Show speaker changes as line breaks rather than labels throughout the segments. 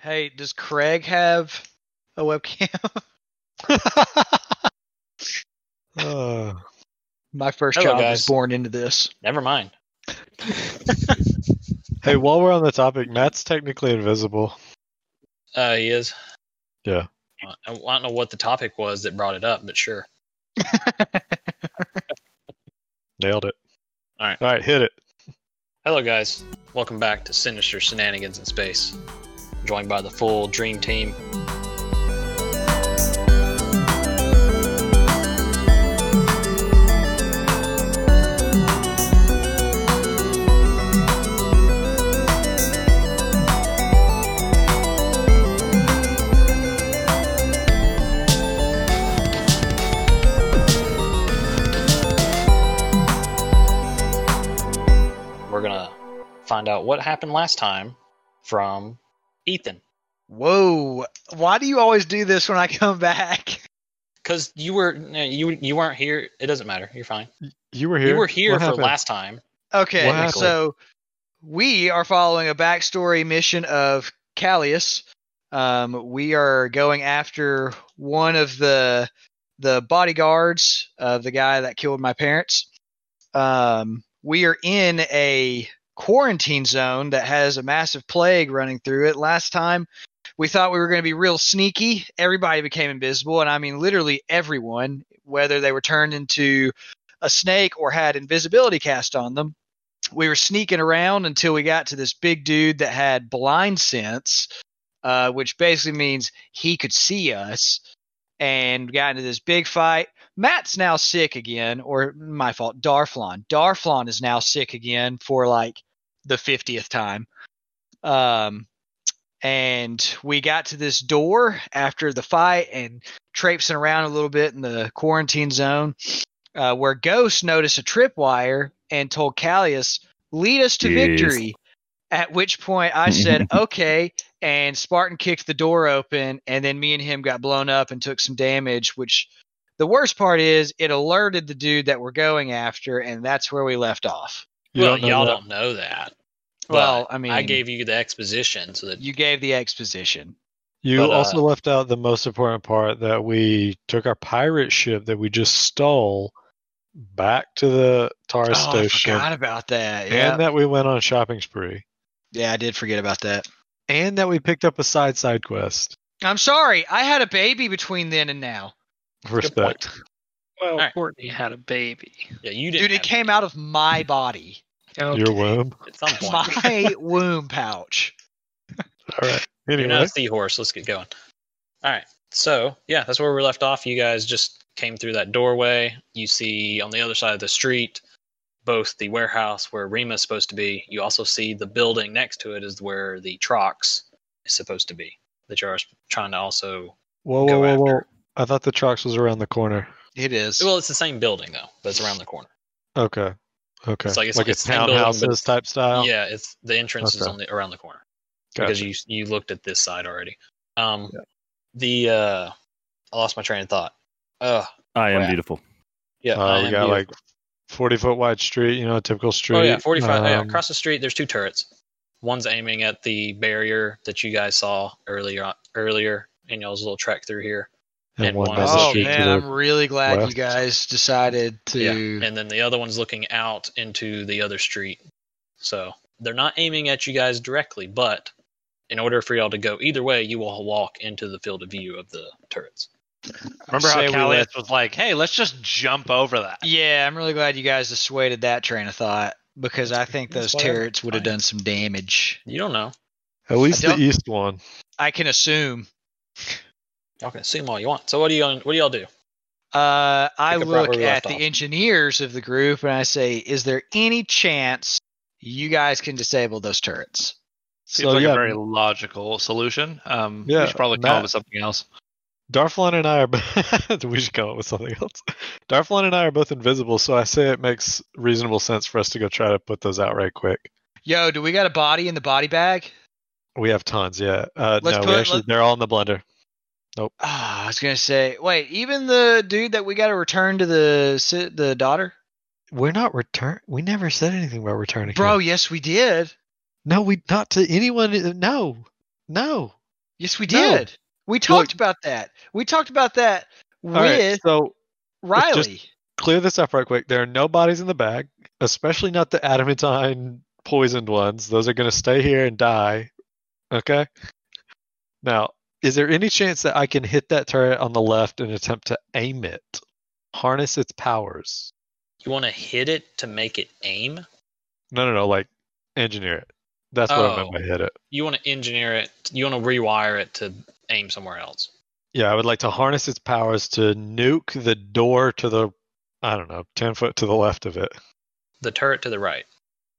Hey, does Craig have a webcam?
Uh,
My first
Hello,
job
guys.
was born into this.
Never mind.
hey, while we're on the topic, Matt's technically invisible.
Uh, he is.
Yeah.
I I don't know what the topic was that brought it up, but sure.
Nailed it.
All right.
All right, hit it.
Hello, guys. Welcome back to Sinister Shenanigans in Space. joined by the full Dream Team. We're gonna find out what happened last time from Ethan.
Whoa. Why do you always do this when I come back?
Because you were you you weren't here. It doesn't matter. You're fine.
You were here.
You were here
What
for
happened?
last time.
Okay,
What happened?
so we are following a backstory mission of Callius. Um, we are going after one of the the bodyguards of the guy that killed my parents. Um, we are in a quarantine zone that has a massive plague running through it. Last time we thought we were going to be real sneaky. Everybody became invisible, and I mean literally everyone, whether they were turned into a snake or had invisibility cast on them. We were sneaking around until we got to this big dude that had blind sense, uh, which basically means he could see us, and got into this big fight. Matt's now sick again, or my fault, Darflon. Darflon is now sick again for like the 50th time. Um, and we got to this door after the fight and traipsing around a little bit in the quarantine zone uh, where Ghost noticed a tripwire and told Callius, lead us to
Jeez.
victory. At which point I said, okay. And Spartan kicked the door open, and then me and him got blown up and took some damage, which the worst part is it alerted the dude that we're going after, and that's where we left off.
You
well,
don't know
y'all
that.
don't know that.
well,
But
I mean,
I gave you the exposition so that
you gave the exposition.
You
But, uh,
also left out the most important part that we took our pirate ship that we just stole back to the tar
oh, I
station,
forgot about that.
and
Yeah,
that we went on a shopping spree,
yeah, I did forget about that.
and that we picked up a side side quest.
I'm sorry, I had a baby between then and now.
Respect.
Well,
Alright.
Courtney had a baby.
yeah, you didn't.
Dude, it
have
came out of my body.
Okay.
Your womb.
at some point.
my womb pouch.
All right.
You're not
Anyway,
a seahorse. Let's get going. All right. So yeah, that's where we left off. You guys just came through that doorway. You see on the other side of the street, both the warehouse where Rima's supposed to be. You also see the building next to it is where the Trox is supposed to be. That you're trying to also.
whoa, whoa,
go
whoa, whoa!
after.
I thought the trucks was around the corner.
It is.
Well, it's the same building though, but it's around the corner.
Okay. Okay.
It's like- it's like
a
the same building, but
townhouses
it's-
type style.
Yeah, it's the entrance is
Okay.
on the around the corner. because
Gotcha.
you you looked at this side already. Um, the uh, I lost my train of thought. Uh,
I am
Wow.
beautiful.
yeah,
Uh,
I
we
am
got
you.
like forty foot wide street. You know, typical street.
oh yeah, forty five yeah,
um,
across the street. There's two turrets. One's aiming at the barrier that you guys saw earlier earlier in y'all's little trek through here, and one
down the
is-
oh
street to
man,
the-
I'm really glad
left.
you guys decided to.
and then the other one's looking out into the other street. So they're not aiming at you guys directly, but in order for y'all to go either way, you will walk into the field of view of the turrets.
Remember
Say
how
we
Callias was like, "Hey, let's just jump over that."
yeah, I'm really glad you guys dissuaded that train of thought because I think
That's
those
why I'm
turrets would have
fine.
done some damage.
You don't know.
At least the
don't-
east one.
I can assume.
Y'all can assume all you want. So what do you what do y'all do?
Uh, I
Pick up right
look
where we
at
left
the
off.
engineers of the group and I say, "Is there any chance you guys can disable those turrets?"
Seems
So,
like
yeah.
a very logical solution. Um,
Yeah,
we should probably come
Matt-
up with something else.
Darflon and I are. we should come up with something else. Darflon and I are both invisible, so I say it makes reasonable sense for us to go try to put those out right quick.
Yo, do we got a body in the body bag?
We have tons, yeah. Uh,
Let's
no, we
put-
actually
let-
they're all in the blender.
Ah, I was gonna say, wait, even the dude that we got to return to the si- the daughter,
We're not return. We never said anything about returning.
bro.
him.
Yes, we did.
no, we not to anyone. No, no.
Yes, we
No.
did. We talked about that. We talked about that
All right,
with
so
Riley.
just- clear this up right quick. There are no bodies in the bag, especially not the adamantine poisoned ones. Those are going to stay here and die. Okay? Now, is there any chance that I can hit that turret on the left and attempt to aim it? Harness its powers?
You want to hit it to make it aim.
No, no, no. Like, engineer it. That's what I meant
Oh.
by hit it.
You want to engineer it. You want to rewire it to aim somewhere else.
Yeah, I would like to harness its powers to nuke the door to the, I don't know, 10 foot to the left of it,
The turret to the right.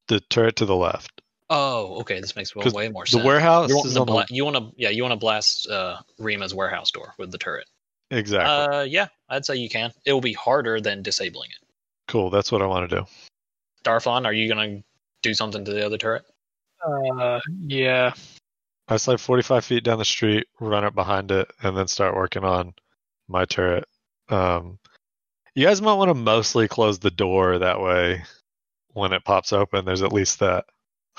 the turret to the left.
Oh, okay. This makes way
'Cause
way more
the
sense.
warehouse
You want,
is
to
on
bla-
the.
you want to, yeah, you want to blast uh, Rima's warehouse door with the turret.
Exactly.
Uh, yeah, I'd say you can. It will be harder than disabling it.
cool. That's what I want to do.
Darflon, are you gonna do something to the other turret?
Uh, yeah.
I slide 45 feet down the street, run up behind it, and then start working on my turret. Um, you guys might want to mostly close the door that way when it pops open. There's at least that.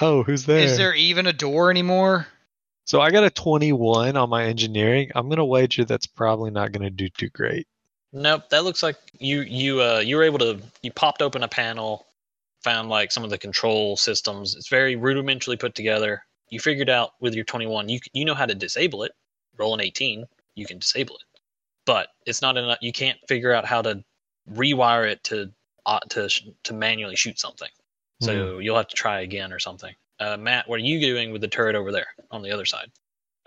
Oh, who's there?
Is there even a door anymore?
So I got a 21 on my engineering. I'm going to wager that's probably not going to do too great.
Nope. That looks like you you uh you were able to you popped open a panel, found like some of the control systems. It's very rudimentarily put together. You figured out with your 21, you c- you know how to disable it. Roll an 18, you can disable it, but it's not enough. You can't figure out how to rewire it to uh, to sh- to manually shoot something. So you'll have to try again or something. Uh, Matt, what are you doing with the turret over there on the other side?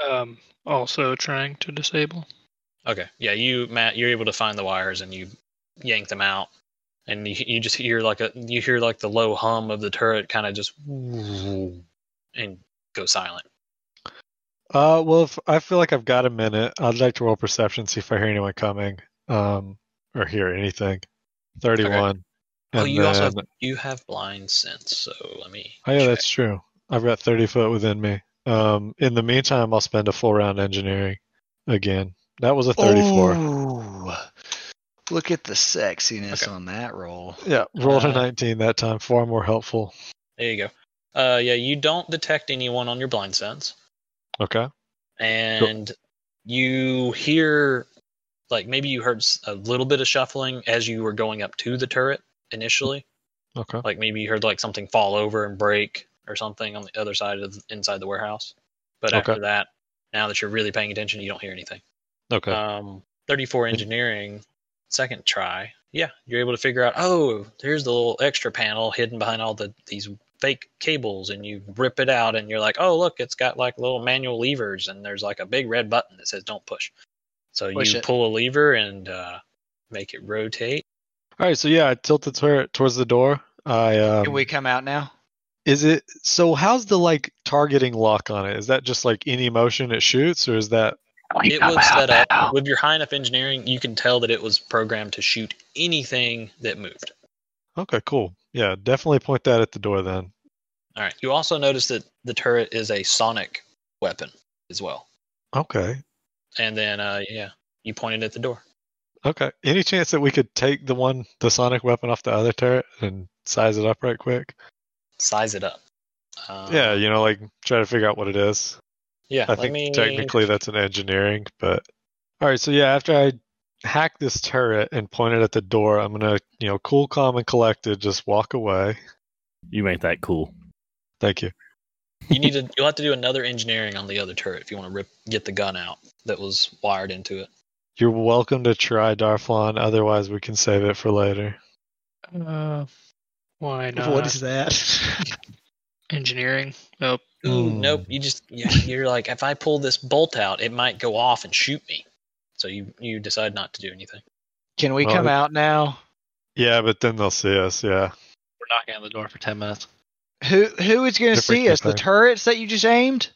Um, also trying to disable.
Okay. Yeah, you Matt, you're able to find the wires and you yank them out, and you, you just hear like a you hear like the low hum of the turret kind of just and go silent.
Uh, well, if I feel like I've got a minute. I'd like to roll perception, see if I hear anyone coming, um, or hear anything. Thirty-one.
Oh,
And
you also have-
then-
You have blind sense, so let me.
oh, yeah,
check.
that's true. I've got thirty foot within me. Um, in the meantime, I'll spend a full round engineering again. That was a thirty-four.
Ooh. Look at the sexiness on that roll.
Yeah, rolled
Uh,
a nineteen that time. Far more helpful.
there you go. Uh, yeah, you don't detect anyone on your blind sense.
Okay.
and you hear like maybe you heard s- a little bit of shuffling as you were going up to the turret initially
Okay.
like maybe you heard like something fall over and break or something on the other side of inside the warehouse but
Okay.
after that now that you're really paying attention you don't hear anything
Okay.
um 34 engineering second try yeah you're able to figure out oh there's the little extra panel hidden behind all the these fake cables and you rip it out and you're like oh look it's got like little manual levers and there's like a big red button that says don't push so
Push
you
it.
pull a lever and uh make it rotate
All right. So yeah, I tilt the turret towards the door. I um,
Can we come out now?
Is it so? How's the like targeting lock on it? Is that just like any motion it shoots, or is that
it was set
Oh.
up with your high enough engineering you can tell that it was programmed to shoot anything that moved
okay? Cool. Yeah, definitely point that at the door then.
All right. You also notice that the turret is a sonic weapon as well.
Okay.
And then, uh, yeah, you pointed at the door.
Okay. Any chance that we could take the one, the sonic weapon off the other turret and size it up right quick?
Size it up. Um,
yeah, you know, like try to figure out what it is.
Yeah.
I
let
think
me-
technically that's an engineering, but all right. So yeah, after I hack this turret and point it at the door, I'm gonna, you know, cool, calm, and collected, just walk away.
You make that cool.
Thank you.
you need to. You'll have to do another engineering on the other turret if you want to rip get the gun out that was wired into it.
You're welcome to try Darflon. Otherwise, we can save it for later.
Uh, why not?
that?
engineering? Nope.
Ooh,
Hmm.
nope. You just yeah, you're like, if I pull this bolt out, it might go off and shoot me. So you you decide not to do anything.
Can we
Well,
come
it-
out now?
Yeah, but then they'll see us. Yeah.
We're knocking on the door for 10 minutes.
Who who is going to
Different
see us? The
thing.
turrets that you just aimed?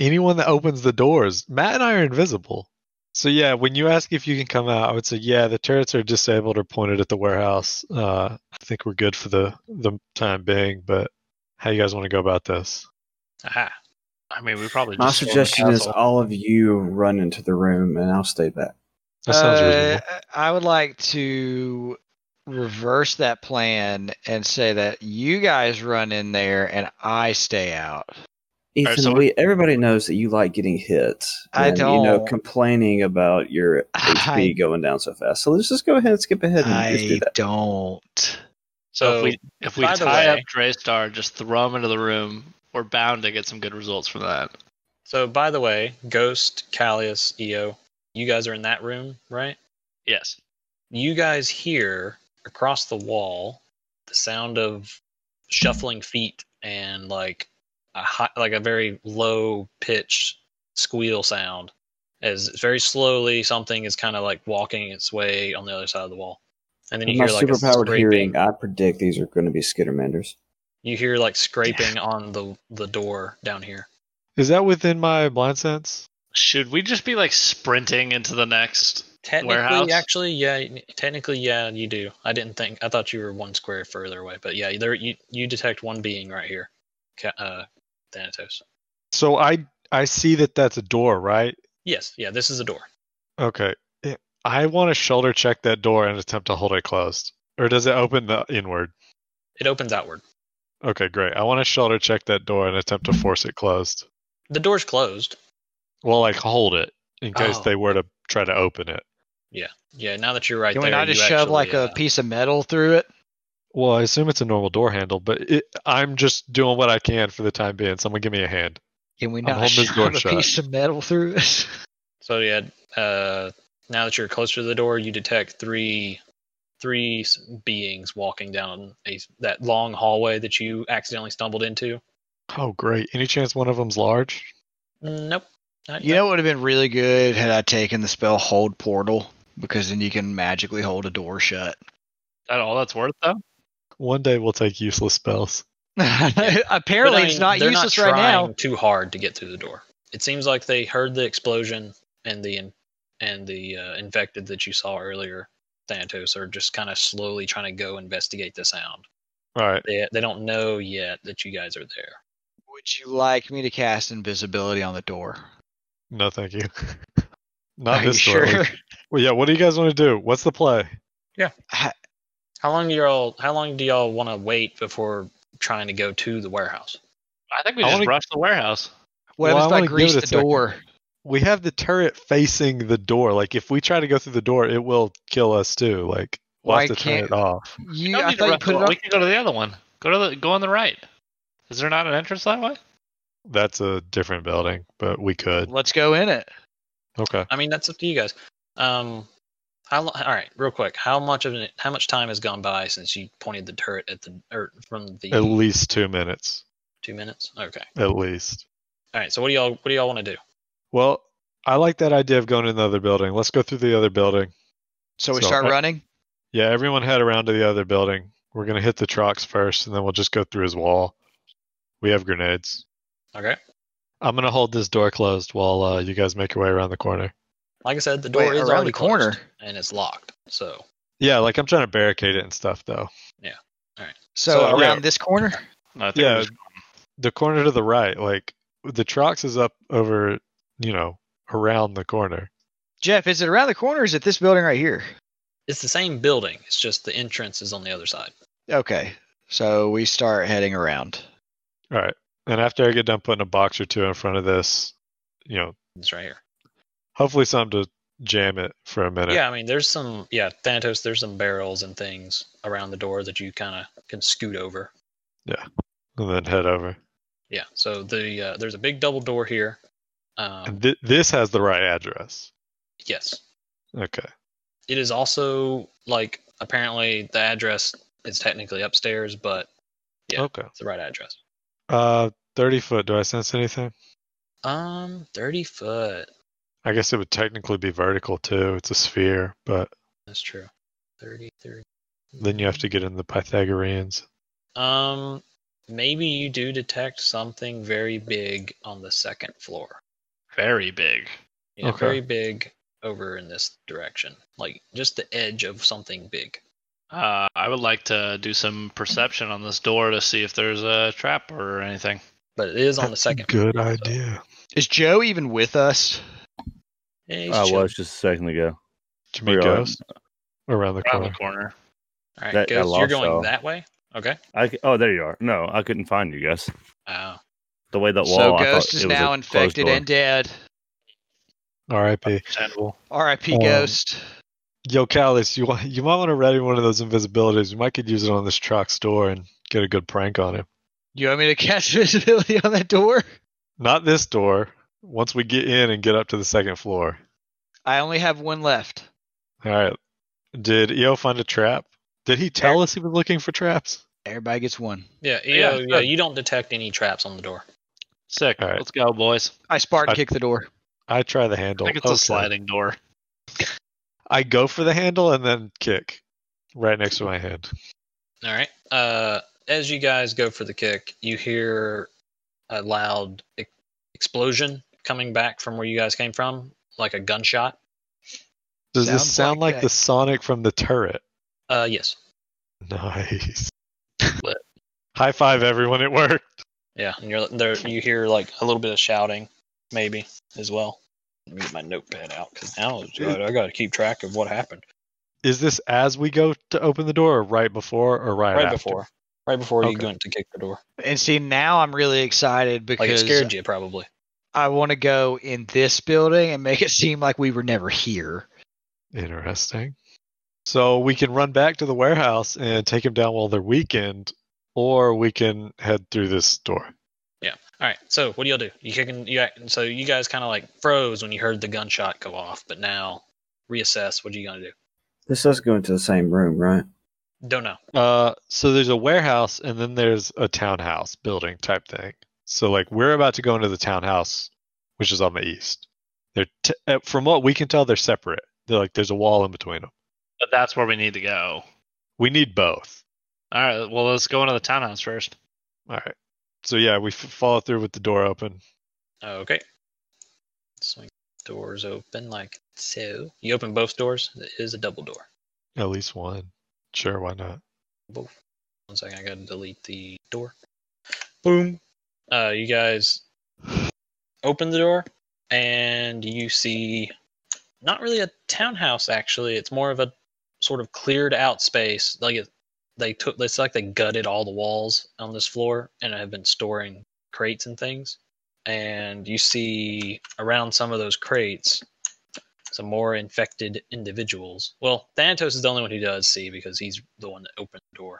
Anyone that opens the doors, Matt and I are invisible. So yeah, when you ask if you can come out, I would say yeah. The turrets are disabled or pointed at the warehouse. Uh, I think we're good for the the time being. But how you guys want to go about this?
Aha.
I mean, we probably
My
just. stormed the
suggestion
castle.
all of you run into the room and I'll stay back.
That sounds
Uh,
reasonable.
I would like to reverse that plan and say that you guys run in there and I stay out.
Ethan,
so-
we everybody knows that you like getting hit.
I
and, You know,
don't.
complaining about your HP
I-
going down so fast. So let's just go ahead and skip ahead and just do
I
that.
don't.
So
So,
if we if we
by the
tie
way-
up Draystar, just throw him into the room, we're bound to get some good results from that.
So, by the way, Ghost, Callius, Eo, you guys are in that room, right?
Yes.
You guys hear across the wall the sound of shuffling feet and like a high, like a very low pitched squeal sound as very slowly something is kind of like walking its way on the other side of the wall. And then you
With my
hear like a
superpowered
scraping.
hearing, I predict these are going to be skittermanders.
You hear like scraping on the the door down here.
Is that within my blind sense?
Should we just be like sprinting into the next?
Technically,
Warehouse?
actually, yeah. Technically, yeah, you do. I didn't think. I thought you were one square further away, but yeah, there you you detect one being right here, Ca- uh, Thanatos.
So I I see that that's a door, right?
Yes, yeah, this is a door.
Okay. Yeah, I want to shoulder check that door and attempt to hold it closed. Or does it open the inward?
It opens outward.
Okay, great. I want to shoulder check that door and attempt to force it closed.
The door's closed.
Well, like hold it in case
Oh.
they were to try to open it.
Yeah, now that you're right
Can
there,
we not
you
just shove
actually,
like a
uh,
piece of metal through it?
Well, I assume it's a normal door handle, but it, I'm just doing what I can for the time being. Someone give me a hand.
Can we
I'm
not
holding this
shove
door
a
shut.
piece of metal through it?
So yeah, uh, now that you're closer to the door, you detect three three s- beings walking down a that long hallway that you accidentally stumbled into.
Oh, great. Any chance one of them's large?
Nope. not
You know what would have been really good had I taken the spell Hold Portal because then you can magically hold a door shut.
That all that's worth though.
One day we'll take useless spells.
But,
Apparently,
I
it's
mean,
not
they're
useless
not
right now.
trying Too hard to get through the door. It seems like they heard the explosion and the in- and the uh, infected that you saw earlier, Thanatos, are just kind of slowly trying to go investigate the sound.
All right.
They they don't know yet that you guys are there.
Would you like me to cast invisibility on the door?
No, thank you. Not
Are you
this door. at
sure?
least. Well, yeah. What do you guys want to do? What's the play?
How long do y'all How long do y'all want to wait before trying to go to the warehouse?
I think we
I
just
wanna-
rush the warehouse.
What
Well,
happens
I
if I
wanna give
grease
it a
the
second.
door?
We have the turret facing the door. Like, if we try to go through the door, it will kill us too. Like, we'll
Why
have to turn
can't-
it off.
We
You,
don't
I
need to
thought you
rush
put
the-
it on.
We can go to the other one. Go to the go on the right. Is there not an entrance that way?
That's a different building, but we could.
Let's go in it.
Okay.
I mean, that's up to you guys. Um, how lo- All right, real quick. How much of it? How much time has gone by since you pointed the turret at the or from the
At least two minutes.
two minutes? Okay.
At least.
All right. So what do y'all what do y'all want to do?
Well, I like that idea of going in the other building. Let's go through the other building.
So we
So,
start
uh,
running.
Yeah, everyone head around to the other building. We're gonna hit the trucks first, and then we'll just go through his wall. We have grenades.
Okay.
I'm gonna hold this door closed while uh, you guys make your way around the corner.
Like I said, the door
Wait,
is
around
already
the corner?
closed and it's locked. So
Yeah, like I'm trying to barricade it and stuff, though.
So,
so, yeah.
around this corner.
No, I think
Yeah,
we're just-
the corner to the right, like the trucks is up over, you know, around the corner.
Jeff, is it around the corner? Or is it this building right here?
it's the same building. It's just the entrance is on the other side.
Okay. So we start heading around.
All right, and after I get done putting a box or two in front of this, you know,
It's right here.
hopefully something to jam it for a minute.
Yeah, I mean, there's some yeah Thanatos. There's some barrels and things around the door that you kind of can scoot over.
and then head over.
Yeah. So the uh, there's a big double door here. Um,
And th- this has the right address.
yes.
Okay.
It is also like apparently the address is technically upstairs, but Yeah.
Okay.
it's the right address.
Uh, thirty foot. Do I sense anything?
Um, thirty foot.
I guess it would technically be vertical too. It's a sphere, but
That's true. 30, 30.
then you have to get in the Pythagoreans.
Um, maybe you do detect something very big on the second floor.
very big.
Yeah,
Okay.
very big over in this direction, like just the edge of something big.
Uh, I would like to do some perception on this door to see if there's a trap or anything.
But it is on the
That's a
second.
Good
floor, so-
idea.
Is Joe even with us?
Yeah, he's
I
chill.
was Oh, just a second ago.
Did you meet
We're on-
ghost around the
Around
corner?
the corner.
All right,
that-
Ghost,
I
you're
lost
going
all.
that way. Okay.
I c- oh, there you are. No, I couldn't find you guys.
Uh,
The way that wall.
so
I thought
Ghost is
it was a
now
closed
infected
door.
and dead.
R.I.P.
Understandable.
R.I.P.
Um,
Ghost.
Yo, Callis, you wa- you might want to ready one of those invisibilities. We might could use it on this truck's door and get a good prank on him.
You want me to cast visibility on that door?
Not this door. Once we get in and get up to the second floor.
I only have one left.
All right. Did EO find a trap? Did he tell us he was looking for traps?
Everybody gets one.
Yeah,
Yeah,
EO, yeah,
sure.
you don't detect any traps on the door.
Sick.
All right.
Let's go, boys.
I Spartan
I-
kick the door.
I try the handle.
I think it's a
Okay.
sliding door.
I go for the handle and then kick right next to my head.
All right. Uh, as you guys go for the kick, you hear a loud e- explosion coming back from where you guys came from, like a gunshot.
Does this
Sounds
sound
like
like, the
that.
Sonic from the turret?
Uh, yes.
Nice.
Lit.
High five, everyone. It worked.
Yeah. And you're there. You hear like a little bit of shouting, maybe as well. Let me get my notepad out because now it's- I got to keep track of what happened.
Is this as we go to open the door, or right before, or right,
Right
after?
before, right before you
Okay.
went to kick the door,
And see, now I'm really excited
like it
because
scared
uh,
you probably.
I want to go in this building and make it seem like we were never here.
Interesting. So we can run back to the warehouse and take him down while they're weakened, or we can head through this door.
All right. So what do y'all do? You kicking? You act, so you guys kind of like froze when you heard the gunshot go off, but now reassess. What are you gonna do?
This does go into the same room, right?
Don't know.
Uh, so there's a warehouse and then there's a townhouse building type thing. So like we're about to go into the townhouse, which is on the east. They're t- uh, from what we can tell, they're separate. They're like there's a wall in between them.
But that's where we need to go.
We need both.
All right. Well, let's go into the townhouse first.
All right. So yeah, we f- follow through with the door open.
Okay. Swing doors open like so. You open both doors. It is a double door.
At least one. Sure, why not?
Both. One second. I gotta delete the door. Boom. Uh, you guys open the door, and you see not really a townhouse. Actually, it's more of a sort of cleared out space. Like it, they took. It's like they gutted all the walls on this floor and have been storing crates and things. And you see around some of those crates some more infected individuals. Well, Thanatos is the only one who does see because he's the one that opened the door,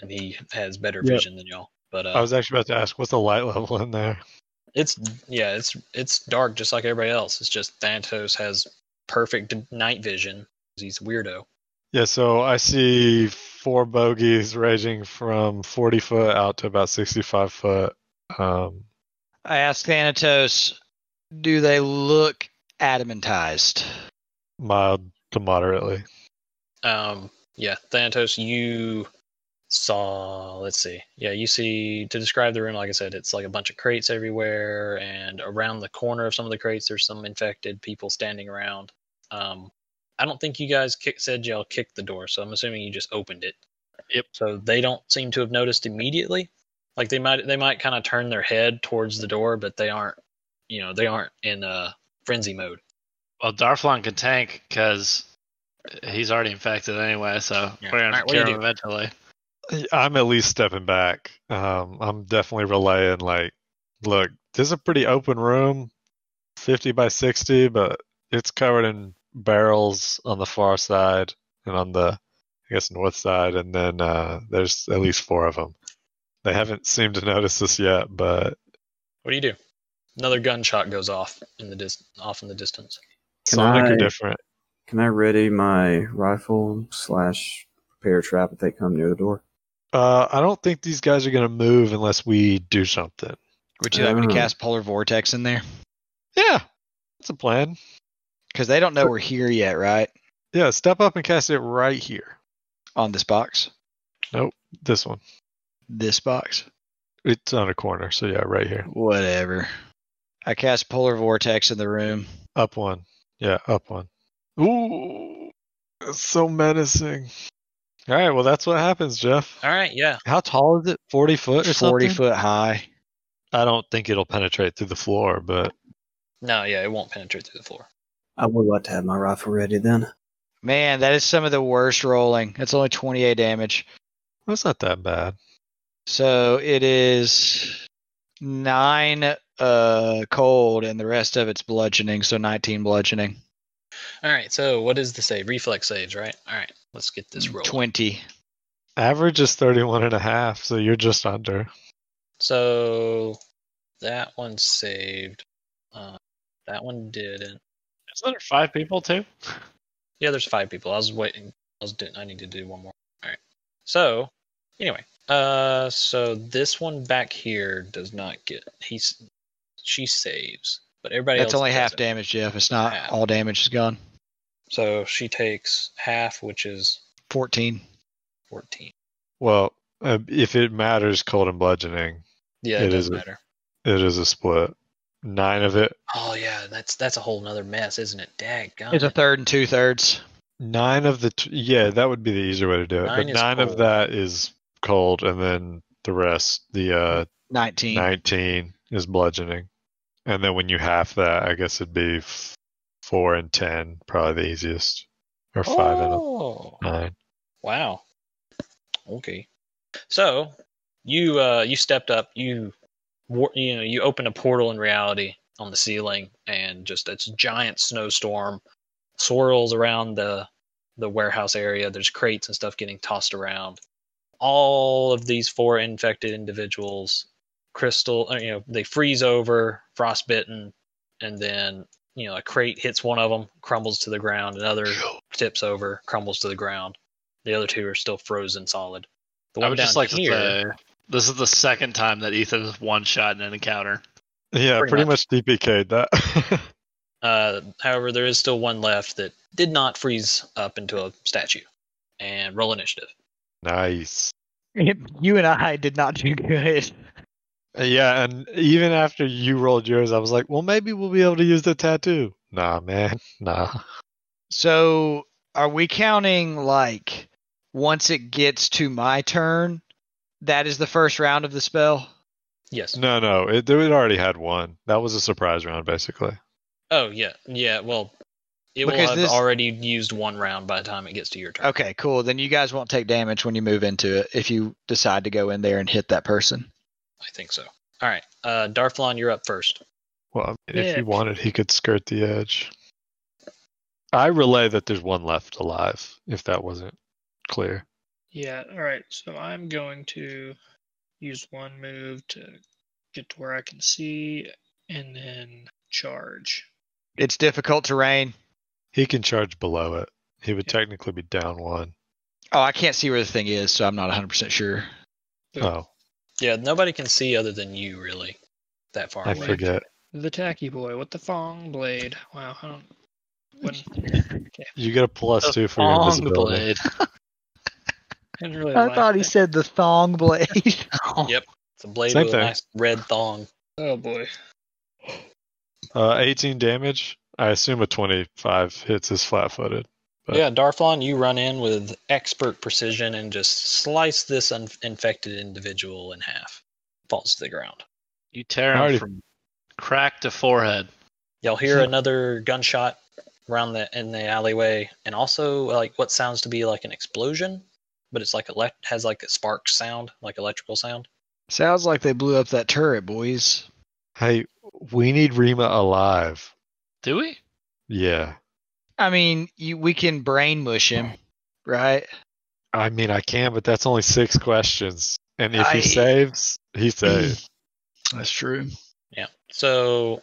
and he has better
Yeah.
vision than y'all. But uh,
I was actually about to ask, what's the light level in there?
it's yeah, it's it's dark just like everybody else. It's just Thanatos has perfect night vision. 'cause He's a weirdo.
Yeah, so I see four bogeys ranging from 40 foot out to about 65 foot. Um,
I asked Thanatos, do they look adamantized?
mild to moderately.
Um, yeah, Thanatos, you saw. Let's see. Yeah, you see. To describe the room, like I said, it's like a bunch of crates everywhere, and around the corner of some of the crates, there's some infected people standing around. Um, I don't think you guys kick, said y'all kicked the door, so I'm assuming you just opened it.
Yep.
So they don't seem to have noticed immediately. Like they might, they might kind of turn their head towards the door, but they aren't. You know, they aren't in uh, frenzy mode.
Well, Darflon can tank because he's already infected anyway, so
Yeah.
we're gonna
All
have
right,
to
what do you
cure him
do?
eventually.
I'm at least stepping back. Um, I'm definitely relaying, like, look, this is a pretty open room, 50 by 60, but it's covered in barrels on the far side and on the, I guess, north side. And then uh, there's at least four of them. They haven't seemed to notice this yet, but
What do you do? Another gunshot goes off in the dis- off in the distance.
Can
Sonic
I-
are different.
Can I ready my rifle slash prepare a trap if they come near the door?
Uh, I don't think these guys are gonna move unless we do something.
Would you like me to
Mm.
cast Polar Vortex in there?
Yeah, that's a plan.
Because they don't know we're here yet, right?
Yeah, step up and cast it right here.
On this box.
This one.
This box.
It's on a corner, so yeah, right here.
Whatever. I cast Polar Vortex in the room.
Up one. Yeah, up one. Ooh, that's so menacing. All right, well that's what happens, Jeff.
All right, yeah.
How tall is it? Forty foot
40
or something?
foot high.
I don't think it'll penetrate through the floor, but
No, yeah, it won't penetrate through the floor.
I would like to have my rifle ready then.
Man, that is some of the worst rolling. That's only 28 damage.
that's not that bad.
So it is nine uh cold and the rest of it's bludgeoning, so nineteen bludgeoning.
All right. So what is the save? Reflex saves, right? All right. Let's get
Mm,
this roll.
Twenty.
Average is 31 and a half, so you're just under.
So that one saved. Uh, that one didn't.
Isn't there five people too?
Yeah, there's five people. I was waiting. I was doing. I need to do one more. All right. So anyway, uh, so this one back here does not get. He's she saves, but everybody
That's
else
only half
doesn't.
damage, Jeff. It's not
Half.
all damage is gone.
So she takes half, which is
Fourteen.
fourteen.
Well, uh, if it matters, cold and bludgeoning,
Yeah, it,
It
doesn't
is a-
matter.
it is a split. Nine of it,
Oh yeah, that's that's a whole nother mess, isn't it? Dag
It's a third and two thirds.
nine of the, t- yeah, that would be the easier way to do it.
Nine
but
is
nine of
cold.
that is cold, and then the rest, the uh,
Nineteen.
19 is bludgeoning. And then when you half that, I guess it'd be f- 4 and 10, probably the easiest. Or 5
Oh,
and a 9.
wow. Okay. So you uh you stepped up. You war- you know you open a portal in reality on the ceiling, and just it's a giant snowstorm swirls around the the warehouse area. There's crates and stuff getting tossed around. All of these four infected individuals, crystal, or, you know, they freeze over, frostbitten, and then you know a crate hits one of them, crumbles to the ground. Another tips over, crumbles to the ground. The other two are still frozen solid. The
I
one
would just
down
like to say this is the second time that Ethan has one shot in an encounter.
Yeah,
Pretty
pretty, much. DPK'd that.
Uh, however, there is still one left that did not freeze up into a statue. And roll initiative.
nice.
You and I did not do good.
Yeah, and even after you rolled yours, I was like, well, maybe we'll be able to use the tattoo. Nah, man. Nah.
So are we counting like once it gets to my turn? That is the first round of the spell.
Yes.
No, no. It, they had already had one. That was a surprise round, basically.
Oh yeah, yeah. Well, it will
Because
have
this-
already used one round by the time it gets to your turn.
Okay, cool. Then you guys won't take damage when you move into it if you decide to go in there and hit that person.
I think so. All right, uh, Darflon, you're up first.
Well, I mean, if he
Nick.
wanted, he could skirt the edge. I relay that there's one left alive, if that wasn't clear.
Yeah, all right. So I'm going to use one move to get to where I can see and then charge.
It's difficult terrain.
He can charge below it. He would
Okay.
technically be down one.
Oh, I can't see where the thing is, so I'm not 100% sure.
Yeah.
Oh,
Yeah, nobody can see other than you really that far
I
away.
forget.
The tacky boy with the thong blade. Wow, I don't. Wouldn't,
You get a plus
The
two for your
thong
invisibility.
blade.
didn't really like that.
said the thong blade.
Yep. It's a blade
Same
with
thing.
a nice red thong.
Oh boy.
Uh, 18 damage. I assume a 25 hits is flat-footed. But-
yeah, Darflon, you run in with expert precision and just slice this un- infected individual in half. Falls to the ground.
You
I
tear him
already-
from crack to forehead.
Y'all hear another gunshot around the in the alleyway, and also like what sounds to be like an explosion, but it's like elect has like a spark sound, like electrical sound.
Sounds like they blew up that turret, boys.
Hey, we need Rima alive.
Do we?
Yeah.
I mean, you, we can brain mush him, right?
I mean, I can, but that's only six questions. And if
I-
he saves, he saves.
That's true.
Yeah. So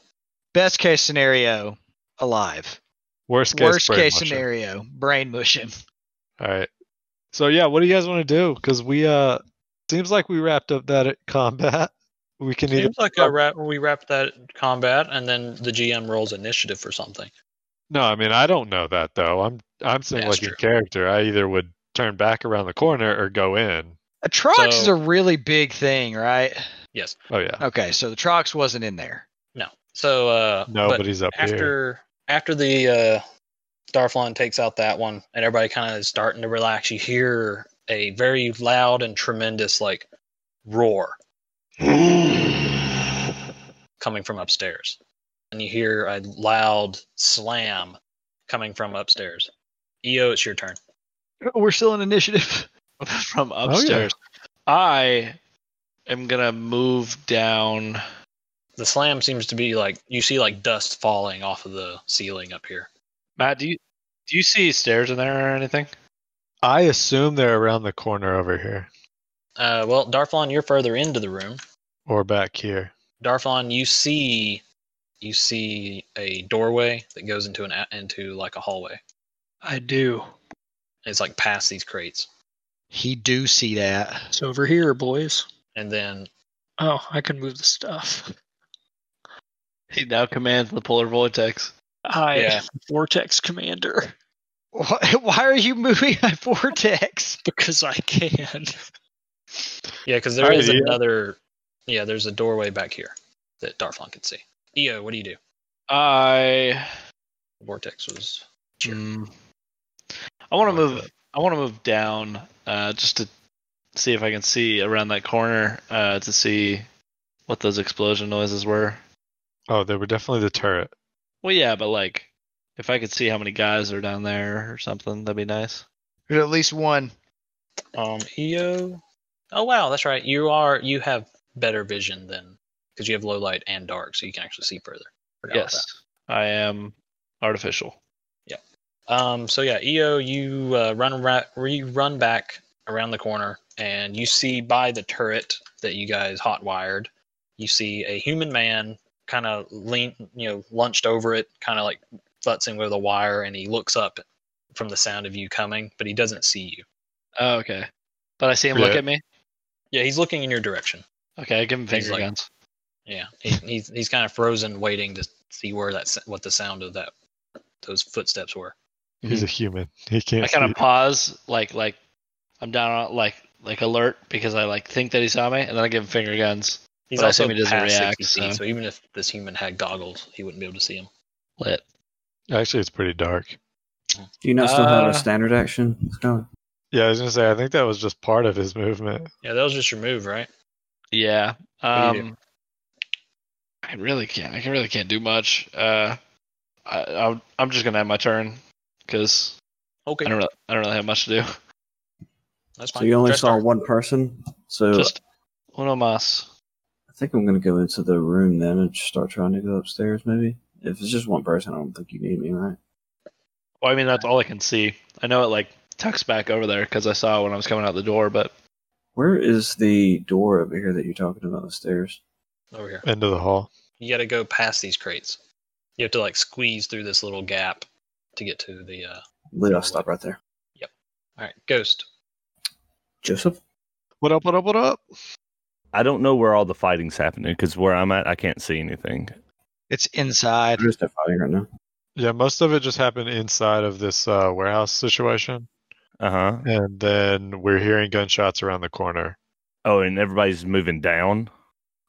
Best case scenario, alive.
Worst case,
Worst
brain
case
mushroom.
scenario, brain mush him.
All right. So yeah, what do you guys want to do? Because we uh, seems like we wrapped up that uh, combat. We can either
seems like a wrap, we wrap that combat, and then the GM rolls initiative for something.
no. I mean, I don't know that though. I'm I'm saying
That's
like in character, I either would turn back around the corner or go in.
Atrox is
So-
a really big thing, right?
Yes.
Oh yeah.
Okay, so the Trox wasn't in there.
No. So uh,
No,
but
but, he's up here.
after after the uh, Darflon takes out that one, and everybody kind of is starting to relax, you hear a very loud and tremendous like roar coming from upstairs, and you hear a loud slam coming from upstairs. Eo, it's your turn.
We're still in initiative.
from
yeah.
upstairs. I am gonna move down.
The slam seems to be like you see like dust falling off of the ceiling up here.
Matt, do you do you see stairs in there or anything?
I assume they're around the corner over here
Uh, well, Darflon, you're further into the room.
or back here.
Darflon, you see, you see a doorway that goes into an a- into like a hallway.
I do.
It's like past these crates,
He do see that.
It's over here, boys.
and then
Oh, I can move the stuff.
He now commands the polar vortex.
I
Yeah.
am Vortex Commander
Why, why are you moving my vortex?
because I can.
yeah, because there
Alright,
is
yeah.
another. Yeah, there's a doorway back here that Darflon can see. Eo, what do you do?
I
Vortex was Sure.
Mm. I want to move. I want to move down uh, just to see if I can see around that corner uh, to see what those explosion noises were.
Oh, they were definitely the turret.
Well, yeah, but like if I could see how many guys are down there or something, that'd be nice.
There's at least one.
Um, EO. Oh wow, that's right. You are you have better vision than because you have low light and dark, so you can actually see further. Forgot about
yes, I am artificial.
that. Um. So yeah, EO, you uh, run ra- you run back around the corner, and you see by the turret that you guys hot wired. You see a human man kind of lean, you know, lunched over it, kind of like futzing with a wire, and he looks up from the sound of you coming, but he doesn't see you.
Oh, okay. But I see him look
Yeah.
at me.
Yeah, he's looking in your direction.
Okay, I give him
He's
finger
like-
guns.
Yeah, he, he's he's kind of frozen, waiting to see where that's what the sound of that those footsteps were.
He's a human. He can't.
I kind of pause, like like I'm down on like like alert because I like think that he saw me, and then I give him finger guns.
He's
But I
also
assume he doesn't
past
react,
60 feet,
so-
so even if this human had goggles, he wouldn't be able to see him.
Lit.
of. Actually, it's pretty dark.
Do you not still have
Uh,
a standard action? It's gone.
Yeah, I was gonna say. I think that was just part of his movement.
Yeah, that was just your move, right?
Yeah.
What do you
Um, I really can't. I really can't do much. Uh, I, I'm I'm just gonna have my turn because I
Okay,
don't really, I don't really have much to do.
that's fine.
So you only
Dress
saw
dark.
one person. So
Just uno mas.
I think I'm gonna go into the room then and start trying to go upstairs. Maybe if it's just one person, I don't think you need me, right?
Well, I mean that's all I can see. I know it like tucks back over there because I saw it when I was coming out the door, but
Where is the door over here that you're talking about? The stairs.
over here.
End of the hall.
You got to go past these crates. You have to like squeeze through this little gap to get to the. uh
Lid, I'll stop right there.
All right, ghost.
Joseph.
What up? What up? What up?
I don't know where all the fighting's happening because where I'm at, I can't see anything.
It's inside.
There's no fighting right now.
Yeah, most of it just happened inside of this uh, warehouse situation,
Uh huh.
and then we're hearing gunshots around the corner.
Oh, and everybody's moving down.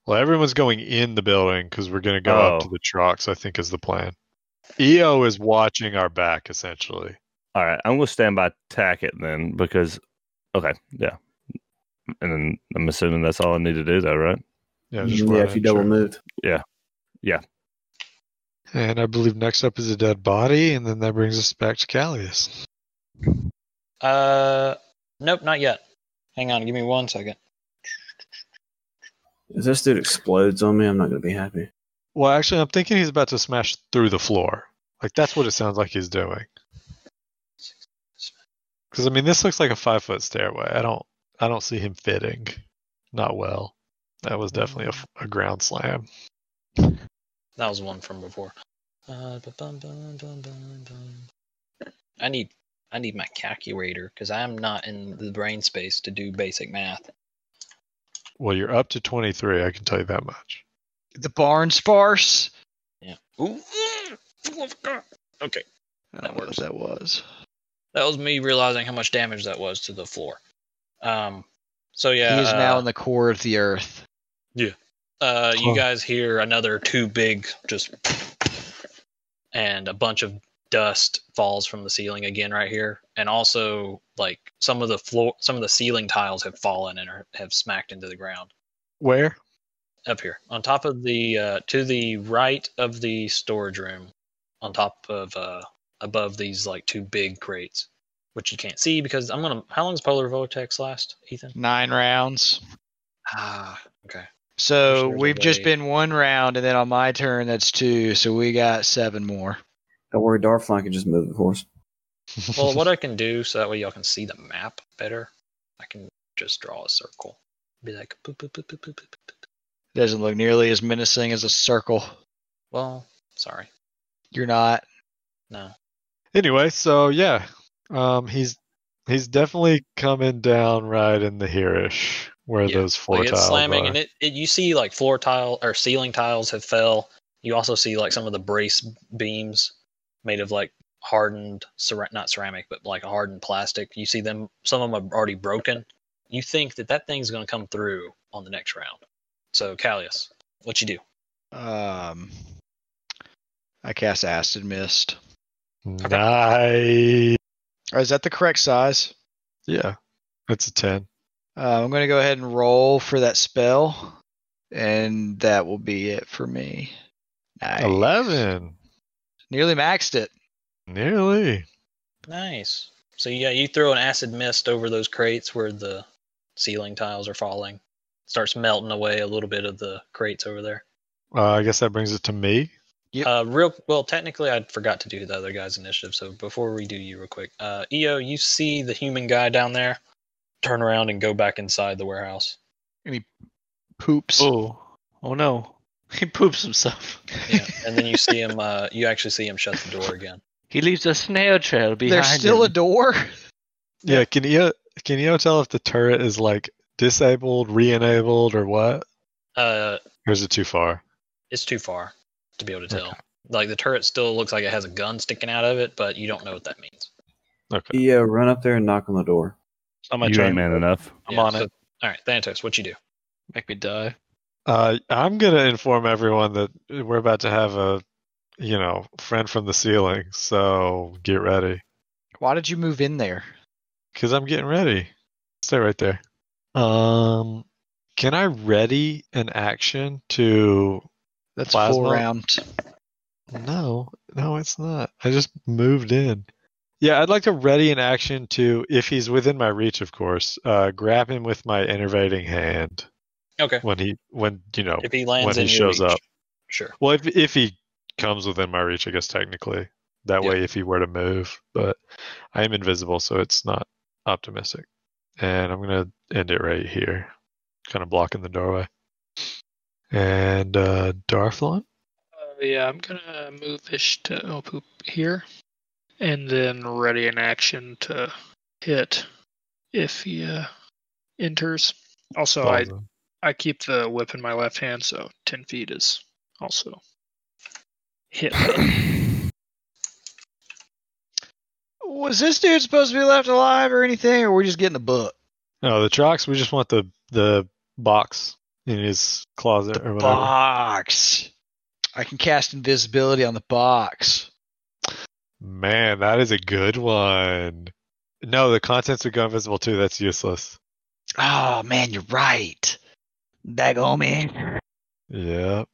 Well, everyone's going in the building because we're gonna go up to
Oh.
the trucks. I think is the plan. EO is watching our back essentially.
All right, I'm gonna stand by tack it then because, okay, yeah. And then I'm assuming that's all I need to do, though, right?
Yeah, just
Yeah, if
running,
you double
sure.
moved.
And I believe next up is a dead body, and then that brings us back to Callius.
Uh, nope, not yet. Hang on, give me one second.
If this dude explodes on me, I'm not gonna be happy.
Well, actually, I'm thinking he's about to smash through the floor. Like that's what it sounds like he's doing. Because I mean, this looks like a five foot stairway. I don't, I don't see him fitting, not well. That was definitely a f- a, ground slam.
That was one from before. Uh, ba-bum, bum, bum, bum, bum. I need I need my calculator because I'm not in the brain space to do basic math.
Well, you're up to 23. I can tell you that much.
The barn sparse.
Yeah. Ooh, mm, oh, God. okay.
I don't know what that was.
That was me realizing how much damage that was to the floor. Um. So yeah.
he is now
uh,
in the core of the earth.
Uh, you
Huh.
guys hear another two big just and a bunch of dust falls from the ceiling again right here and also like some of the floor some of the ceiling tiles have fallen and are, have smacked into the ground
Where?
up here on top of the uh, to the right of the storage room on top of uh, above these like two big crates which you can't see because i'm gonna how long does polar vortex last ethan
Nine rounds.
Ah, okay.
So
there's a
we've just
way.
been one round, and then on my turn, that's two. So we got seven more.
Don't worry, Darfline can just move it for us.
Well, what I can do so that way y'all can see the map better, I can just draw a circle. Be like, boop, boop, boop, boop, boop, boop, boop. boop.
Doesn't look nearly as menacing as a circle.
Well, sorry,
You're not.
no.
anyway, so yeah, um, he's he's definitely coming down right in the hereish where
Yeah,
those four
Like it's
tiles
slamming,
are.
and it, it you see like floor tile or ceiling tiles have fell. You also see like some of the brace beams made of like hardened cera- not ceramic, but like a hardened plastic. You see them. Some of them are already broken. You think that that thing's going to come through on the next round. So Callius, what you do?
Um, I cast acid mist.
Nice.
Or Oh, is that the correct size?
Yeah, it's a ten.
Uh, I'm going to go ahead and roll for that spell, and that will be it for me. Nice.
Eleven,
Nearly maxed it.
nearly.
Nice. So yeah, you throw an acid mist over those crates where the ceiling tiles are falling. Starts melting away a little bit of the crates over there.
Uh, I guess that brings it to me.
Yep.
Uh, real well, technically, I forgot to do the other guy's initiative. So before we do you, real quick, uh, EO, you see the human guy down there. Turn around and go back inside the warehouse.
Poops.
Oh, oh no, he poops himself.
Yeah, and then you see him. Uh, you actually see him shut the door again.
He leaves a snail trail behind
There's still a
him.
door.
Yeah, can you can you tell if the turret is like disabled, re-enabled, or what?
Uh,
Or is it too far?
it's too far to be able to tell. Like the turret still looks like it has a gun sticking out of it, but you don't know what that means.
Okay.
Yeah, run up there and knock on the door.
It's not my
you
turn.
ain't man enough.
I'm
Yeah,
on
so-
it.
All right, Thanatos, what you do?
Make me die.
Uh, I'm gonna inform everyone that we're about to have a, you know, friend from the ceiling. So get ready,
Why did you move in there?
cause I'm getting ready. Stay right there. Um, can I ready an action to?
That's
Plasma?
full round.
No, no, it's not. I just moved in. Yeah, I'd like to ready an action to, if he's within my reach, of course, uh, grab him with my innervating hand
Okay,
when he, when you know,
if he lands
when
in
he
your
shows
reach.
up.
Sure.
Well, if if he comes within my reach, I guess technically. That
Yeah.
way, if he were to move, but I am invisible, so it's not optimistic. And I'm gonna end it right here, kind of blocking the doorway. And uh, Darflon,
Uh, yeah, I'm gonna move Ish to oh, poop here, and then ready an action to hit if he uh, enters. Also, I
Balzo.
I keep the whip in my left hand, so ten feet is also hit.
Was this dude supposed to be left alive or anything, or we're just getting a book?
No, the Trox, we just want the the box in his closet or whatever.
Box. I can cast invisibility on the box.
Man, that is a good one. No, the contents would go invisible too. That's useless.
Oh man, you're right. Dag on man.
Yeah.
All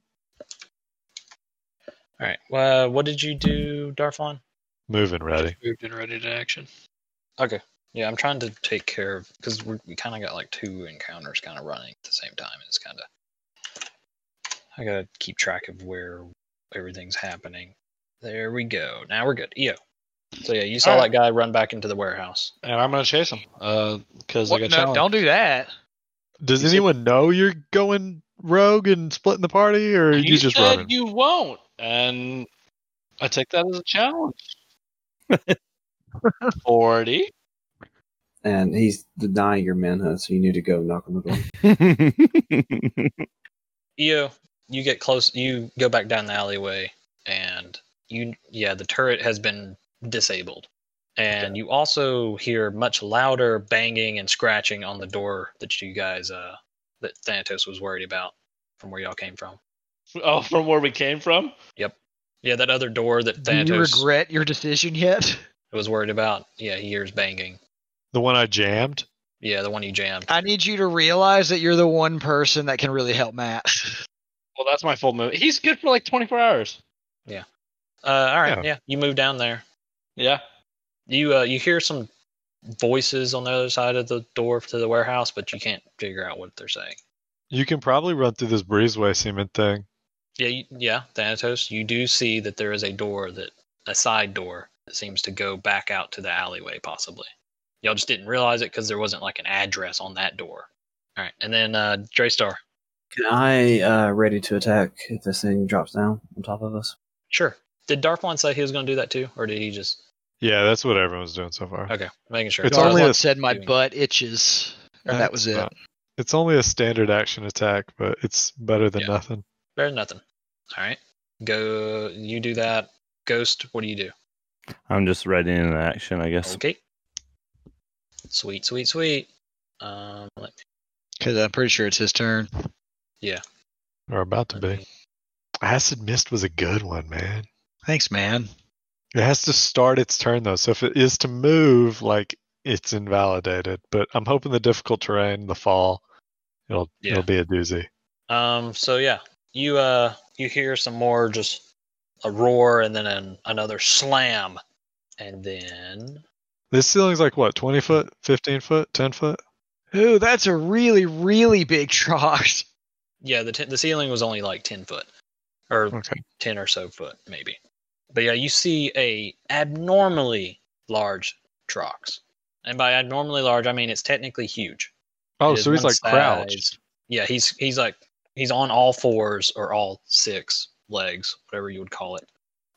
right. Well, what did you do, Darfon?
Moving ready.
Moved and ready to action.
Okay. Yeah, I'm trying to take care of because we we kind of got like two encounters kind of running at the same time. It's kind of I gotta keep track of where everything's happening. There we go. Now we're good. Eo. So yeah, you saw
Alright.
that guy run back into the warehouse.
And I'm gonna chase him. Uh, because I
What?
got
No,
challenged.
don't do that.
Does anyone know you're going rogue and splitting the party, or are you,
you
just
said
running?
you won't, and I take that as a challenge. Forty.
And he's denying your manhunt, so you need to go knock on the door.
Eo, you get close. You go back down the alleyway, and you yeah, the turret has been disabled, and you also hear much louder banging and scratching on the door that you guys uh that Thanatos was worried about from where y'all came from.
Oh, from where we came from.
Yeah, that other door that
Do you
Thanatos
regret your decision yet?
was worried about. Yeah, he hears banging.
The one I jammed.
Yeah, the one you jammed.
I need you to realize that you're the one person that can really help Matt.
Well, that's my full move. He's good for like 24 hours.
Uh, all right,
Yeah.
yeah, you move down there.
Yeah.
You uh, you hear some voices on the other side of the door to the warehouse, but you can't figure out what they're saying.
You can probably run through this breezeway cement thing.
Yeah, you, yeah, Thanatos. You do see that there is a door that a side door that seems to go back out to the alleyway, possibly. Y'all just didn't realize it because there wasn't like an address on that door. All right, and then uh, Draystar.
Can I uh, ready to attack if this thing drops down on top of us?
Sure. Did Darflon say he was going to do that too, or did he just?
Yeah, that's what everyone's doing so far.
Okay, making sure.
It's
Darla
only a-
once said my
doing-
butt itches. Or that was
That's
it.
not- It's only a standard action attack, but it's better than
Yeah.
nothing.
better than nothing. All right, go. You do that. Ghost, what do you do?
I'm just ready in action, I guess.
Okay. Sweet, sweet, sweet. Um, let me,
Because I'm pretty sure it's his turn.
Or about to
let
be.
me-
Acid Mist was a good one, man.
Thanks, man.
It has to start its turn though, so if it is to move, like it's invalidated. But I'm hoping the difficult terrain, the fall, it'll
Yeah.
it'll be a doozy.
Um, so yeah, you uh, you hear some more just a roar and then an, another slam, and then
This ceiling's like what, twenty foot, fifteen foot, ten foot?
Ooh, that's a really, really big trough.
yeah, the t- the ceiling was only like ten foot or
Okay.
ten or so foot maybe, but yeah, you see a abnormally large Trox, and by abnormally large I mean it's technically huge.
Oh,
It is
so he's
one
like crouched.
size. Yeah, he's he's like he's on all fours or all six legs, whatever you would call it.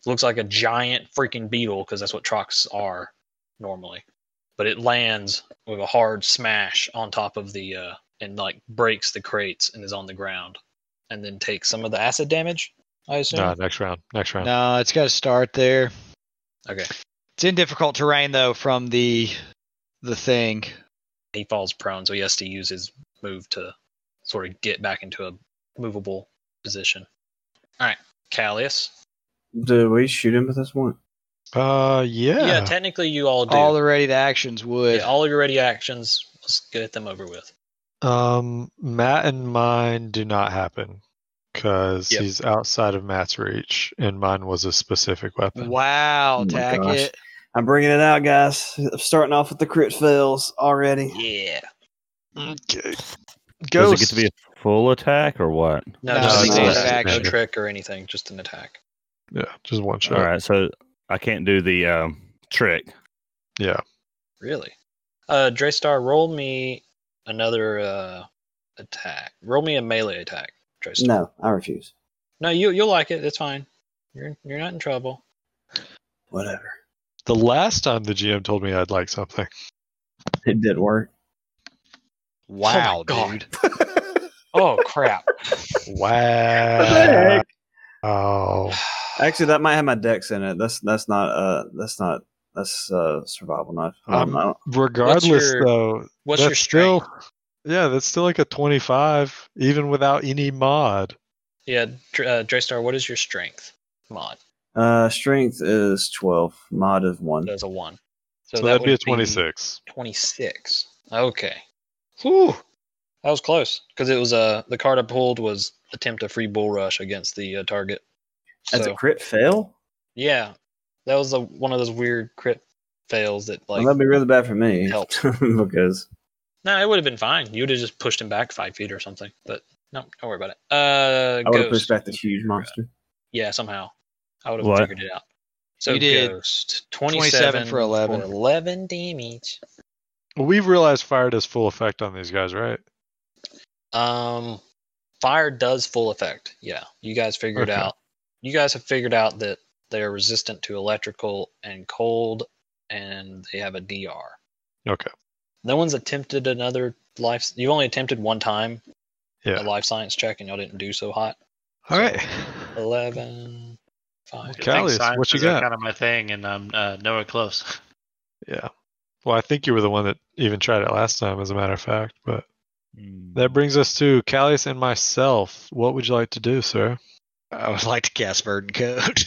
Looks like a giant freaking beetle because that's what trucks are normally. But it lands with a hard smash on top of the uh, and like breaks the crates and is on the ground, and then takes some of the acid damage. I assume.
No, next round. Next round.
No, it's got to start there.
Okay,
It's in difficult terrain though from the the thing.
he falls prone, so he has to use his move to sort of get back into a movable position. All right, Callius.
Do we shoot him with this one?
Uh
Yeah.
yeah.
technically you all do.
All the ready to actions would.
yeah, all of your ready actions. Let's get them over with.
um Matt and mine do not happen. Cause
Yep.
he's outside of Matt's reach and mine was a specific weapon.
wow,
Oh my
tack
gosh.
it.
I'm bringing it out, guys. I'm starting off with the crit fails already.
Yeah.
Okay.
Does it
Ghost.
get to be a full attack or what?
No,
No,
just
it's
an
not
attack,
an
no
action.
trick or anything, just an attack.
yeah, just one shot.
All right, so I can't do the um, trick.
Yeah.
Really. Uh Draystar, roll me another uh attack. Roll me a melee attack, Draystar.
No, I refuse.
No, you you'll like it, it's fine. You're you're not in trouble.
Whatever.
The last time the GM told me I'd like something.
It did work.
Wow,
God.
dude.
Oh crap.
Wow. Oh.
Actually, that might have my dex in it. That's that's not uh that's not that's uh survival knife. Um,
Um,
I don't-
Regardless
your-
though,
What's
that's
your strength?
still Yeah, that's still like a 25 even without any mod.
Yeah, Dr- uh, Draystar, what is your strength mod?
uh, strength is twelve, mod of one.
That's a 1.
So, that'd
would
be a 26.
26. Okay. Whew. That was close because it was uh the card I pulled was attempt a free bull rush against the uh, target.
That's
So
a crit fail.
yeah, that was a, one of those weird crit fails that like
well, that'd be really bad for me
helped.
because
no, it would have been fine. You'd have just pushed him back five feet or something. But no, don't worry about it. Uh,
I would have
Ghost.
pushed back the huge monster.
Yeah, somehow I would have
What?
figured it out. So
You did
Ghost
27 for 11.
11 damage.
We've realized fire does full effect on these guys, right?
Um, fire does full effect. Yeah, you guys figured
Okay.
out. You guys have figured out that they are resistant to electrical and cold, and they have a DR.
Okay.
No one's attempted another life. You've only attempted one time
Yeah.
a life science check, and y'all didn't do so hot.
All right.
Eleven, five.
Good
Okay.
thing
Callius,
science
what you
is, like,
got?
Kind of my thing, and I'm uh, nowhere close.
Yeah. Well, I think you were the one that even tried it last time as a matter of fact, but
Hmm.
that brings us to Callius and myself. What would you like to do, sir?
I would like to cast Verdant Code.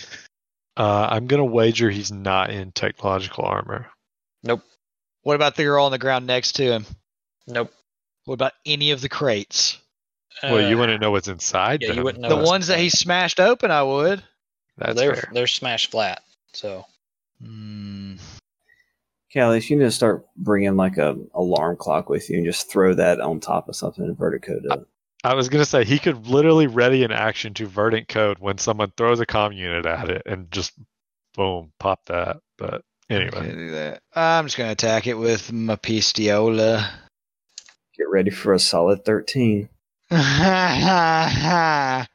Uh, I'm going to wager he's not in technological armor.
what about the girl on the ground next to him?
Nope.
What about any of the crates?
Well, you
Uh,
wouldn't know what's inside.
Yeah,
them.
you wouldn't know.
the
what's
ones that he
inside.
smashed open, I would.
That's
they're
fair.
they're smashed flat. So
Hmm.
Callis, you need to start bringing like a alarm clock with you and just throw that on top of something and vertigo to
I was gonna say he could literally ready an action to verdant code when someone throws a comm unit at it and just boom, pop that. But anyway.
Can't do that. I'm just gonna attack it with my pistiola.
Get ready for a solid 13.
Hold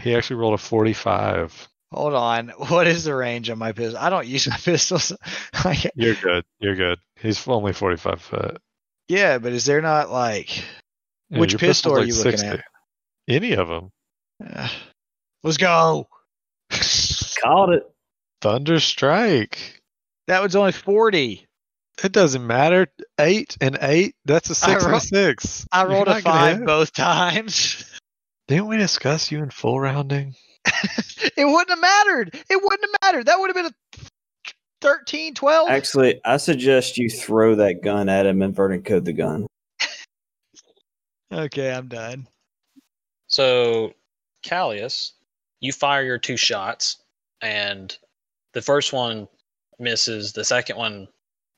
He actually rolled a forty five.
on. What is the range on my pistol? I don't use my pistols. Like,
You're good. You're good. He's only forty five foot.
yeah, but is there not like
Yeah,
Which
your
pistol
pistol's
are
like
you looking at?
Any of them.
uh, let's go?
Called it.
Thunder strike.
That was only forty.
It doesn't matter. Eight and eight. That's a six
I
and
roll-
a six.
I
You're
rolled a
not gonna hit
five
it.
both times.
Didn't we discuss you in full rounding?
it wouldn't have mattered. It wouldn't have mattered. That would have been a 13, 12.
Actually, I suggest you throw that gun at him and verdant code the gun.
Okay, I'm done.
So, Callius, you fire your two shots, and the first one misses. The second one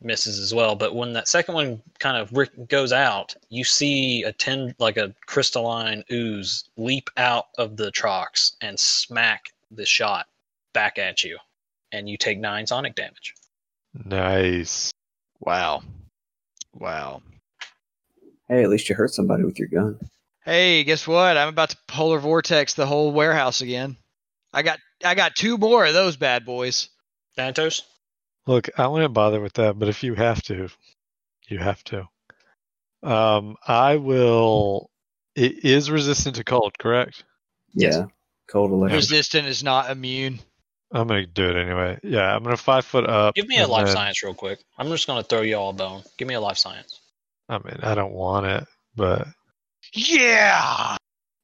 misses as well. But when that second one kind of ri- goes out, you see a ten like a crystalline ooze leap out of the trox and smack the shot back at you, and you take nine sonic damage.
Nice.
Wow. Wow.
Hey, at least you hurt somebody with your gun.
Hey, guess what? I'm about to polar vortex the whole warehouse again. I got I got two more of those bad boys.
Thanatos,
Look, I wouldn't bother with that, but if you have to, you have to. Um, I will. It is resistant to cold, correct?
Yes.
Yeah. Cold electric.
Resistant is not immune.
I'm gonna do it anyway. Yeah, I'm gonna five foot up.
give me a
and
life
then-
science real quick. I'm just gonna throw you all a bone. Give me a life science.
I mean, I don't want it, but
Yeah.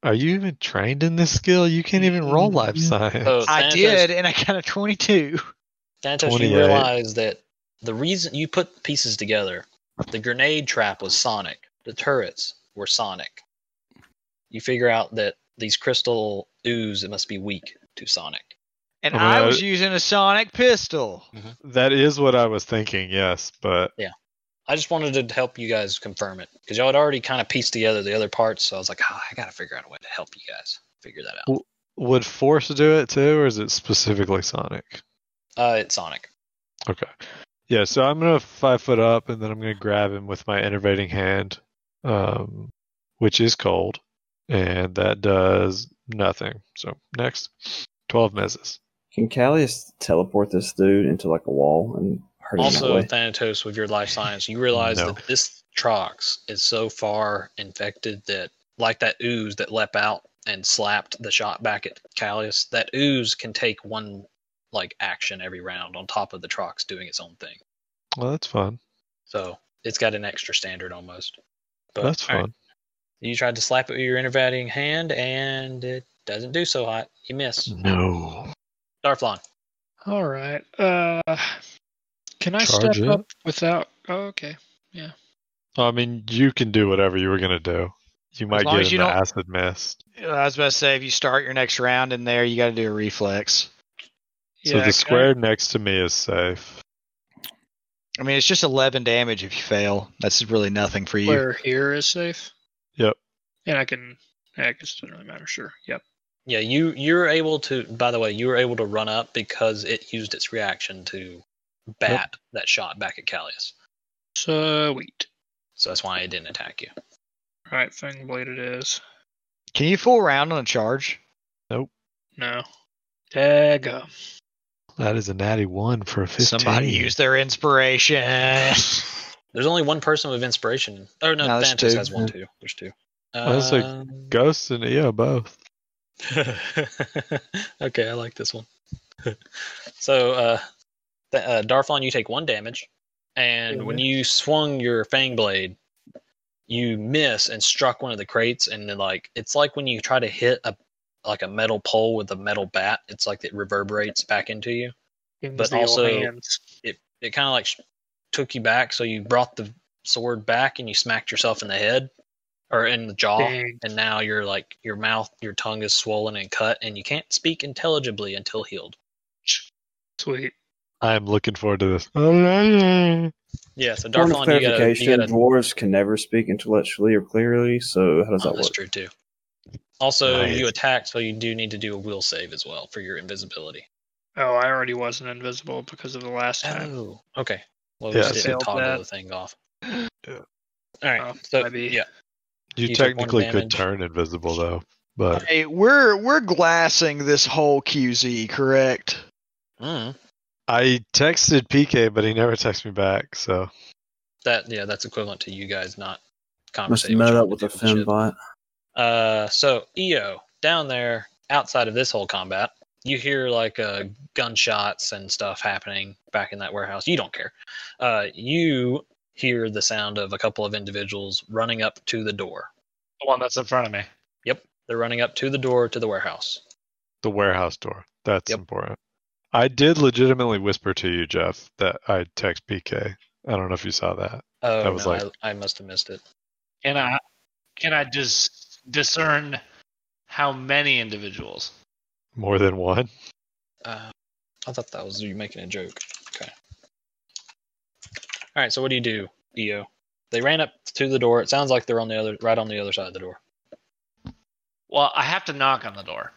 are you even trained in this skill? You can't even roll life science.
So
I
Thanatos-
did, and I got a 22.
Dantos,
28.
you realize that the reason you put the pieces together, the grenade trap was sonic, the turrets were sonic. You figure out that these crystal ooze must be weak to sonic.
And
I'm
I
gonna-
was using a sonic pistol.
That is what I was thinking. Yes, but
I just wanted to help you guys confirm it because y'all had already kind of pieced together the other parts, so I was like, "Ah, I gotta figure out a way to help you guys figure that out.
would force do it too, or is it specifically Sonic?
Uh, it's sonic.
Okay. Yeah, so I'm gonna five foot up, and then I'm gonna grab him with my innervating hand, um, which is cold, and that does nothing. So next, twelve misses.
Can Callius teleport this dude into like a wall and hurt him that
Also,
way?
Thanatos, with your life science, you realize
No.
that this Trox is so far infected that, like that ooze that leapt out and slapped the shot back at Callius, that ooze can take one like action every round on top of the Trox doing its own thing.
Well, that's fun.
So it's got an extra standard almost.
Uh,
But,
That's
all
fun.
right, You tried to slap it with your innervating hand, and it doesn't do so hot. You
Hmm.
miss.
No.
Darflon.
All right. Uh, can I
Charge
step
it.
up without? Oh, okay.
I mean, you can do whatever you were gonna do. You might
long
get
as
in
you
the
don't-
acid mist.
I was about to say, if you start your next round in there, you got to do a reflex.
so
can I-
the square next to me is safe.
I mean, it's just 11 damage if you fail. That's really nothing for you.
Where here is safe.
Yep.
And I can. Yeah, I guess it doesn't really matter. Sure. Yep.
Yeah, you you're able to. By the way, you were able to run up because it used its reaction to bat that shot back at Callius.
Sweet.
So that's why it didn't attack you.
All right. Thing blade it is.
Can you full round on a charge?
No. Dagger.
That is a natty one for a fifteen.
Somebody use their inspiration.
There's only one person with inspiration. Oh no,
No, there's
Thanatos
two.
has one too. There's two.
I was like,
Um,
Ghost and Eo both.
okay, I like this one. so, uh, th- uh, Darflon, you take one damage, and when you swung your fang blade, you miss and struck one of the crates, and then like it's like when you try to hit a like a metal pole with a metal bat, it's like it reverberates back into you.
Things
But
the old
also-
hands.
It kind of like sh- took you back, so you brought the sword back, and you smacked yourself in the head or in the jaw
Dang.
and now you're like your mouth your tongue is swollen and cut and you can't speak intelligibly until healed
Sweet.
I am looking forward to this.
yeah so
Point
darflon
of
you gotta,
clarification:
you gotta
dwarves can never speak intellectually or clearly. So how does
oh,
that
that's
work?
true too Also,
Nice.
you attacked, so you do need to do a will save as well for your invisibility.
Oh, I already wasn't invisible because of the last time.
Oh, okay. Well,
Yeah,
we just didn't
failed
toggle
that.
the thing off. All right.
Oh,
so
maybe.
yeah,
You,
You took one
technically could
damage.
turn invisible though, but
Hey, we're we're glassing this whole QZ, correct?
mm,
I texted PK, but he never texted me back. So
that yeah, that's equivalent to you guys not
Must
conversating.
have met up with the Fembot.
Uh, so EO down there outside of this whole combat, you hear like uh, gunshots and stuff happening back in that warehouse. You don't care. Uh, you hear the sound of a couple of individuals running up to the door.
The one that's in front of me.
They're running up to the door to the warehouse.
the warehouse door. That's
Yep.
important. I did legitimately whisper to you, Jeff, that I text PK. I don't know if you saw that.
Oh,
That was
no,
like-
I, I must have missed it.
Can I can I just discern how many individuals?
More than one.
Uh, I thought that was you making a joke. Okay. All right. So what do you do, EO? They ran up to the door. It sounds like they're on the other, right on the other side of the door.
Well, I have to knock on the door.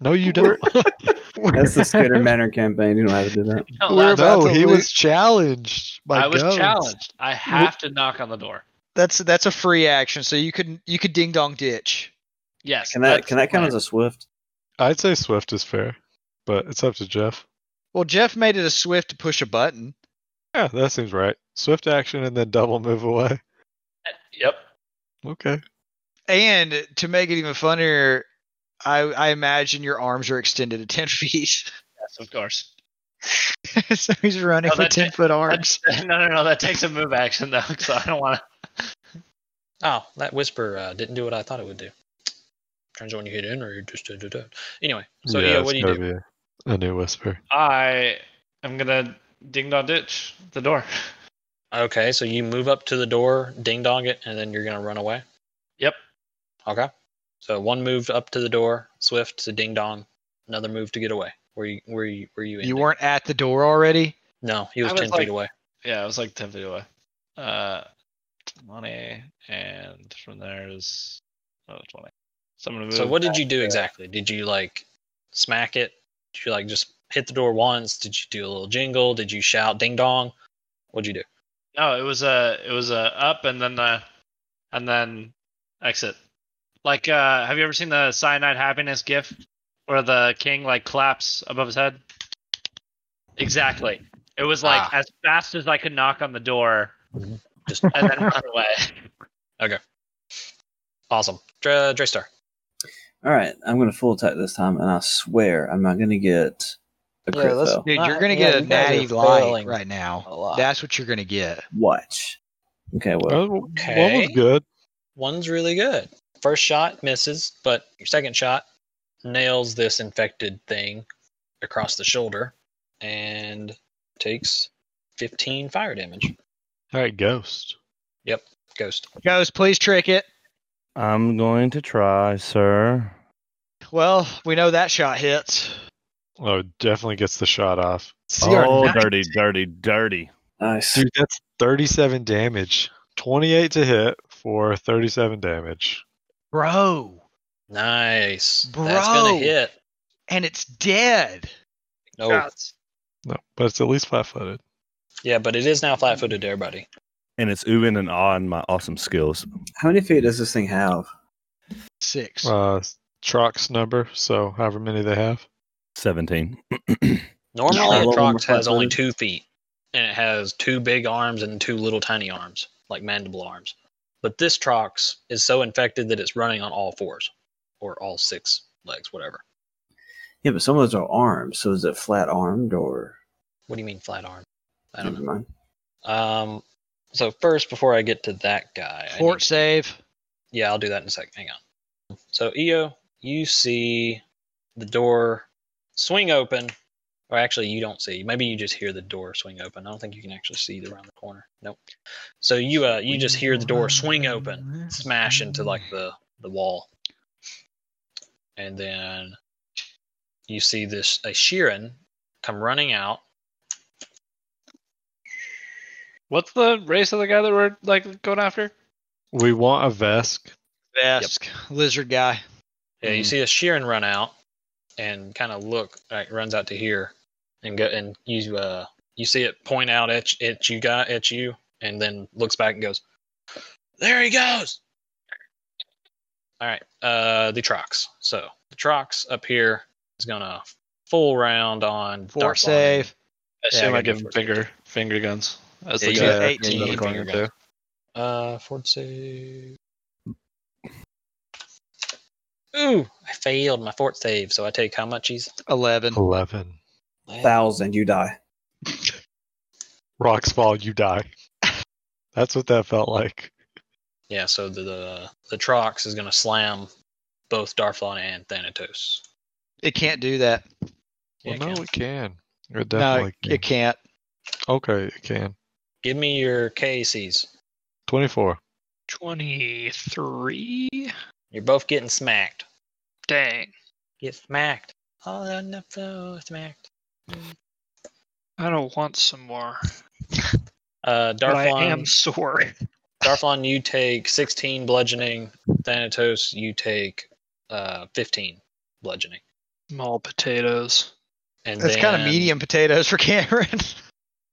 No, you don't.
That's the Skitter Manor campaign. You don't have to do that.
No,
We're
that's-
about
no,
to
he
lose-
was challenged. By
I was
guns.
challenged. I have to knock on the door.
That's that's a free action, so you could you could ding dong ditch.
Yes.
Can that
that's
can that count
fine.
as a swift?
I'd say Swift is fair, but it's up to Jeff.
Well, Jeff made it a swift to push a button.
Yeah, that seems right. Swift action and then double move away.
Yep.
Okay.
And to make it even funnier, I I imagine your arms are extended at ten feet.
Yes, of course.
so he's running
No,
with
that-
ten foot arms.
no, no, no. That takes a move action though, so I don't want to.
Oh, that whisper uh, didn't do what I thought it would do. Turns on when you hit in, or you just da, da, da. anyway. So yeah,
it's
what do you
gotta
do?
be a new whisper.
I am gonna ding dong ditch the door.
Okay, so you move up to the door, ding dong it, and then you're gonna run away.
Yep.
Okay. So one move up to the door, swift to ding dong. Another move to get away. Where you where you were you?
You
ending?
weren't at the door already.
No, he
I
was,
was
ten
like-
feet away.
Yeah, it was like ten feet away. Uh, money, and from there is another twenty. So I'm gonna move.
So what did you do exactly? Did you like smack it? Did you like just hit the door once? Did you do a little jingle? Did you shout ding dong? What'd you do?
No, it was a it was a up and then uh and then exit. Like uh have you ever seen the cyanide happiness gif where the king like claps above his head? Exactly. It was like
Ah.
as fast as I could knock on the door
Mm-hmm.
Just
and then run away.
awesome. Dre, Dre Star.
All right, I'm gonna full attack this time, and I swear I'm not gonna get a crit fail.
Dude, you're
Uh,
gonna get a
yeah, you guys are
natty light
failing
right now.
A lot.
That's what you're gonna get.
Watch. Okay, well,
Oh, One
Okay.
was good.
One's really good. First shot misses, but your second shot nails this infected thing across the shoulder and takes 15 fire damage.
All right, Ghost.
Ghost.
Guys, please trick it.
I'm going to try, sir.
Well, we know that shot hits.
Oh, definitely gets the shot off.
Oh, dirty, dirty, dirty.
Oh.
nice.
Dude, that's 37 damage. 28 to hit for 37 damage.
Bro.
Nice. That's going
Bro.
to hit.
And it's dead.
No.
No, but it's at least flat footed.
Yeah, but it is now flat footed, everybody.
And it's oohing and awing my awesome skills.
How many feet does this thing have?
Six.
Uh, Trox number, so however many they have.
17.
Normally,
Yeah.
a Trox
Flat-footed.
has only two feet, and it has two big arms and two little tiny arms, like mandible arms. But this Trox is so infected that it's running on all fours or all six legs, whatever.
Yeah, but some of those are armed. So is it flat armed or?
What do you mean flat arm? I don't
Never mind.
know. Um, so first, before I get to that guy, I
Fort
need-
save.
yeah, I'll do that in a second. Hang on. So Eo, you see the door swing open, or actually you don't see. Maybe you just hear the door swing open. I don't think you can actually see it around the corner. Nope. So you uh, you just hear the door swing open, smash into like the the wall, and then you see this a Sheeran come running out.
What's the race of the guy that we're like going after?
We want a Vesk.
Vesk. Lizard guy.
Yeah, you see a Sheeran run out and kind of look like runs out to here and go and you uh you see it point out at y- at you guy at you and then looks back and goes, There he goes. All right, uh the Trox. So the Trox up here is gonna full round on
Fort
Dark Lion.
save.
I assume
I
I give
gotta
him
do it.
finger finger guns. That's
Yeah,
the
you
guy
got
that's
18
in the corner,
finger
too.
guns. Uh Fort save. Ooh, I failed my fort save, so I take how much he's
Eleven.
Eleven.
Thousand, you die.
Rocks fall, you die. That's what that felt like.
Yeah, so the the, the Trox is gonna slam both Darflon and Thanatos.
It can't do that.
Yeah,
Well, no,
Ken.
it can. It
No,
definitely
it, it
can.
can't.
Okay, it can.
Give me your KCs.
Twenty-four.
23?
You're both getting smacked.
Dang.
Get smacked. Oh no, no, smacked.
I don't want some more.
Uh,
But I
Darflon,
am sore.
Darflon, you take 16 bludgeoning. Thanatos, you take uh 15 bludgeoning.
Small potatoes.
And
That's kind of
then-
medium potatoes for Cameron.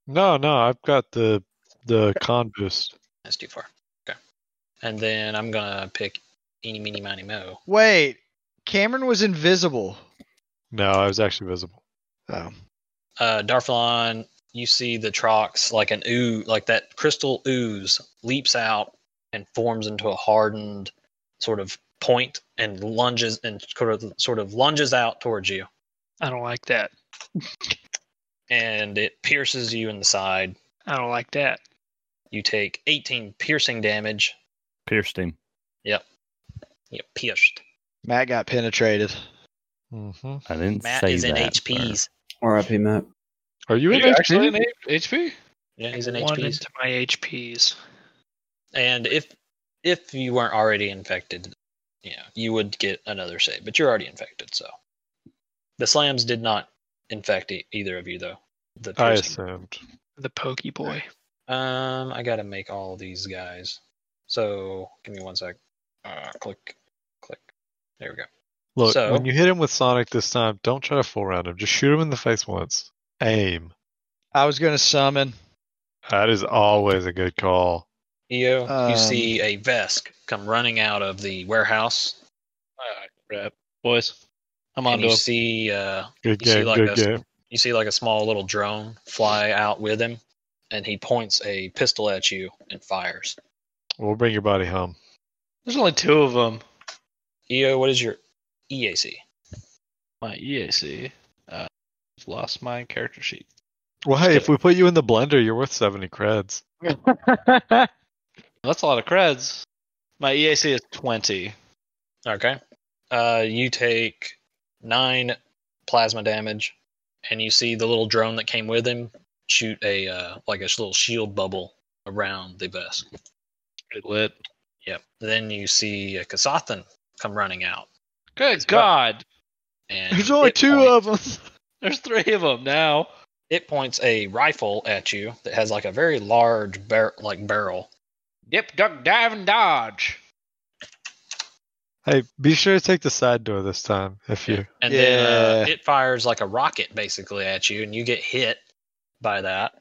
No, no, I've got the the con boost.
That's too far. Okay. And then I'm gonna pick eeny, meeny, miny, mo.
Wait, Cameron was invisible.
No, I was actually visible.
Oh,
uh, Darflon, you see the Trox like an ooze, like that crystal ooze leaps out and forms into a hardened sort of point and lunges and sort of sort of lunges out towards you,
I don't like that.
and it pierces you in the side.
I don't like that.
You take 18 piercing damage.
Pierced him.
You get pierced.
Matt got penetrated.
hmm
I didn't
Matt
say
is in
that,
HPs.
R.I.P. Matt.
Are you
Are
in
you actually
HP?
in HP?
Yeah, he's in
One
HPs.
into my HPs.
And if if you weren't already infected, yeah, you would get another save. But you're already infected, so the slams did not infect e- either of you, though. The
I
piercing.
assumed.
The pokey boy.
Um, I gotta make all these guys. So give me one sec. Uh, click, click. There we go.
Look,
So-
when you hit him with Sonic this time, don't try to full round him. Just shoot him in the face once. Aim.
I was gonna summon.
That is always a good call.
Eo,
Um,
you see a Vesk come running out of the warehouse,
Ah, crap. Boys, I'm
and
onto
you
him.
see uh,
Good
You see,
game.
like,
good
a-
game.
you see like a small little drone fly out with him, and he points a pistol at you and fires.
We'll bring your body home.
There's only two of them.
Eo, E what is your E EAC?
My EAC. Uh, I've lost my character sheet.
Well, hey, if we put you in the blender, you're worth seventy creds.
That's a lot of creds. My EAC is 20.
Okay. Uh, you take nine plasma damage, and you see the little drone that came with him shoot a uh, like a sh- little shield bubble around the vest.
Pretty lit.
Yep. Then you see a Kasathan come running out,
Good
It's
God.
and
There's only
it
two
point-
of them.
There's three of them now.
it points a rifle at you that has like a very large bar- like barrel.
Dip, duck, dive, and dodge.
Hey, be sure to take the side door this time if you.
And then uh,
Yeah.
it fires like a rocket basically at you, and you get hit by that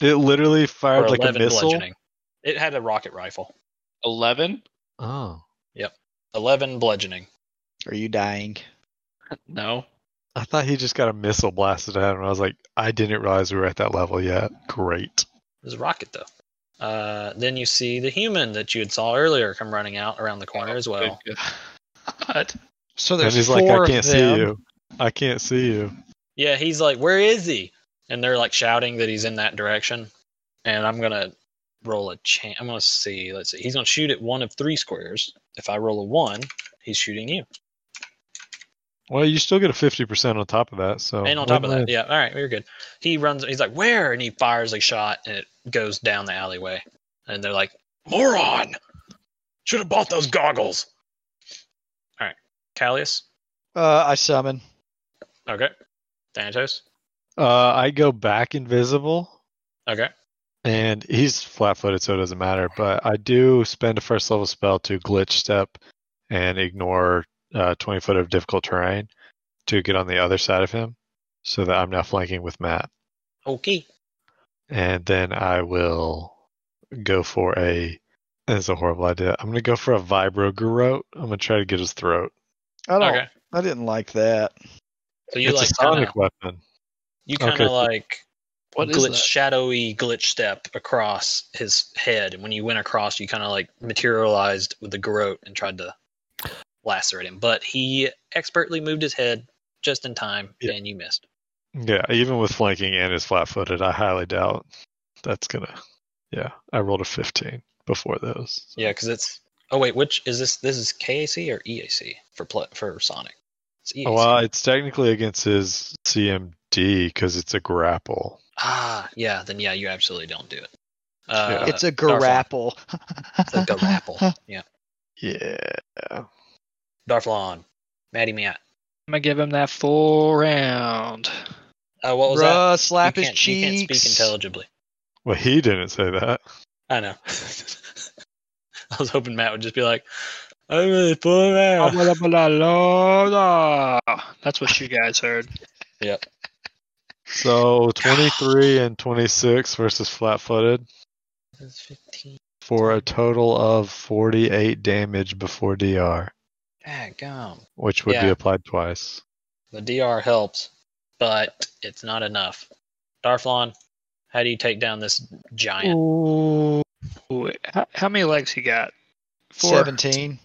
It literally
for
fired like a
eleven
missile.
bludgeoning. It had a rocket rifle.
11?
Oh,
Eleven bludgeoning.
Are you dying?
No.
I thought he just got a missile blasted at him. I was like, I didn't realize we were at that level yet. Great.
There's a rocket though. Uh, then you see the human that you had saw earlier come running out around the corner as well.
Good God.
So there's
and he's
four
like, I
of
can't see
them.
you. I can't see you.
Yeah, he's like, "Where is he?" And they're like shouting that he's in that direction. And I'm gonna roll a chance. I'm gonna see. Let's see. He's gonna shoot at one of three squares. If I roll a one, he's shooting you.
Well, you still get a fifty percent on top of that. So
and on top of
win-win.
that, yeah. All right, we're good. He runs. He's like, "Where?" And he fires a shot, and it goes down the alleyway. And they're like, "Moron! Should have bought those goggles." All right, Callius.
Uh, I summon.
Okay. Thanatos.
Uh, I go back invisible,
Okay.
and he's flat-footed, so it doesn't matter. But I do spend a first level spell to glitch step and ignore uh, 20 foot of difficult terrain to get on the other side of him so that I'm now flanking with Matt.
Okay.
And then I will go for a. That's a horrible idea. I'm going to go for a vibro garrote. I'm going to try to get his throat.
I don't.
Okay.
I didn't like that.
So you
Oh, it's
like
a
kinda,
sonic weapon.
you kind of
okay.
like
What is
glitch
that?
shadowy glitch step across his head, and when you went across, you kind of like materialized with the garrote and tried to lacerate him, but he expertly moved his head just in time,
Yeah.
and you missed.
Yeah, even with flanking and his flat footed, I highly doubt that's going to. Yeah, I rolled a 15 before those. so-
Yeah, because it's. Oh wait, which is this? This is KAC or EAC for pl- for Sonic. It's E EAC.
Oh, well, it's technically against his CMD because it's a grapple.
Ah, yeah. Then yeah, you absolutely don't do it. Uh,
it's a
Darfon.
grapple.
It's a grapple. yeah,
Yeah.
Darflon, Maddie Miat.
I'm gonna give him that full round.
Uh, what was that?
Bruh, slap
you
his
can't, you
cheeks.
can't speak intelligibly.
Well, he didn't say that.
I know. I was hoping Matt would just be like, "I'm really pulling out."
Blah, blah, blah, blah, blah. That's what you guys heard.
Yep.
So 23 and 26 versus flat footed
That's 15.
for a total of 48 damage before DR,
Dadgum.
which would be
Yeah.
applied twice.
The DR helps, but it's not enough. Darflon, how do you take down this giant?
Ooh. Ooh, How, how many legs he got? Four.
Seventeen.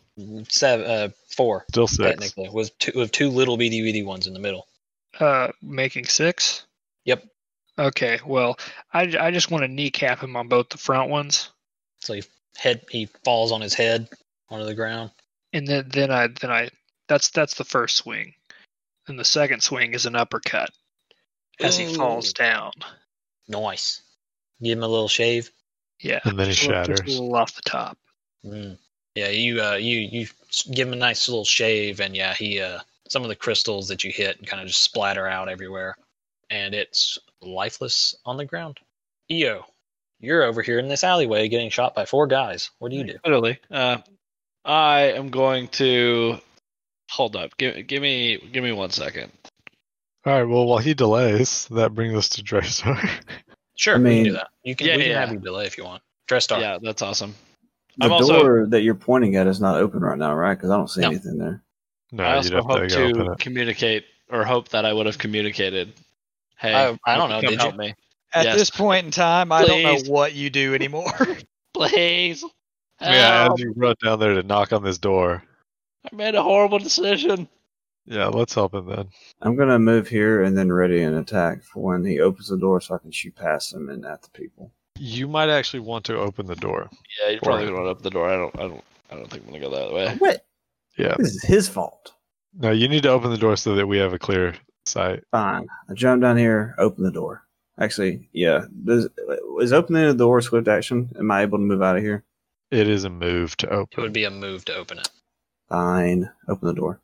Seven, uh, four
Still six.
technically, with two with two little bitty bitty ones in the middle.
Uh, making six.
Yep.
Okay. Well, I, j- I just want to kneecap him on both the front ones,
So he head he falls on his head onto the ground.
and then then I then I that's that's the first swing, and the second swing is an uppercut as he
Ooh.
falls down.
Nice. Give him a little shave.
Yeah.
And then he
just a little- just
shatters.
a little off the top.
Mm. Yeah, you uh you you s- give him a nice little shave, and yeah, he uh some of the crystals that you hit kind of just splatter out everywhere, and it's lifeless on the ground. Eo, you're over here in this alleyway getting shot by four guys. What do you do?
Literally. Uh, I am going to hold up. Give, give me give me one second.
All right, well, while he delays, that brings us to Dresar.
Sure,
I
we can do
mean-
that. You can
Yeah,
we can
yeah.
have you delay if you want. Dress star.
Yeah, that's awesome.
The
I'm
door
also-
that you're pointing at is not open right now, right? Because I don't see
No.
anything there.
no,
I
you'd
also
have to
hope
go open
to
it.
communicate or hope that I would have communicated. Hey,
I- I don't know,
Come
did you?
help me,
At
Yes.
this point in time, I don't
Please.
know what you do anymore.
please.
Oh, Yeah,
Help.
as you run down there to knock on this door.
I made a horrible decision.
Yeah, let's help him then.
I'm gonna move here and then ready an attack for when he opens the door, so I can shoot past him and at the people.
You might actually want to open the door.
Yeah, you
probably
probably would up the door. I don't. I don't. I don't think I'm gonna go that way.
What?
Yeah.
This is his fault.
No, you need to open the door so that we have a clear sight.
Fine. I jump down here, open the door. Actually, yeah. Does, is opening the door a swift action? Am I able to move out of here?
It is a move to
It
open.
would be a move to open it.
Fine. Open the door.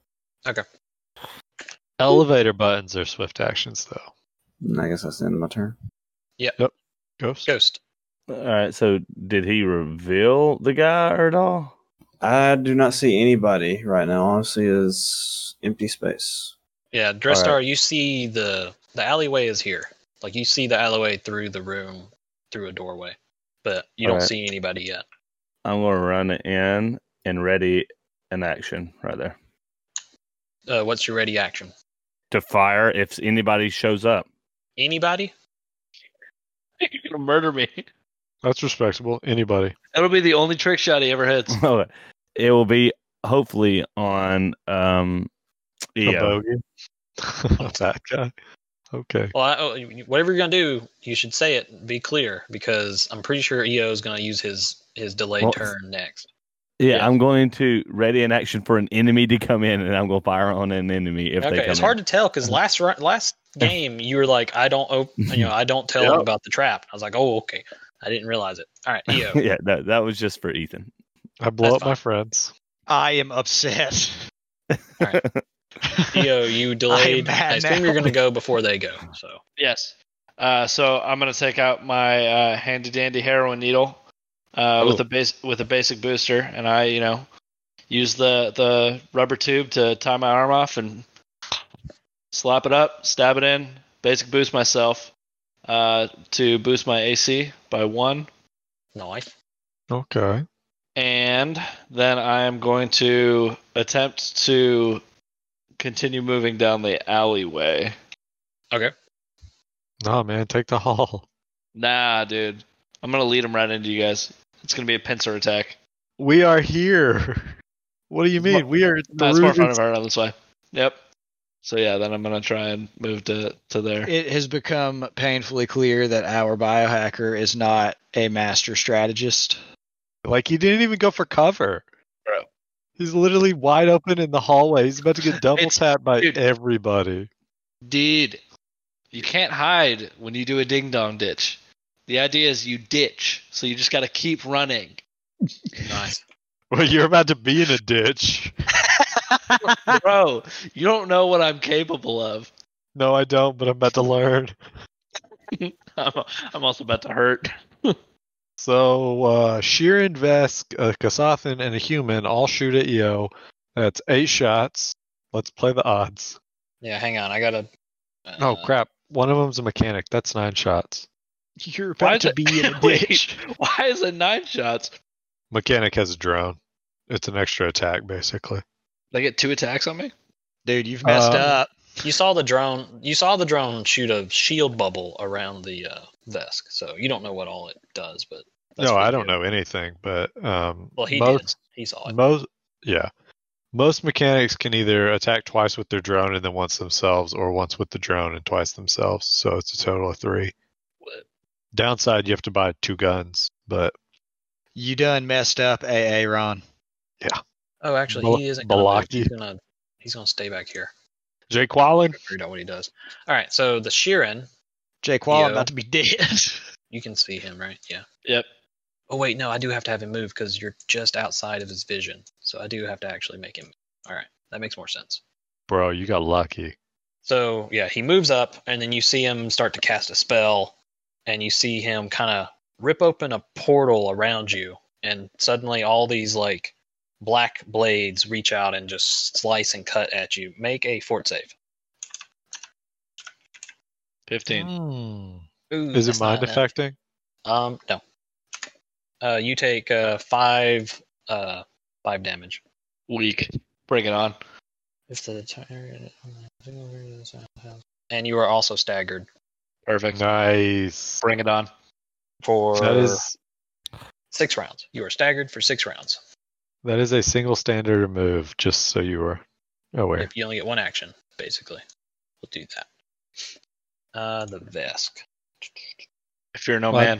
Elevator buttons are swift actions, though.
And I guess that's the end of my turn.
Ghost.
Ghost.
All right. So did he reveal the guy or at all?
I do not see anybody right now. All I see is empty space.
Yeah, dress
All right.
star. You see the the alleyway is here. Like you see the alleyway through the room through a doorway, but you
All
don't
right.
see anybody yet.
I'm gonna run in and ready an action right there
Uh, what's your ready action?
to fire if anybody shows up.
Anybody?
You're gonna murder me.
That's respectable. Anybody.
That'll be the only trick shot he ever hits.
Okay. it will be hopefully on um
A
EO.
bogey. that guy. Okay.
Well, I, oh, you- whatever you're gonna do, you should say it. Be clear, because I'm pretty sure EO is gonna use his his delayed
Well-
turn next.
Yeah,
Yeah.
I'm going to ready an action for an enemy to come in, and I'm going to fire on an enemy if they
Okay,
come
it's
in.
hard to tell because last ru- last game you were like, I don't op- you know, I don't tell him
Yep.
about the trap. I was like, oh, okay, I didn't realize it. All right, E EO.
yeah, that, that was just for Ethan.
I blow
That's
up my friends.
I am upset.
Theo, E you delayed.
I am mad
I assume
now.
you're going to go before they go. So
Yes. Uh, so I'm gonna take out my uh, handy dandy heroin needle uh, with
Oh.
a base with a basic booster, and I, you know, use the the rubber tube to tie my arm off and slap it up, stab it in, basic boost myself uh, to boost my AC by one,
Knife.
Okay.
and then I am going to attempt to continue moving down the alleyway.
Nah, man, take the haul.
Nah, dude, I'm gonna lead them right into you guys. It's gonna be a pincer attack.
We are here. What do you mean? We are. The
That's more
roof
fun
is-
if I run this way. Yep. So yeah, then I'm gonna try and move to to there.
It has become painfully clear that our biohacker is not a master strategist.
Like he didn't even go for cover.
Bro.
He's literally wide open in the hallway. He's about to get double
It's-
tapped by
dude.
everybody.
Dude, you can't hide when you do a ding dong ditch. The idea is you ditch, so you just got to keep running.
Nice.
Well, you're about to be in a ditch.
Bro, you don't know what I'm capable of.
No, I don't, but I'm about to learn.
I'm, I'm also about to hurt.
So uh Sheeran, Vesk, a Kasathan, and a human all shoot at Yo. That's eight shots. Let's play the odds.
yeah, hang on. I gotta. Uh,
Oh crap. One of them's a mechanic. That's nine shots.
You're about
Why is
to
it-
be in a
Wait.
ditch.
Why is it nine shots?
Mechanic has a drone. It's an extra attack basically.
They get two attacks on me?
Dude, you've messed
Um,
up.
You saw the drone. You saw the drone shoot a shield bubble around the uh, desk, so you don't know what all it does, but that's
no,
what
I
you
don't
do.
know anything, but um
Well, he
most
did. He saw it.
most yeah. Most mechanics can either attack twice with their drone and then once themselves or once with the drone and twice themselves. So it's a total of 3.
What?
Downside you have to buy two guns, but
You done messed up, AA Ron.
Oh, actually,
Bal-
he isn't gonna. move.
Balaki.
He's gonna. He's gonna stay back here.
Jake Wallen,
Figure out what he does. All right. So the Sheeran,
Jake Wall, I'm
Yo.
about to be dead.
you can see him, right? Yeah.
Yep.
Oh wait, no, I do have to have him move because you're just outside of his vision. So I do have to actually make him. All right, that makes more sense.
Bro, you got lucky.
So yeah, he moves up, and then you see him start to cast a spell, and you see him kind of rip open a portal around you, and suddenly all these like black blades reach out and just slice and cut at you. Make a fort save.
15.
Ooh,
Is
Hmm. that's
it mind
not enough.
affecting?
Um, no. Uh, you take uh five uh five damage.
Weak. Bring it on.
If the and you are also staggered
Perfect.
Nice.
Bring it on.
for
That is
six rounds. You are staggered for six rounds.
that is a single standard move, just so you were aware.
If you only get one action, basically, we'll do that. Uh, the Vesk.
If you're no
Like-
man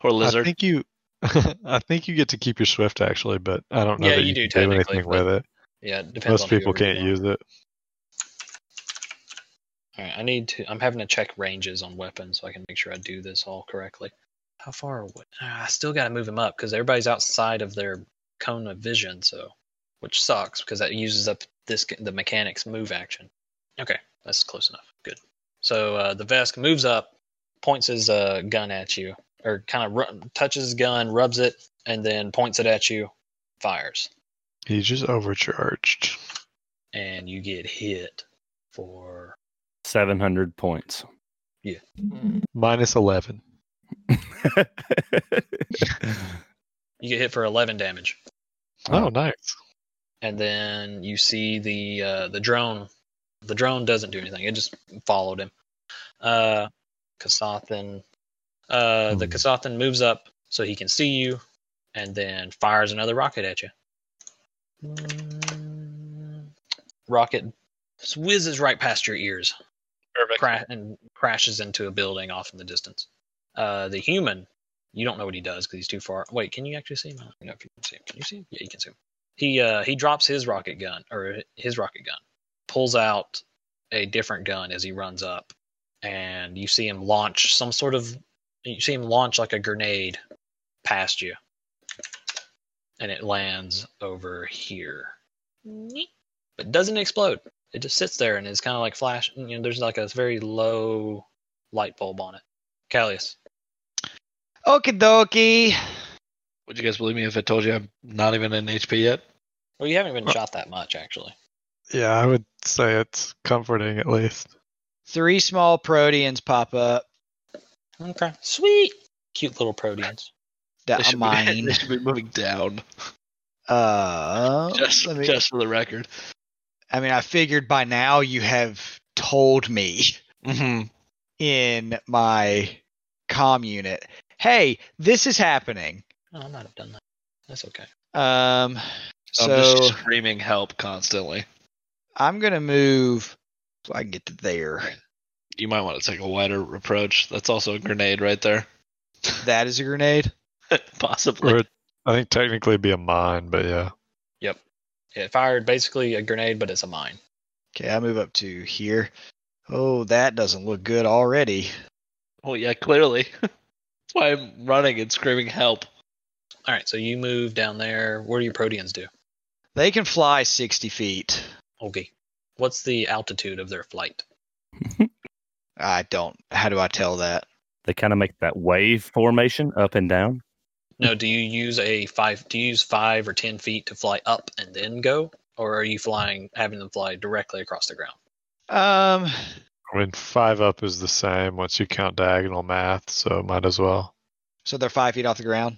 or
I
lizard.
think you I think you get to keep your swift actually, but I don't know
Yeah,
that
you
you,
do
can do
technically,
anything
but
with it.
Yeah, it depends.
Most
on who
people
you're
can't
rolling.
use it.
All right, I need to. I'm having to check ranges on weapons so I can make sure I do this all correctly. How far away? Ah, I still got to move him up because everybody's outside of their cone of vision, so which sucks because that uses up this the mechanic's move action. Okay, that's close enough. Good. So uh, the Vesk moves up, points his uh, gun at you, or kind of ru- touches his gun, rubs it, and then points it at you, fires,
He's just overcharged.
and you get hit for
700 points.
Minus eleven.
you get hit for 11 damage.
Oh, nice.
and then you see the uh, the drone. The drone doesn't do anything; it just followed him. Uh, Kasathan, uh, the
Hmm.
Kasathan moves up so he can see you, and then fires another rocket at you. Mm, Rocket whizzes right past your ears
Perfect.
cra- and crashes into a building off in the distance. Uh, the human, you don't know what he does because he's too far. Wait, can you actually see him? I don't know if you can see him. Can you see him? Yeah, you can see him. He uh, he drops his rocket gun or his rocket gun, pulls out a different gun as he runs up, and you see him launch some sort of. You see him launch like a grenade past you, and it lands over here, but doesn't explode it just sits there and is kind of like flash. You know, there's like a very low light bulb on it. Callius,
Okie dokie.
Would you guys believe me if I told you I'm not even in HP yet?
Well, you haven't been shot that much, actually.
Yeah, I would say it's comforting at least.
Three small proteans pop up
Okay. Sweet. Cute little proteins.
They
that are
should, be,
mine.
they should be moving down.
Uh,
Just,
let me-
just for the record.
I mean, I figured by now you have told me
Mm-hmm.
in my com unit, hey, this is happening.
Oh, I might have done that. That's okay.
Oh,
Um, so
I'm just screaming help constantly.
I'm gonna move so I can get to there.
You might want to take a wider approach. That's also a grenade right there.
That is a grenade.
Possibly.
Or I think technically it'd be a mine, but yeah.
It fired basically a grenade, but it's a mine.
Okay, I move up to here. Oh, that doesn't look good already.
Well, Oh, yeah, clearly. That's why I'm running and screaming help.
All right, so you move down there. What do your proteans do?
They can fly 60 feet.
Okay. What's the altitude of their flight?
I don't. How do I tell that?
They kind of make that wave formation up and down.
No, do you use a five? Do you use five or ten feet to fly up and then go, or are you flying, having them fly directly across the ground?
Um,
I mean, five up is the same once you count diagonal math, so might as well,
so they're five feet off the ground.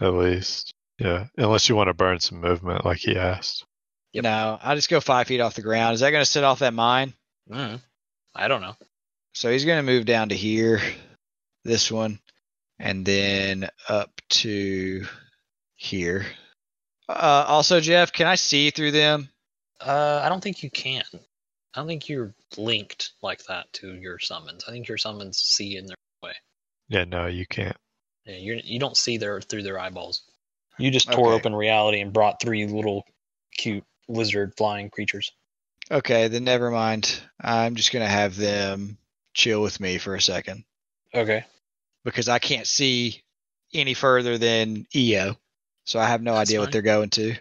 at least. Yeah, unless you want to burn some movement, like he asked.
You know, I just go five feet off the ground. Is that gonna set off that mine?
Mm, I don't know.
So he's going to move down to here, this one, and then up to here. Uh, also, Jeff, can I see through them?
Uh, I don't think you can. I don't think you're linked like that to your summons. I think your summons see in their
Yeah, no, you can't.
yeah, you you don't see their through their eyeballs. You just tore
Okay.
open reality and brought three little cute lizard flying creatures.
Okay, then never mind. I'm just going to have them chill with me for a second
Okay.
because I can't see any further than EO. So I have no
That's
idea
fine.
what they're going to.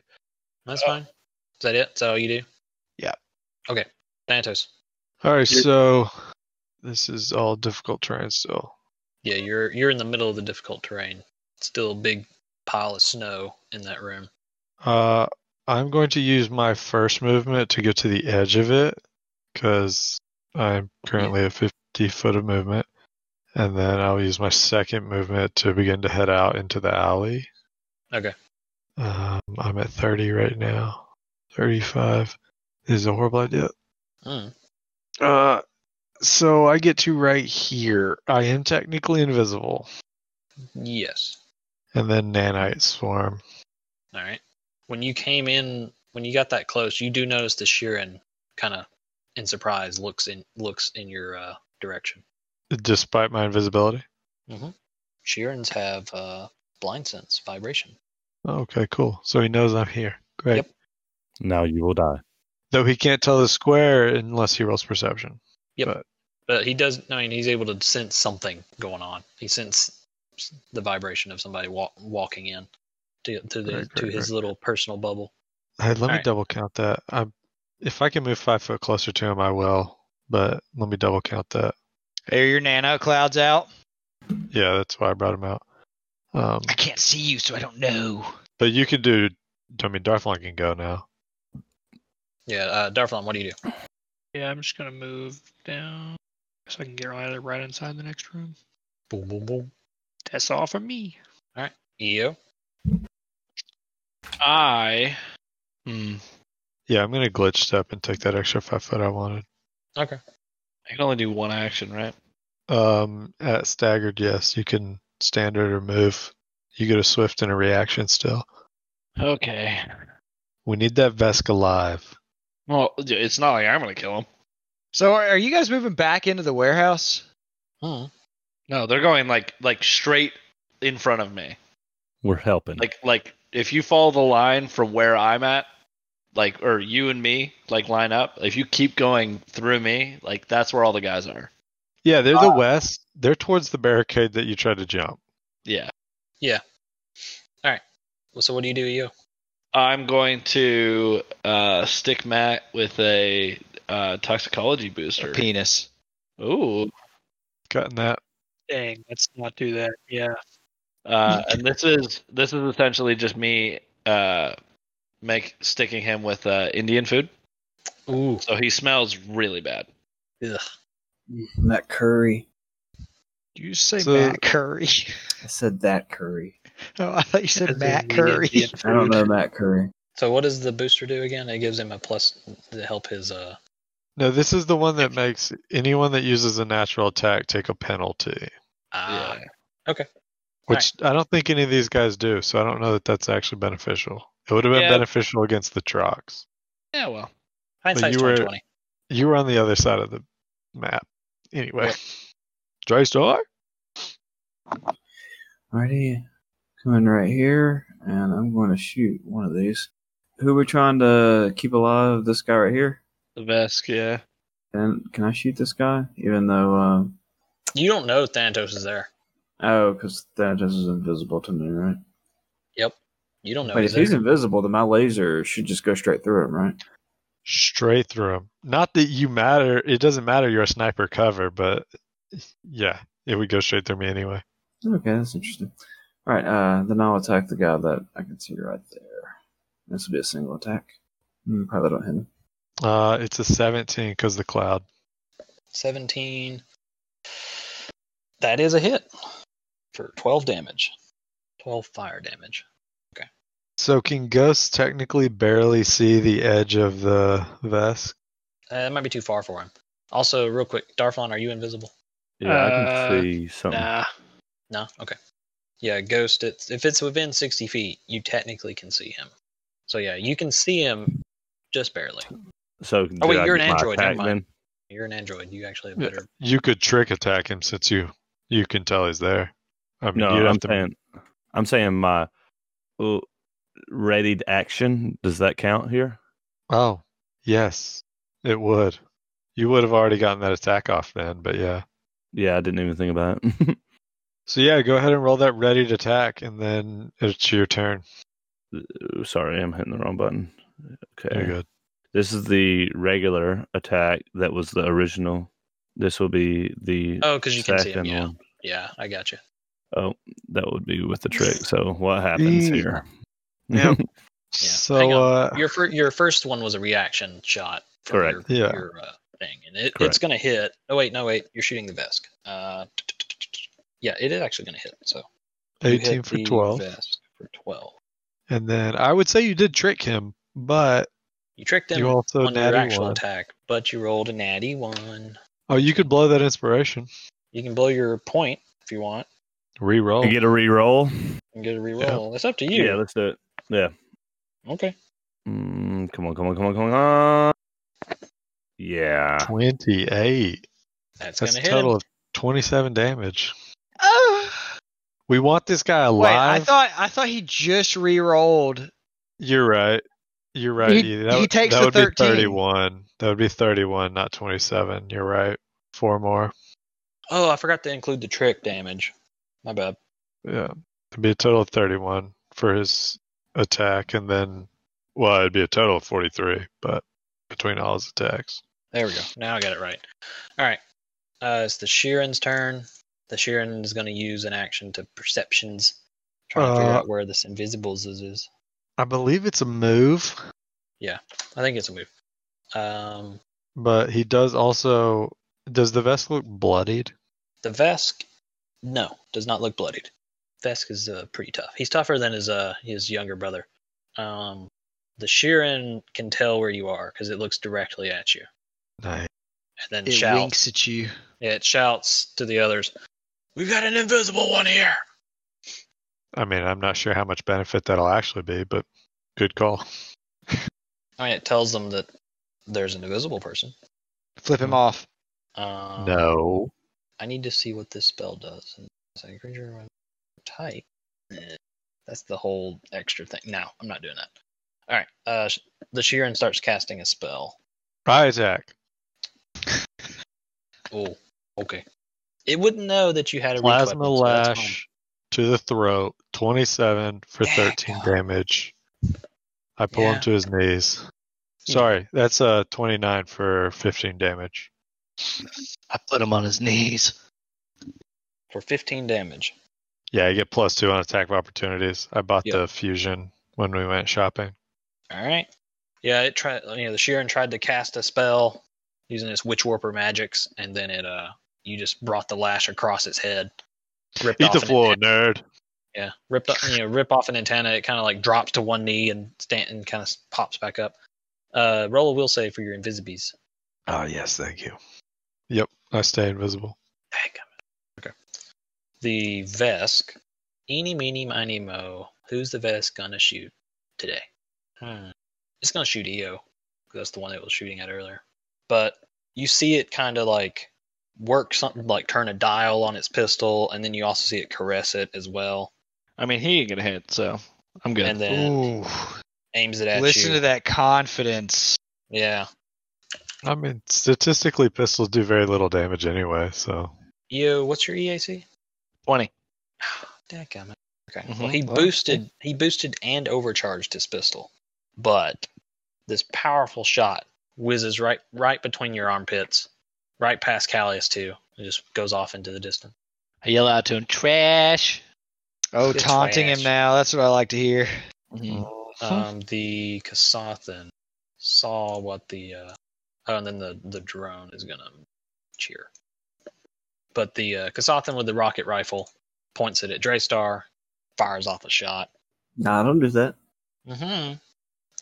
That's fine. Is that it? Uh, Is that all you do?
Yeah.
Okay. Thanatos.
All right, so this is all difficult terrain still.
Yeah, you're you're in the middle of the difficult terrain. Still a big pile of snow in that room.
Uh, I'm going to use my first movement to get to the edge of it because I'm currently at 50 foot of movement. And then I'll use my second movement to begin to head out into the alley.
Okay.
Um, I'm at 30 right now. 35. This is a horrible idea.
Mm.
Uh, so I get to right here. I am technically invisible.
Yes.
And then nanite swarm.
All right. When you came in, when you got that close, you do notice the Sheeran kind of in surprise looks in looks in your uh, direction.
Despite my invisibility.
Sheerans have uh, blind sense vibration.
Okay, cool. So he knows I'm here. Great.
Yep.
Now you will die.
Though he can't tell the square unless he rolls perception.
But he does. I mean, he's able to sense something going on. He senses the vibration of somebody walk, walking in to to, the,
Right, right,
to his
right.
little personal bubble.
Hey, let me
Alright.
double count that. I, if I can move five foot closer to him, I will. But let me double count that.
Are your nano clouds out?
Yeah, that's why I brought him out. Um,
I can't see you, so I don't know.
but you can do. I mean, Darflon can go now.
Yeah, uh, Darflon, what do you do?
Yeah, I'm just gonna move down so I can get right right inside the next room.
Boom, boom, boom.
That's all for me.
EO.
I. Hmm.
Yeah, I'm gonna glitch step and take that extra five foot I wanted.
Okay.
I can only do one action, right?
Um, at staggered, yes, you can standard or move. You get a swift and a reaction still.
Okay.
We need that Vesk alive.
Well, yeah, it's not like I'm gonna kill him.
So are, are you guys moving back into the warehouse?
Hmm.
No, they're going like like straight in front of me.
We're helping.
Like like if you follow the line from where I'm at, like or you and me like line up. If you keep going through me, like that's where all the guys are.
Yeah, they're the west. They're towards the barricade that you tried to jump.
Yeah.
Well, So what do you do, E EO?
I'm going to uh, stick Matt with a uh, toxicology booster.
Penis.
Ooh.
Cutting that.
Dang, let's not do that. Yeah.
Uh, and this is this is essentially just me uh, make sticking him with uh, Indian food.
Ooh.
So he smells really bad.
And that curry.
Do you say
So-
Matt Curry?
I said that curry.
Oh, I thought you said
That's
Matt
Indian
Curry.
Indian
I don't
food.
know Matt Curry.
So what does the booster do again? It gives him a plus to help his uh
No, this is the one that makes anyone that uses a natural attack take a penalty,
ah,
which I don't think any of these guys do. So I don't know that that's actually beneficial. It would have been
Yeah.
beneficial against the Trox.
Yeah, well,
hindsight's
you were-
2020.
You were on the other side of the map. Anyway, Draystar?
Alrighty. Coming right here, and I'm going to shoot one of these. Who we're trying to keep alive? This guy right here.
the Vesk, yeah.
And can I shoot this guy? Even though, um,
You don't know Thanatos is there.
oh, because Thanatos is invisible to me, right?
You don't know
Wait,
he's
if he's
there.
invisible, then my laser should just go straight through him, right?
Straight through him. Not that you matter. It doesn't matter. You're a sniper cover, but yeah, it would go straight through me anyway.
Okay, that's interesting. All right, uh, then I'll attack the guy that I can see right there. This will be a single attack. Hmm, probably don't hit him.
Uh, it's a 17 because the cloud.
17. That is a hit for 12 damage. 12 fire damage.
So can ghosts technically barely see the edge of the vest?
Uh, that might be too far for him. Also, real quick, Darflon, are you invisible?
Yeah, I
Uh,
can see something.
Nah.
No? Okay. Yeah, Ghost, it's, if it's within 60 feet, you technically can see him. So, yeah, you can see him just barely.
So
Oh, wait,
did I
you're
get
an
my
android,
attack
never mind.
then?
You're an android. You actually have
Yeah.
better.
You could trick attack him since you you can tell he's there. I mean,
No,
you'd have
I'm
to.
saying, I'm saying my uh, readied action. Does that count here?
Oh, yes, it would. You would have already gotten that attack off then, but yeah.
Yeah, I didn't even think about it.
So yeah, go ahead and roll that ready to attack, and then it's your turn.
Ooh, Sorry, I'm hitting the wrong button.
You're
Okay.
good.
This is the regular attack that was the original. This will be the
Oh, because you can see him.
second
Yeah.
one.
Yeah, I got you.
Oh, that would be with the trick. So what happens
Yeah.
here?
Yep.
Hang
So
on.
uh,
Your fir- your first one was a reaction shot. From
Correct.
Your,
Yeah.
your uh, thing, and it, it's
Correct.
gonna hit. Oh wait, no wait, you're shooting the Vesk. Uh, yeah, it is actually gonna hit. So you hit
18 for
the
12,
Vesk for twelve.
and then I would say you did trick him, but
You tricked him
you also
on your
natty
actual
one.
attack, but you rolled a natty one.
Oh, you could blow that inspiration.
You can blow your point if you want
Reroll.
You get a reroll.
and get a reroll. It's up to you.
Yeah, let's do it. Yeah.
okay.
Mm, come on, come on, come on, come on. Yeah.
28.
That's,
That's a
gonna hit.
total
him.
of 27 damage.
Oh,
We want this guy
wait, I
alive.
thought I thought he just re-rolled.
You're right. You're right.
He-
Edie. That,
he
would-
takes
that
the
would
13.
be 31. That would be 31, not 27. You're right. Four more.
Oh, I forgot to include the trick damage. My bad.
Yeah. It'd be a total of 31 for his attack, and then, well, it'd be a total of 43, but between all his attacks.
There we go. Now I got it right. All right. Uh, it's the Sheeran's turn. The Sheeran is going to use an action to perceptions, trying to figure
Uh,
out where this invisibles is. is.
I believe it's a move,
I think it's a move. Um,
but he does also. Does the vest look bloodied?
the Vesk, no, does not look bloodied. Vesk is uh, pretty tough. He's tougher than his uh his younger brother. Um, the Sheeran can tell where you are because it looks directly at you,
Nice.
and then
It
shouts.
winks at you.
It shouts to the others. We've got an invisible one here.
I mean, I'm not sure how much benefit that'll actually be, but good call.
I mean, it tells them that there's an invisible person.
Flip
Oh.
him off.
Um,
No.
I need to see what this spell does. And it's like, creature of type. Eh, That's the whole extra thing. No, I'm not doing that. All right. Uh, sh- the Sheeran starts casting a spell.
Pry attack.
Oh, okay. It wouldn't know that you had a reach
Plasma
weapon, so that's fine.
lash to the throat. 27 for
Dang.
13 damage. I pull
Yeah.
him to his knees.
Yeah.
Sorry, that's uh 29 for 15 damage.
I put him on his knees.
for 15 damage.
Yeah, you get plus two on attack of opportunities. I bought
Yeah.
the fusion when we went shopping.
All right. Yeah, it tried. You know, the Sheeran tried to cast a spell using its Witch Warper magics, and then it uh, you just brought the lash across its head. Ripped
Eat the
an
floor,
antenna-
nerd.
Yeah, ripped up, you know, rip off an antenna. It kind of like drops to one knee and Stanton kind of pops back up. Uh, roll a will save for your invisibies.
Ah, yes, thank you. Yep, I stay invisible.
Dang it. Okay. The Vesk. Eeny, meeny, miny, mo. Who's the Vesk gonna shoot today? Hmm. It's gonna shoot EO. 'cause That's the one it was shooting at earlier. But you see it kind of like work something, like turn a dial on its pistol, and then you also see it caress it as well.
I mean, he ain't gonna hit, so I'm good.
And then
Ooh,
aims it at
Listen
you.
to that confidence.
Yeah.
I mean, statistically, pistols do very little damage anyway. So
EO, E what's your EAC?
20.
Dadgummit. Okay.
Mhm.
Well, he
Well,
boosted. He boosted and overcharged his pistol, but this powerful shot whizzes right right between your armpits, right past Callius too. It just goes off into the distance.
I yell out to him, trash.
Oh,
Good
taunting
trash.
him now. That's what I like to hear.
Mm-hmm.
Um, the Kasathan saw what the uh, oh, and then the the drone is gonna cheer. But the uh, Kasathan with the rocket rifle points it at Draystar, fires off a shot.
Nah, don't do that.
Mm-hmm.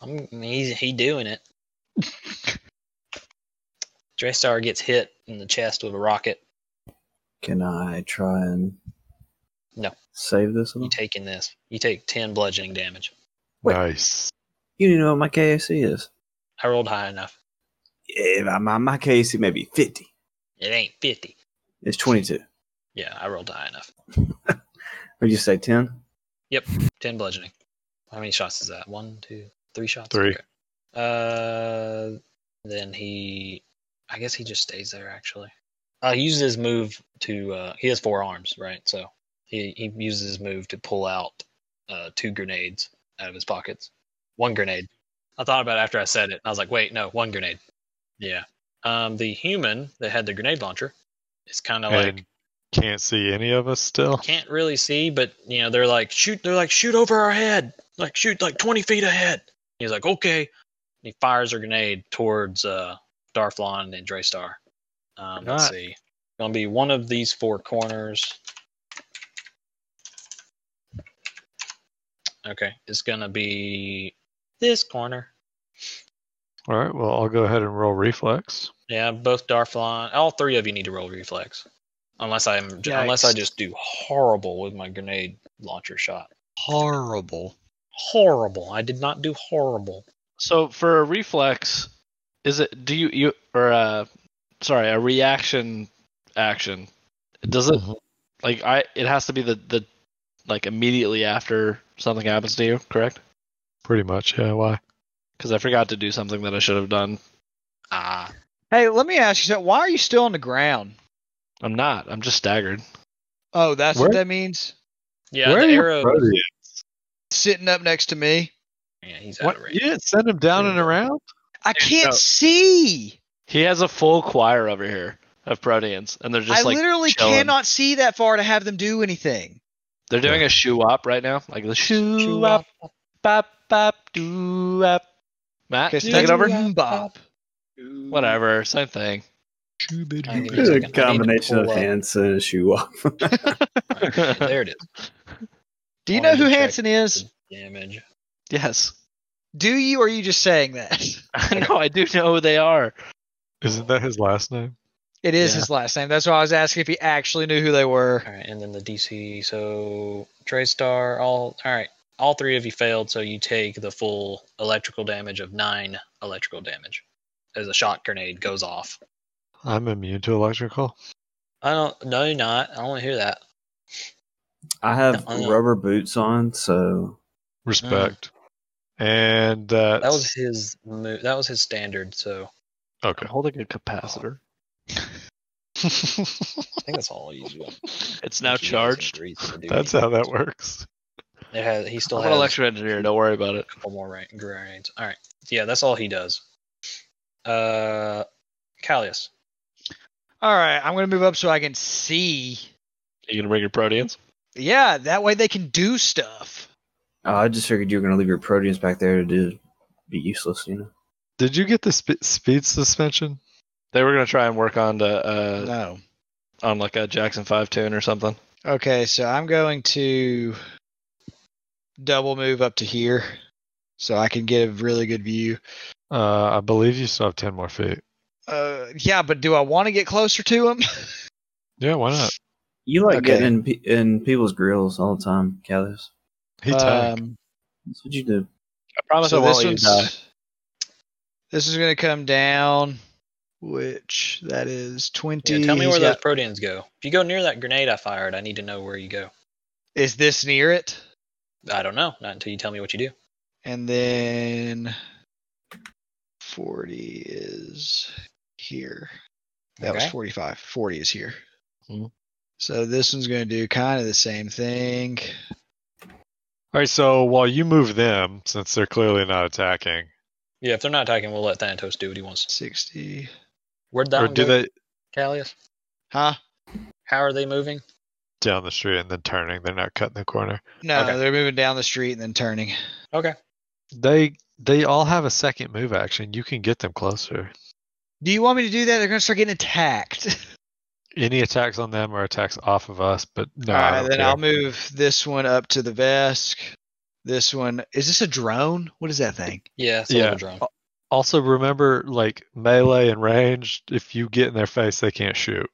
I'm, he's he doing it. Draystar gets hit in the chest with a rocket.
Can I try and
No.
save this
You
one?
taking this? You take ten bludgeoning damage.
Wait.
nice.
You need to know what my KAC is.
I rolled high enough.
Yeah, my, my KAC may be 50.
It ain't fifty.
It's 22.
Yeah, I rolled high enough.
Would you say 10?
Ten bludgeoning. How many shots is that? One, two, three shots.
Three.
Okay. Uh, then he, I guess he just stays there. Actually, uh, he uses his move to. Uh, he has four arms, right? So he he uses his move to pull out uh, two grenades out of his pockets. One grenade. I thought about it after I said it. And I was like, wait, no, one grenade. Yeah. Um, the human that had the grenade launcher is kind of like
And can't see any of us still.
can't really see, but you know, they're like shoot. They're like shoot over our head. Like shoot like twenty feet ahead. He's like okay. He fires a grenade towards uh, Darflon and Draystar. Um, let's
Alright.
see. Gonna be one of these four corners. Okay, it's gonna be this corner.
All right. Well, I'll go ahead and roll reflex.
Yeah, both Darflon. All three of you need to roll reflex, unless I'm unless I
Yikes.
just do horrible with my grenade launcher shot.
Horrible.
horrible. I did not do horrible.
So for a reflex, is it do you you or uh sorry, a reaction action. Does it
Mm-hmm.
like I it has to be the the like immediately after something happens to you, correct?
Pretty much. Yeah. Why?
Cuz I forgot to do something that I should have done.
Ah,
Hey, let me ask you something. Why are you still on the ground?
I'm not. I'm just staggered.
Oh, that's what
Where-
that means?
yeah.
Where
the
are you
arrow.
from?
Sitting up next to me.
Yeah, he's out
What?
of range.
You didn't send him down and around?
I can't
no.
see.
He has a full choir over here of proteans and they're just
I
like
literally
chilling.
cannot see that far to have them do anything.
They're doing a shoe up right now. Like the shoe up bop bop doo up. Matt,
Okay, so
take it over.
Bop.
Whatever, same thing.
Hang on, give me a second.
It's
I
a
need to
combination of
pull up-
hands and shoe off.
Alright, there it is.
Do you
Wanted
know who
to check.
Hanson is?
Damage.
Yes.
Do you or are you just saying that?
I know, I do know who they are.
Isn't that his last name?
It is
Yeah.
his last name. That's why I was asking if he actually knew who they were.
All right, and then the DC. So Trade Star. All all right. All three of you failed, so you take the full electrical damage of nine electrical damage as a shot grenade goes off.
I'm immune to electrical.
I don't. No, you're not. I don't want to hear that.
I have
No, no.
rubber boots on, so
Respect.
Mm.
And that's,
That was his. mo- That was his standard. So
okay.
I'm holding a capacitor.
I think that's all he's doing.
It's now charged.
That's how that works.
It has. He still
I'm
has.
an electrical engineer, don't worry about it.
couple more rank grades. All right. Yeah, that's all he does. Uh, Callius.
All right, I'm gonna move up so I can see.
You gonna bring your proteans?
Yeah, that way they can do stuff.
Oh, I just figured you were going to leave your proteins back there to do be useless, you know.
Did you get the sp- speed suspension?
They were gonna try and work on to uh,
No.
on like a Jackson Five tune or something.
Okay, so I'm going to double move up to here so I can get a really good view.
Uh, I believe you still have ten more feet.
Uh, yeah, but do I want to get closer to him?
Yeah, why not?
You like
Okay.
getting in, pe- in people's grills all the time, Callus.
He
Um,
tagged.
That's what you do.
I promise I won't let you die.
This is going to come down, which that is 20.
Yeah, tell me
He's
where those
got-
proteins go. If you go near that grenade I fired, I need to know where you go.
Is this near it?
I don't know. Not until you tell me what you do.
And then 40 is here. That was
Okay. Mm-hmm.
45. 40 is here.
Mhm.
So this one's going to do kind of the same thing.
All right, so while you move them, since they're clearly not attacking,
Yeah, if they're not attacking, we'll let Thanatos do what he wants.
60.
Where'd that
or
one
do
go,
they
Callias?
Huh?
How are they moving?
down the street and then turning? They're not cutting the corner.
No,
Okay.
they're moving down the street and then turning.
Okay.
They they all have a second move action. You can get them closer.
Do you want me to do that? They're going to start getting attacked.
Any attacks on them are attacks off of us, but no.
All
I
right,
don't
then
care.
I'll move this one up to the Vesk. This one is this a drone? What is that thing?
Yeah, it's a
Yeah.
little drone.
Also, remember, like melee and ranged. If you get in their face, they can't shoot.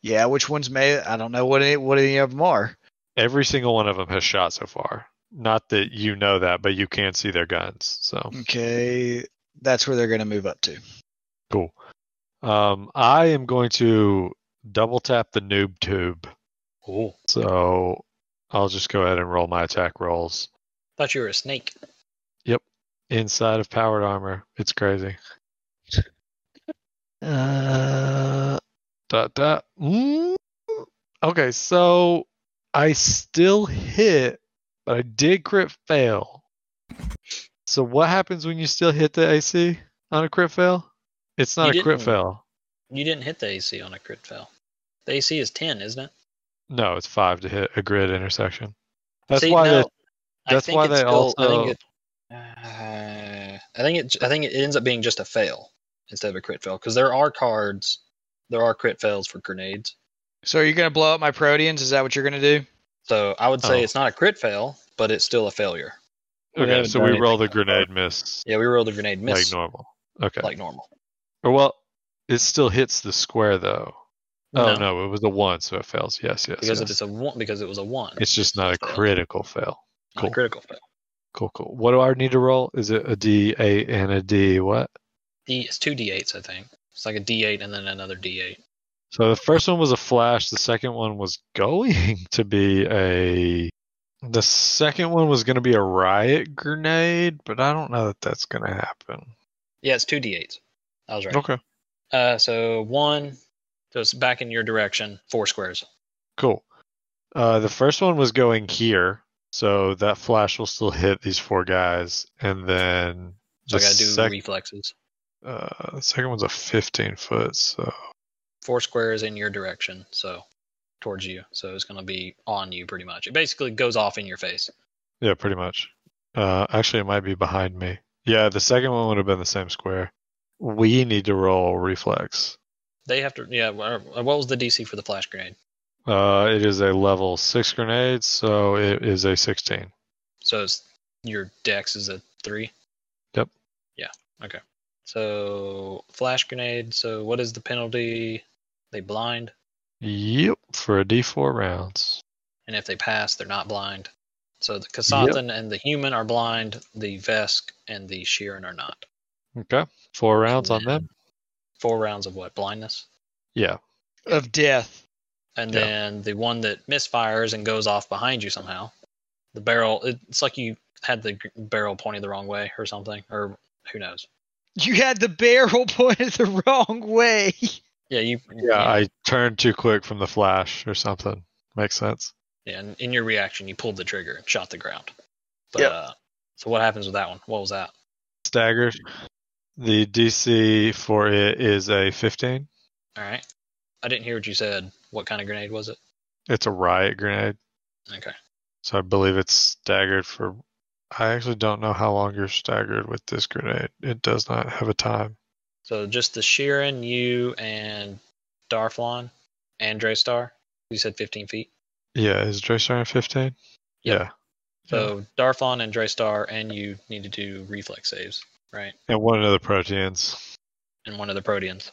Yeah, which one's made? I don't know what any, what any of them are.
Every single one of them has shot so far. Not that you know that, but you can see their guns. So
Hmm. Okay, that's where they're going to move up to.
cool. Um, I am going to double tap the noob tube.
Oh,
So I'll just go ahead and roll my attack rolls
thought you were a snake.
inside of powered armor. It's crazy.
Uh,
Dot dot. Mm. Okay, so I still hit, but I did crit fail. So what happens when you still hit the AC on a crit fail? It's not
You
a crit
didn't.
fail.
You didn't hit the AC on a crit fail. The AC is 10, isn't it?
No, it's five to hit a grid intersection. That's
See,
why
now,
they that's
I think
why
it's
they
still, I think
also-
it, uh, I think it. I think it ends up being just a fail instead of a crit fail because there are cards. There are crit fails for grenades.
So you're going to blow up my Proteans? Is that what you're going to do?
So I would say
Oh.
it's not a crit fail, but it's still a failure.
We
Okay,
haven't
so
done
we
anything
roll the
so far.
grenade miss,
Yeah, we rolled a grenade
like
miss
normal. Okay. Oh,
like normal.
or well, it still hits the square though. Oh no,
No.
it was a one, so it fails. Yes, yes.
because
yes.
if it's a one, because it was a one,
It's just not a
fail.
critical fail.
not
cool.
a critical fail.
Cool, cool. What do I need to roll? Is it a D, A, and a D? What?
D, E, it's two d8s, I think. It's like a d8 and then another d8.
So the first one was a flash. The second one was going to be a. The second one was going to be a riot grenade, but I don't know that that's going to happen.
Yeah, it's two d8s. I was right.
Okay.
Uh, so one, so it's back in your direction, four squares.
Cool. Uh, the first one was going here, so that flash will still hit these four guys, and then
So
the
I gotta do
sec-
reflexes.
uh, the second one's a 15 foot, so
Four squares in your direction, so towards you. So it's gonna be on you pretty much. It basically goes off in your face.
yeah, pretty much. Uh, actually, it might be behind me. Yeah, the second one would have been the same square. We need to roll reflex.
They have to. Yeah. wha- uh, What was the DC for the flash grenade?
Uh, it is a level six grenade, so it is a 16.
So it's your dex is a three.
Yep.
Yeah. Okay. So flash grenade. So what is the penalty? They blind,
Yep, for a D4 rounds.
and if they pass, they're not blind. So the Kasathan and the human are blind. The Vesk and the Sheeran are not.
Okay, four rounds on them.
Four rounds of what blindness,
Yeah,
Of death.
and
Yeah.
then the one that misfires and goes off behind you somehow. The barrel. It's like you had the g- barrel pointed the wrong way or something, or who knows.
You had the barrel pointed the wrong way.
Yeah, you.
yeah. I turned too quick from the flash or something. Makes sense.
Yeah, and in your reaction, you pulled the trigger and shot the ground. But,
Yep.
uh, so what happens with that one? What was that?
Staggered. The DC for it is a 15.
All right. I didn't hear what you said. What kind of grenade was it?
It's a riot grenade,
Okay.
so I believe it's staggered for I actually don't know how long you're staggered with this grenade. It does not have a time.
So just the Sheeran, you, and Darflon, and Draystar. You said 15 feet.
Yeah, is Draystar at 15? Yeah.
So Darflon and Draystar and you need to do reflex saves, right?
And one of the proteins.
And one of the Proteans.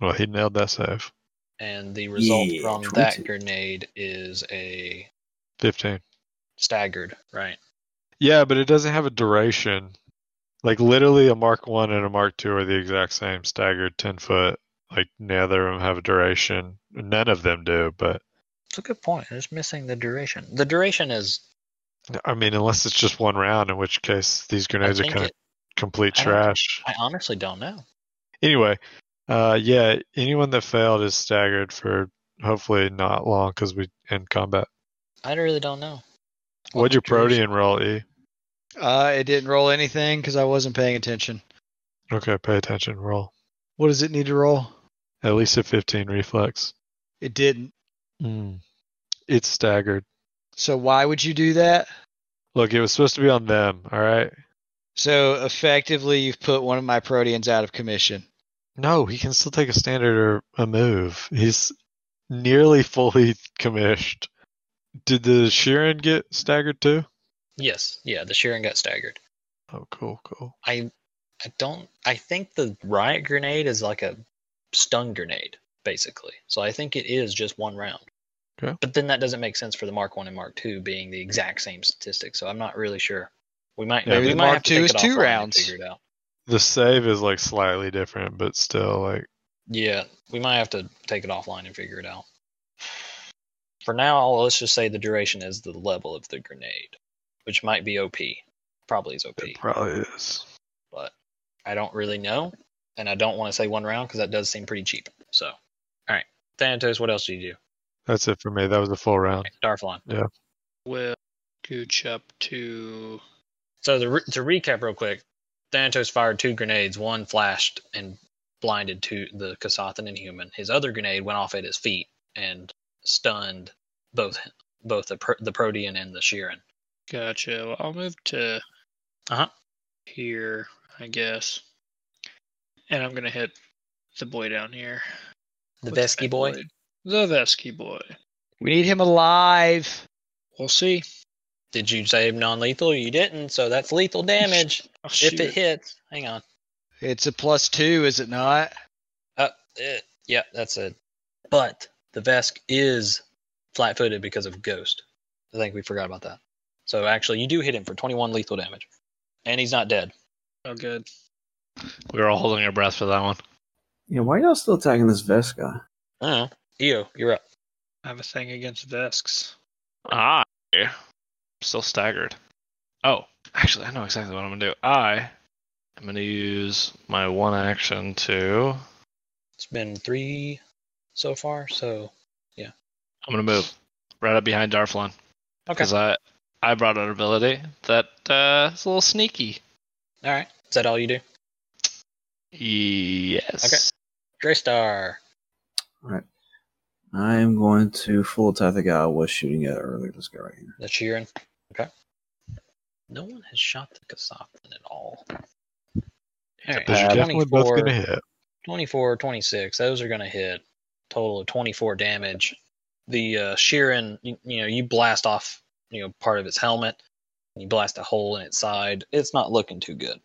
Well, he nailed that save.
And the result
Yeah,
from
22.
that grenade is a
15.
staggered, right?
Yeah, but it doesn't have a duration. Like literally, a Mark One and a Mark Two are the exact same staggered ten foot. Like neither of them have a duration. None of them do. But
It's a good point. It's missing the duration. The duration is
I mean, unless it's just one round, in which case these grenades
I
are
think
kind of
it-
complete
I don't-
trash.
I honestly don't know.
Anyway, uh, yeah, anyone that failed is staggered for hopefully not long because we end combat.
I really don't know.
What'd your
Duration.
protean roll, E?
Uh, it didn't roll anything because I wasn't paying attention.
Okay, pay attention. Roll
What does it need to roll?
at least a fifteen reflex.
It didn't.
Hmm. It's staggered.
So why would you do that?
Look, it was supposed to be on them. All right.
So effectively, you've put one of my proteans out of commission.
No, he can still take a standard or a move. He's nearly fully commissioned. Did the Sheeran get staggered too?
Yes, yeah, the Sheeran got staggered.
Oh, cool, cool.
I I don't I think the riot grenade is like a stun grenade, basically. So I think it is just one round.
Okay.
But then that doesn't make sense for the Mark One and Mark Two being the exact same statistic, so I'm not really sure. We might
Yeah,
we
the
might
Mark
have to
II
take
is
it
two
offline and
rounds.
Figure it out.
The save is like slightly different, but still like
Yeah, we might have to take it offline and figure it out. For now, let's just say the duration is the level of the grenade, which might be OP. Probably is OP,
it probably is.
but I don't really know, and I don't want to say one round because that does seem pretty cheap. So, all right, Thanatos, what else do you do?
That's it for me. That was a full round.
Darflon.
Well, Gooch up to
So the, re- to recap real quick, Thanatos fired two grenades. One flashed and blinded to the Kasathan and human. His other grenade went off at his feet and stunned both both the Pro- the Protean and the Sheeran.
Gotcha. Well, I'll move to
Uh-huh.
here, I guess. And I'm gonna hit the boy down here.
The
with
Vesky
bad
boy.
blade. The Vesky boy.
We need him alive.
We'll see.
Did you save non-lethal? You didn't, so that's lethal damage if
I'll Oh, shoot
it hits. Hang on.
It's a plus two, is it not?
Uh, eh, yeah, that's it. But the Vesk is flat-footed because of Ghost. I think we forgot about that. So actually, you do hit him for 21 lethal damage, and he's not dead.
Oh, good.
We were all holding our breath for that one.
Yeah, why y'all still attacking this vest guy?
Oh, Eo, you're up.
I have a thing against Vesks.
I am still staggered. Oh, actually, I know exactly what I'm gonna do. I am gonna use my one action to.
It's been three so far, so
I'm gonna move right up behind Darflon.
okay.
Because I I brought an ability that uh, is a little sneaky.
All right, is that all you do?
Yes.
Draystar.
Alright. I am going to full attack the guy I was shooting at earlier. Let's go right here.
That's Sheeran. Okay. No one has shot the Kasathan at all. All right,
But you're definitely both
24,
gonna hit.
24, 26. Those are going to hit. Total of 24 damage. The uh, Sheeran, you, you know, you blast off, you know, part of its helmet. And you blast a hole in its side. It's not looking too good.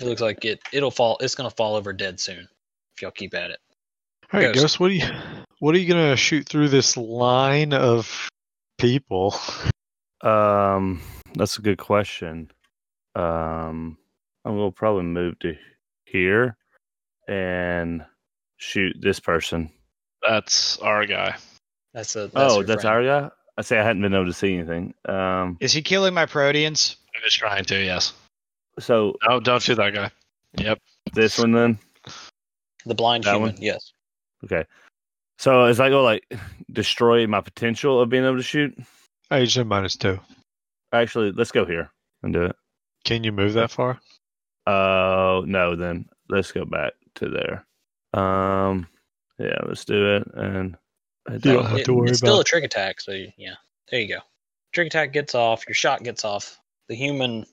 It looks like it. It'll fall. It's going to fall over dead soon if y'all keep at it.
All right,
Ghost.
Ghost. What are you? What are you gonna shoot through this line of people?
Um, that's a good question. Um, I'm gonna probably move to here and shoot this person.
That's our guy.
That's a. That's
oh,
your
that's
friend.
our guy. I say I hadn't been able to see anything. Um,
Is he killing my proteans?
I was trying to, yes.
so
No, don't shoot that guy. Yep.
this one then.
the blind
that
human.
one?
Yes.
Okay. So is that gonna like destroy my potential of being able to shoot?
Age of minus two.
Actually, let's go here and do it.
Can you move that far?
Oh no, then let's go back to there. Um, yeah, let's do it. And you
don't have to worry
it's still a
about-
trick attack, so you- yeah. There you go. Trick attack gets off. Your shot gets off. The human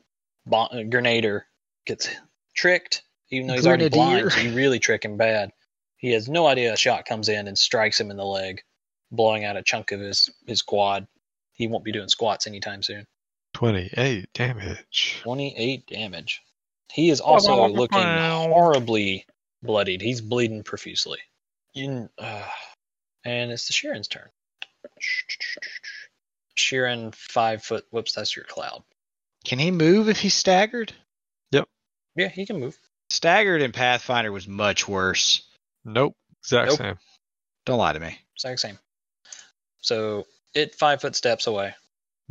bon- uh, Grenadier gets tricked, even though he's already blind. So
Grenadier.
you really trick him bad. He has no idea a shot comes in and strikes him in the leg, blowing out a chunk of his his quad. He won't be doing squats anytime soon.
28 damage.
28 damage. He is also looking horribly bloodied. He's bleeding profusely. You, uh, and it's the Sheeran's turn. Sheeran, five foot. Whoops, that's your cloud.
Can he move if he's staggered?
Yeah, he can move.
Staggered in Pathfinder was much worse.
Nope. Exact
Nope.
same.
Don't lie to me.
Exact same. So it five foot steps away.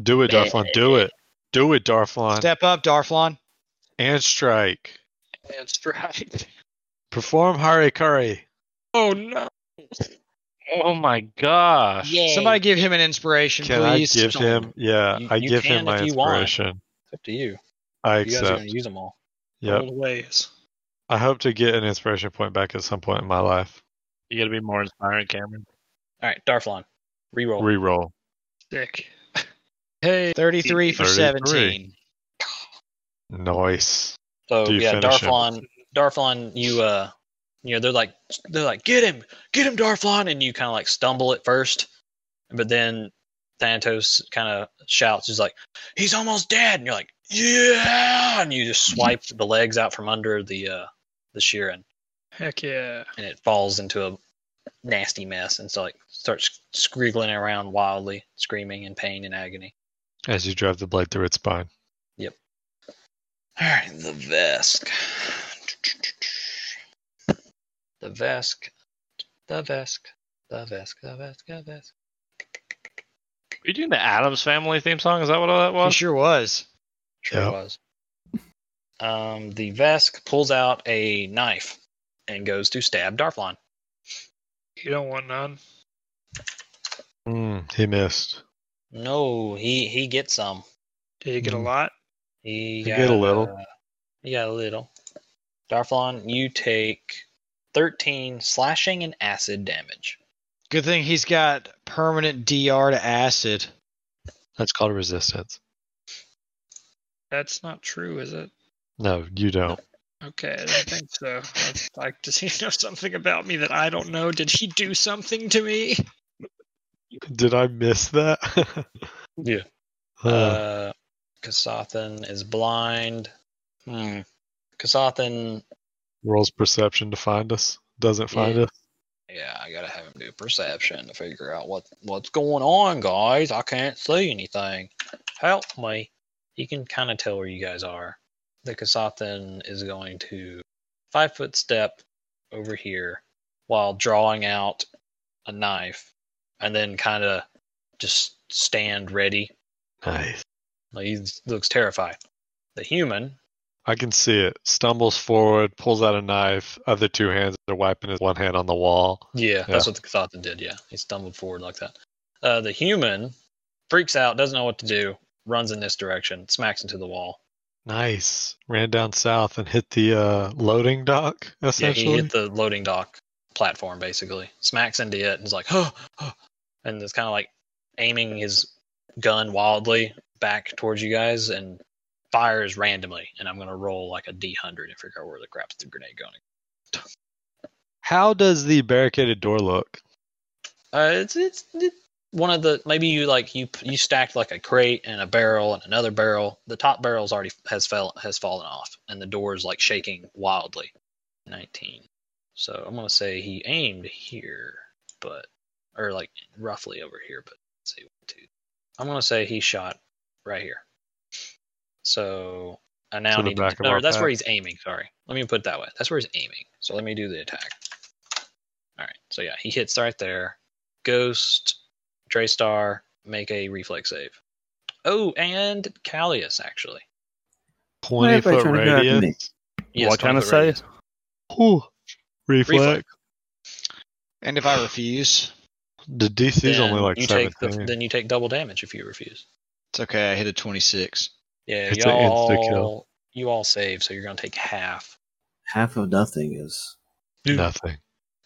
Do it, Darflon. Do it. Do it, Darflon.
Step up, Darflon.
And strike.
And strike.
Perform Harikari.
Oh no.
Oh my gosh.
Somebody give him an inspiration,
Can I
please.
give him? Yeah,
You-
I
you
give
can
him my
if you want.
inspiration.
It's up to you.
I
You guys are
accept.
gonna use them all.
Yep.
Old ways.
I hope to get an inspiration point back at some point in my life.
You gotta be more inspiring, Cameron.
All right, Darflon, reroll.
Reroll.
Sick. Hey.
33 for
33.
17.
Nice.
So
Do you
yeah,
finish him?
Darflon, Darflon, you uh, you know they're like they're like get him, get him, Darflon, and you kind of like stumble at first, but then Thanatos kind of shouts, he's like, he's almost dead, and you're like, yeah, and you just swipe the legs out from under the uh the Sheeran,
Heck yeah.
and it falls into a nasty mess, and so like starts scriggling around wildly, screaming in pain and agony.
As you drive the blade through its spine.
All right, the Vesk. The Vesk. The Vesk. The Vesk. The Vesk. The Vesk.
Are you doing the Adams Family theme song? Is that what all that
He
was?
sure was.
Sure
Yep.
was. Um, the Vesk pulls out a knife and goes to stab Darflon.
You don't want none.
Mm, he missed.
No, he he gets some.
Did you get a
Mm.
lot?
He
You
got,
get a little.
Uh, he got a little. Darflon, you take thirteen slashing and acid damage.
Good thing he's got permanent DR to acid.
That's called resistance.
That's not true, is it?
No, you don't.
Okay, I don't think so. That's like, does he know something about me that I don't know? Did he do something to me?
Did I miss that?
Yeah.
Uh,
Uh, Kasathan is blind. Hmm. Kasathan,
rolls perception to find us. Doesn't find
Yeah.
us.
yeah, I gotta have him do perception to figure out what what's going on, guys. I can't see anything. Help me. You can kind of tell where you guys are. The Kasathan is going to five foot step over here while drawing out a knife, and then kind of just stand ready.
Nice.
Like, he looks terrified. The human
I can see it. Stumbles forward, pulls out a knife. Other two hands are wiping his one hand on the wall.
Yeah, that's what the Kathathan did. Yeah, he stumbled forward like that. Uh, the human freaks out, doesn't know what to do, runs in this direction, smacks into the wall.
Nice. Ran down south and hit the uh, loading dock,
Yeah,
essentially.
he hit the loading dock platform basically, smacks into it, and is like, huh, huh," and it's kind of like aiming his gun wildly back towards you guys and fires randomly. And I'm gonna roll like a D100 and figure out where the crap's the grenade going.
How does the barricaded door look?
Uh, it's, it's it's one of the maybe you like you you stacked like a crate and a barrel and another barrel. The top barrel's already has fell has fallen off, and the door is like shaking wildly. Nineteen. So I'm gonna say he aimed here, but or like roughly over here, but let's see one two. I'm gonna say he shot right here. So I now
To the
need to,
back of
or
our
that's where
pack.
he's aiming. Sorry, let me put it that way. That's where he's aiming. So let me do the attack. All right. So yeah, he hits right there. Ghost, Draystar, make a reflex save. Oh, and Callius actually.
20
everybody
foot
trying to go after me?
radius.
Yes,
what kind of
20 foot
say?
radius.
Ooh. Reflex.
Reflex.
And if I refuse,
The DC's
Then
only like
you take the,
17.
then you take double damage if you refuse.
it's okay. I hit a 26.
Yeah,
It's a insta-kill.
y'all you all save, so you're gonna take half.
Half of nothing is
Nothing.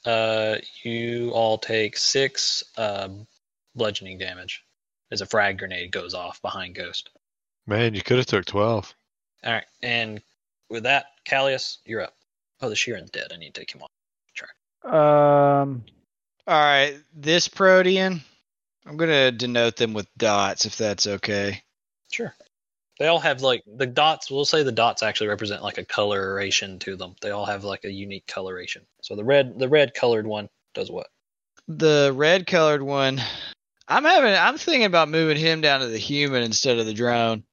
Uh, you all take six um, bludgeoning damage as a frag grenade goes off behind Ghost.
Man, you could have took 12.
All right, and with that, Callius, you're up. Oh, the Sheeran's dead. I need to take him off.
Um,
All right, this protean, I'm gonna denote them with dots if that's okay.
Sure. They all have like the dots. We'll say the dots actually represent like a coloration to them. They all have like a unique coloration. So the red, the red colored one does what?
The red colored one, I'm having, I'm thinking about moving him down to the human instead of the drone.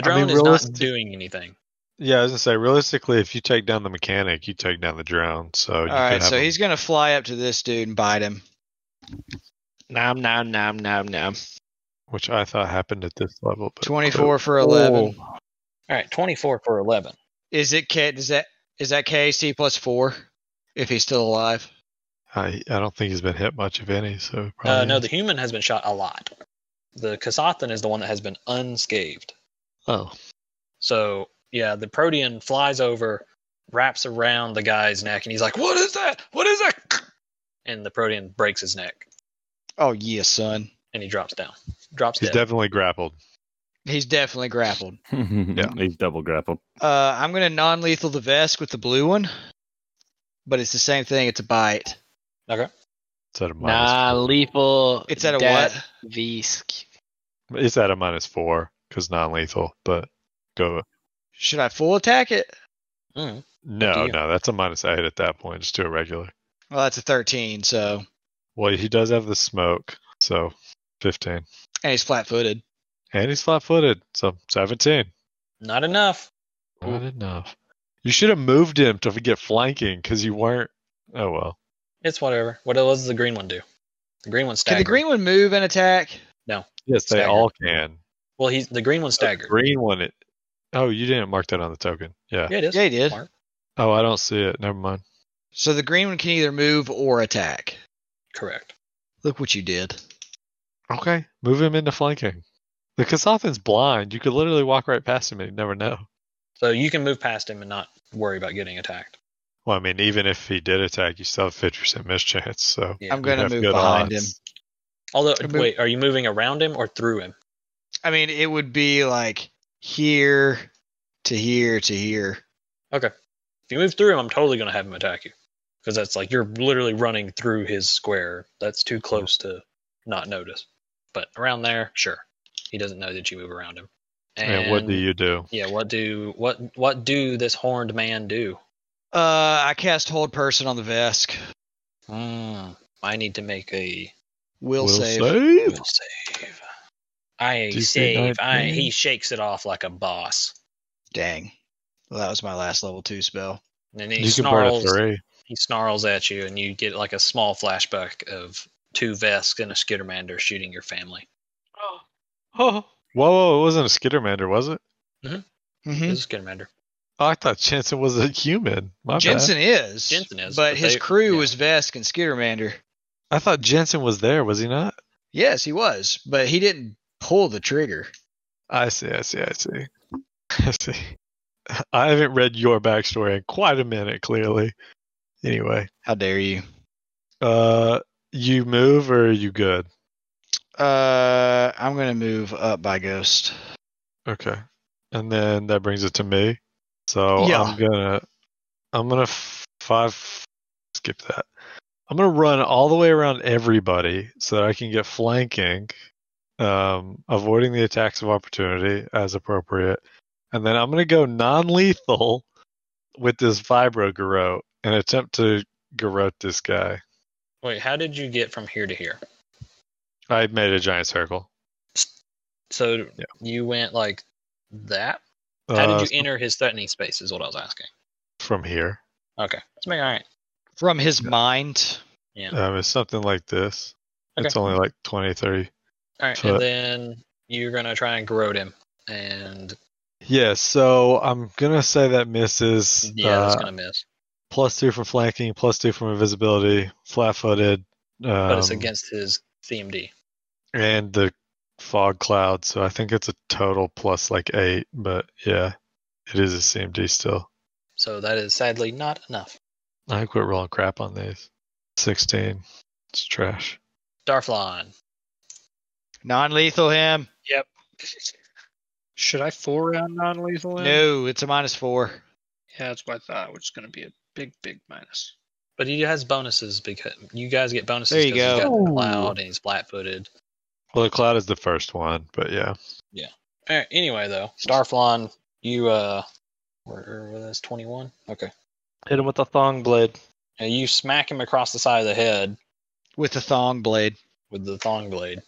I
drone
mean,
is
realist-
not doing anything.
Yeah, I was gonna say realistically, if you take down the mechanic, you take down the drone. So Oh, you
All
could
right,
have
so
him-
he's gonna fly up to this dude and bite him.
Nom nom nom nom nom.
which I thought happened at this level. But
24 for 11.
All right, twenty-four for eleven.
Is it K? Does that is that KC plus four? If he's still alive.
I I don't think he's been hit much of any. So probably
Uh, no, the human has been shot a lot. The Kasathan is the one that has been unscathed.
Oh,
So yeah, the Protean flies over, wraps around the guy's neck, and he's like, "What is that? What is that?" And the Protean breaks his neck,
Oh yeah, son.
and he drops down. Drops
he's
dead.
definitely grappled.
He's definitely grappled.
Yeah.
He's double grappled.
Uh, I'm gonna non-lethal the vest with the blue one, but it's the same thing. It's a bite.
It's at a minus.
nah, lethal.
It's at a
death
what?
Visk.
It's at a minus four because non-lethal. But go.
Should I full attack it?
Mm.
No,
Up to you.
no, that's a minus eight at that point. Just do a regular.
Well, that's a 13. So,
Well, he does have the smoke, so fifteen,
and he's flat-footed.
and he's flat-footed, so seventeen.
Not enough.
Not enough. You should have moved him to get flanking because you weren't. Oh well.
It's whatever. What else does the green one do? The green one staggered.
Can the green one move and attack?
Yes, they
Staggered.
all can.
Well, he's the green one
The
staggered.
green one. It. Oh, you didn't mark that on the token. Yeah.
Yeah, it is.
Yeah, he did.
Mark.
Oh, I don't see it. Never mind.
So the green one can either move or attack.
Correct.
Look what you did.
Okay. Move him into flanking. The Kasathan's blind. You could literally walk right past him and he'd never know.
So you can move past him and not worry about getting attacked.
Well, I mean, even if he did attack, you still have fifty percent miss chance. So
Yeah.
I'm
you
gonna
have
move
good
behind
odds.
him.
Although,
I move-
wait, are you moving around him or through him?
I mean, it would be like here to here to here.
If you move through him, I'm totally going to have him attack you. Because that's like you're literally running through his square. That's too close to not notice. But around there, sure. He doesn't know that you move around him.
And what do you do?
Yeah, what do what what do this horned man do?
Uh, I cast hold person on the Vesk.
Hmm. I need to make a
Will, save.
save.
Will save. I
DC
save. I
19.
he shakes it off like a boss,
Dang. Well, that was my last level two spell.
and then he
You can burn a
snarls.
three.
He snarls at you, and you get like a small flashback of two Vesk and a Skittermander shooting your family.
Oh,
Whoa, whoa, it wasn't a Skittermander, was it?
Mm-hmm.
This is Skittermander.
Oh, I thought Jensen was a human. My
Jensen is.
Jensen is,
But
but
his
they-
crew
yeah.
was Vesk and Skittermander.
bad. I thought Jensen was there, was he not?
Yes, he was, but he didn't pull the trigger.
I see, I see, I see. I see. I haven't read your backstory in quite a minute, clearly. Anyway,
How dare you?
uh, you move or are you good?
Uh, I'm gonna move up by ghost.
Okay. And then that brings it to me. So
Yeah.
I'm gonna, I'm gonna f- five. Skip that. I'm gonna run all the way around everybody so that I can get flanking, um, avoiding the attacks of opportunity as appropriate, and then I'm gonna go non-lethal with this vibro garrote and attempt to garrote this guy.
Wait, how did you get from here to here?
I made a giant circle.
So
Yeah.
you went like that. How
Uh,
did you enter his threatening space? Is what I was asking.
from here?
Okay, let's make all right.
From his mind,
Um, it's something like this.
Okay.
It's only like 20, 30
All right,
But-
and then you're gonna try and corrode him, and
Yeah, so I'm gonna say that misses.
yeah, that's
uh,
gonna miss.
plus two from flanking, plus two from invisibility, flat-footed.
But it's
um,
against his CMD.
and the fog cloud, so I think it's a total plus like eight. But yeah, it is a CMD still.
So that is sadly not enough.
I quit rolling crap on these. Sixteen, it's trash.
Darflon.
non-lethal him.
Yep. Should I four round non lethal?
No, it's a minus four.
Yeah, that's what I thought, which is going to be a big, big minus.
But he has bonuses because you guys get bonuses
There you
because he's
go.
got cloud and he's flat footed.
Well, the cloud is the first one, but yeah.
Alright, anyway though, Starflon, you uh where where that's twenty one? Okay.
Hit him with the thong blade.
And you smack him across the side of the head
With the thong blade.
with the thong blade,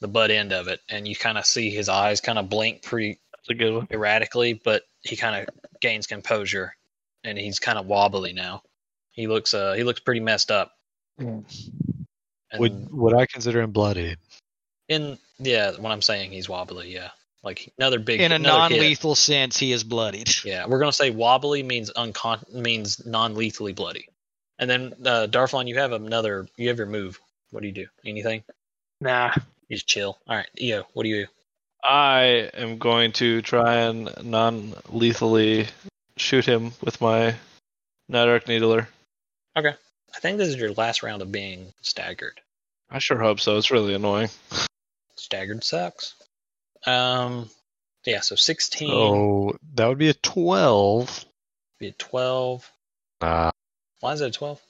the butt end of it, and you kinda see his eyes kinda blink pretty
That's a good one.
erratically, but he kinda gains composure and he's kinda wobbly now. He looks uh he looks pretty messed up. And
Would would I consider him bloody?
in yeah, what I'm saying he's wobbly, yeah. Like another big
In a
another hit.
non-lethal sense, he is bloodied.
Yeah, we're gonna say wobbly means uncon means non-lethally bloody. And then uh, Darflon, you have another. You have your move. What do you do? Anything?
Nah.
You just chill. All right, Eo. What do you do?
I am going to try and non lethally shoot him with my Nidark Needler.
I think this is your last round of being staggered.
I sure hope so. It's really annoying.
Staggered sucks. Um, yeah. So sixteen,
Oh, that would be a twelve.
be a twelve.
Nah,
Why is it a twelve?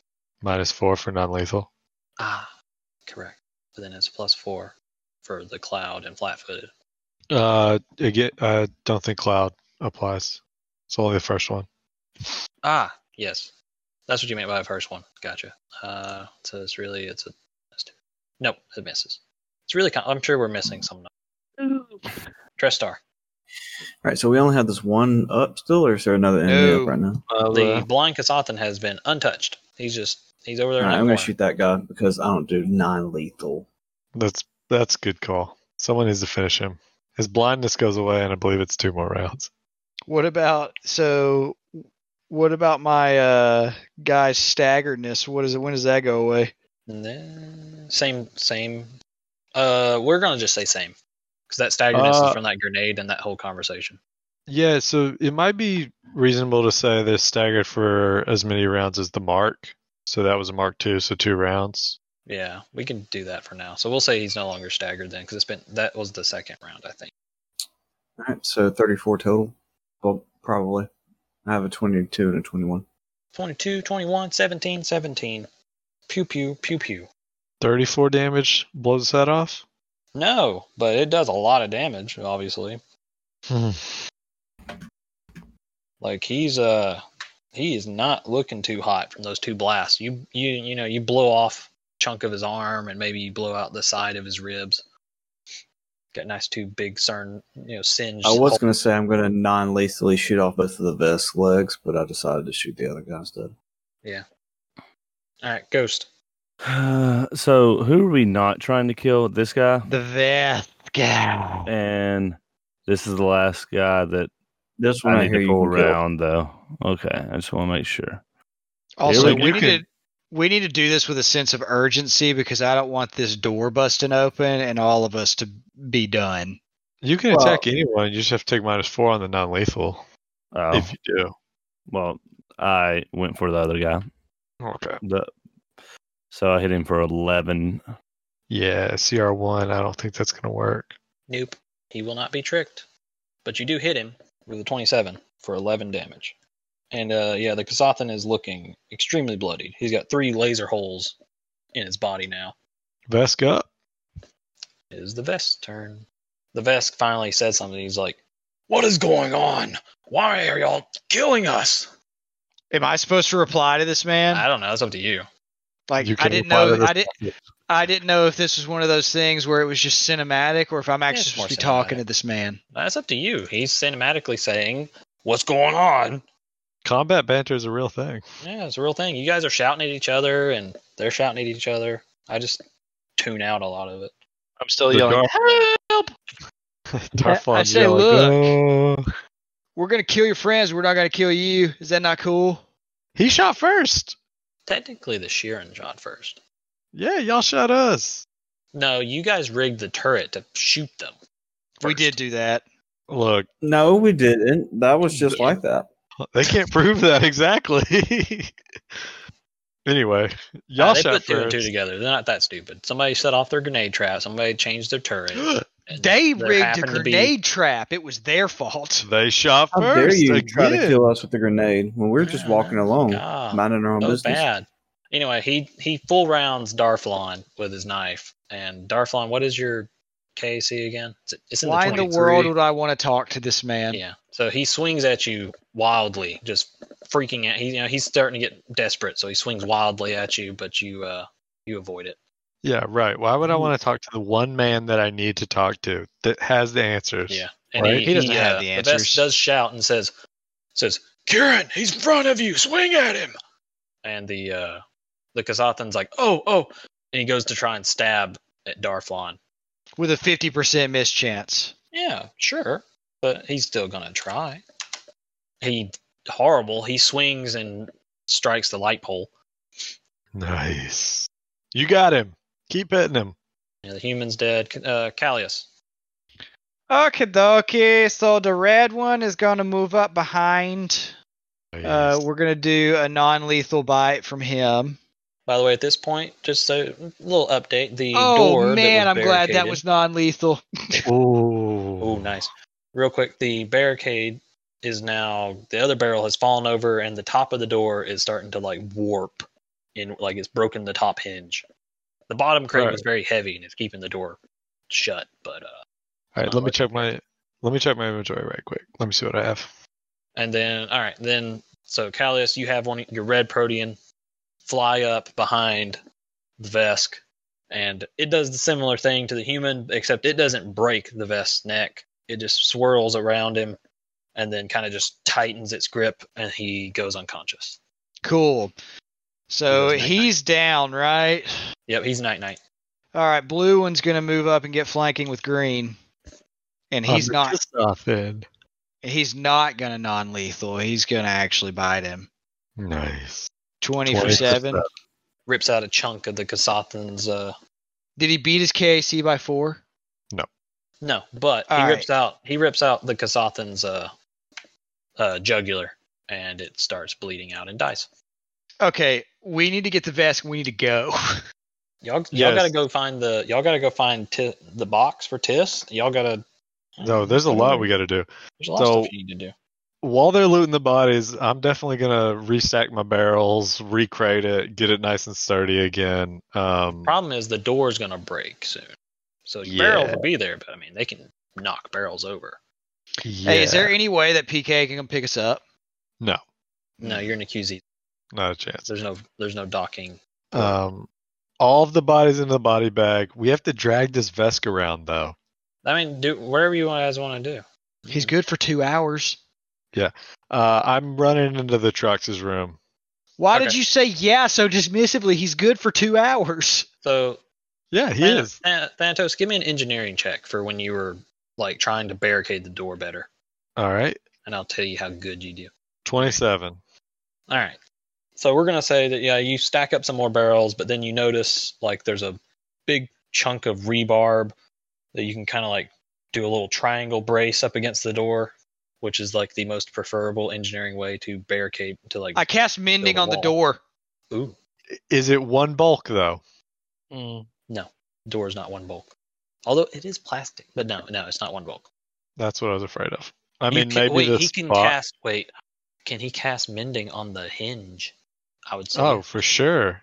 minus four for non-lethal.
Ah, correct. But then it's plus four for the cloud and flat-footed.
Uh, again, I don't think cloud applies. It's only the first one.
Ah, yes. That's what you meant by the first one. Gotcha. Uh, so it's really it's a missed. Nope, it misses. It's really. Con- I'm sure we're missing some. Trestar,
All right, so we only have this one up still, or is there another enemy
No.
up right now?
Uh,
the blind Kasathan has been untouched. He's just he's over there.
All
in
right,
that
I'm gonna
corner.
shoot that guy because I don't do non-lethal.
That's that's a good call. Someone needs to finish him. His blindness goes away, and I believe it's two more rounds.
What about so? What about my uh guy's staggeredness? What is it? When does that go away?
And then- same same. Uh, we're gonna just say same because that staggerness
Uh,
is from that grenade and that whole conversation.
Yeah, so it might be reasonable to say they're staggered for as many rounds as the mark. So that was a mark two, so two rounds.
Yeah, we can do that for now. So we'll say he's no longer staggered then, because it's been that was the second round, I think.
All right, so 34 total. Well, probably. I have a 22 and a 21.
22, 21, 17, 17. Pew pew pew pew.
Thirty-four damage blows his head off.
No, but it does a lot of damage, obviously.
Hmm.
Like he's uh he is not looking too hot from those two blasts. You you you know, you blow off a chunk of his arm and maybe you blow out the side of his ribs. Got nice two big cern you know, singed
I was
hole-
gonna say I'm gonna non-lethally shoot off both of the vest legs, but I decided to shoot the other guy instead.
All right, ghost.
so who are we not trying to kill? This guy,
The vest guy.
and this is the last guy that
This one
I
I
need
hear
to
you
pull
can kill.
around, though. Okay, I just want to make sure.
Also, we,
Yeah, we- you
need
could-
to we need to do this with a sense of urgency because I don't want this door busting open and all of us to be done.
You can
Well-
attack anyone. You just have to take minus four on the non-lethal
Oh,
if you do.
well, I went for the other guy.
Okay.
The so I hit him for eleven.
Yeah, CR one. I don't think that's gonna work.
Nope. He will not be tricked. But you do hit him with a 27 for 11 damage. And uh, yeah, the Kasathan is looking extremely bloodied. He's got three laser holes in his body now.
Vesk up.
It is the Vest's turn. The Vest finally says something. He's like, What is going on? Why are y'all killing us?
Am I supposed to reply to this man?
I don't know. That's up to you.
Like
you
I
can
didn't
reply
know
to this
I didn't I didn't know if this was one of those things where it was just cinematic or if I'm actually
it's
supposed to
more
be talking
cinematic.
to this man.
That's up to you. He's cinematically saying, What's going on?
Combat banter is a real thing.
Yeah, it's a real thing. You guys are shouting at each other, and they're shouting at each other. I just tune out a lot of it.
I'm still
The
yelling.
dark-
Help!
Tarflon
I say,
yelling, "Go."
We're gonna kill your friends. We're not gonna kill you. Is that not cool?
He shot first.
Technically, the Sheeran shot first.
Yeah, y'all shot us.
No, you guys rigged the turret to shoot them.
We
first.
did do that.
Look,
No, we didn't. That was just like that.
They can't prove that exactly. anyway, y'all
they
shot
put two and two
first.
together. They're not that stupid. Somebody set off their grenade trap. Somebody changed their turret.
They
there
rigged a
happened to be-
grenade trap. It was their fault.
They shot
How
first.
dare you
again.
try to kill us with a grenade when we're just
Yeah,
walking along,
God.
minding our own
Ah, That was
business?
bad. Anyway, he he full rounds Darflon with his knife. And Darflon, what is your KC again? It's, it's in
Why
the
in
20.
the world would I want to talk to this man?
Yeah. So he swings at you wildly, just freaking out. He you know he's starting to get desperate, so he swings wildly at you, but you uh you avoid it.
Yeah, right. Why would I want to talk to the one man that I need to talk to that has the answers?
Yeah. And uh,
Right.
He doesn't have the
The
answers.
best does shout and says says, Kieran, he's in front of you, swing at him And the uh the Kazathan's like, Oh, oh and he goes to try and stab at Darflon.
With a 50% miss chance.
Yeah, sure. But he's still gonna try. He horrible. He swings and strikes the light pole.
Nice. You got him. Keep hitting him.
And the human's dead. Uh, Callius.
Okay, dokie. So the red one is going to move up behind. Uh, we're going to do a non lethal bite from him.
By the way, at this point, just so a little update. The door.
Oh,
that
man.
was
I'm glad that
barricaded-
was non lethal.
Oh,
Ooh.
nice. Real quick, the barricade is now the other barrel has fallen over, and the top of the door is starting to like warp, and like it's broken the top hinge. The bottom crate
Right.
was very heavy, and it's keeping the door shut. But uh,
All right,
not
let me
like-
check my let me check my inventory right quick. Let me see what I have.
And then, all right, then so Callius, you have one your red protean fly up behind the Vesk, and it does the similar thing to the human, except it doesn't break the Vesk's neck. It just swirls around him, and then kind of just tightens its grip, and he goes unconscious.
Cool. So
He goes night-night.
he's down, right?
Yep, he's night night.
All right. Blue one's going to move up and get flanking with green. And
Um,
he's not.
nothing.
He's not going to non lethal. He's going to actually bite him.
Nice.
20,
20
for
for
7.
seven.
Rips out a chunk of the Kasathan's. Uh,
Did he beat his KAC by 4?
no, but he
All
rips out he rips out the Kasathan's uh, uh, jugular, and it starts bleeding out and dies.
Okay. We need to get the vest. We need to go.
Y'all, y'all
Yes.
gotta go find the y'all gotta go find t- the box for Tis. Y'all gotta.
No, there's a lot we got to do.
There's a lot
so-
of stuff you need to do.
While they're looting the bodies, I'm definitely gonna restack my barrels, recrate it, get it nice and sturdy again. Um,
Problem is the door's gonna break soon, so
Yeah.
barrels will be there. But I mean, they can knock barrels over.
yeah.
Hey, is there any way that PK can come pick us up?
no,
No, you're in a QZ.
not a chance.
There's no there's no docking.
Um, all of the bodies in the body bag. We have to drag this Vesk around though.
I mean, do whatever you guys want to do.
He's good for two hours.
Uh, I'm running into the Trox's room.
Why did
Okay.
you say yeah so dismissively? He's good for two hours.
So
Yeah, he
Than-
is.
Than- Thanatos, give me an engineering check for when you were like trying to barricade the door better,
All right,
and I'll tell you how good you do.
twenty-seven.
All right. So we're gonna say that yeah, you stack up some more barrels, but then you notice like there's a big chunk of rebarb that you can kind of like do a little triangle brace up against the door, which is like the most preferable engineering way to barricade to like.
I cast mending on
Build a
the
wall.
door.
ooh,
Is it one bulk though?
door's not one bulk. Although it is plastic, but no, no, it's not one bulk.
That's what I was afraid of. I
You
mean,
can-
maybe
wait,
the
he can
spot-
cast. Wait, can he cast mending on the hinge? I would say.
Oh, for sure.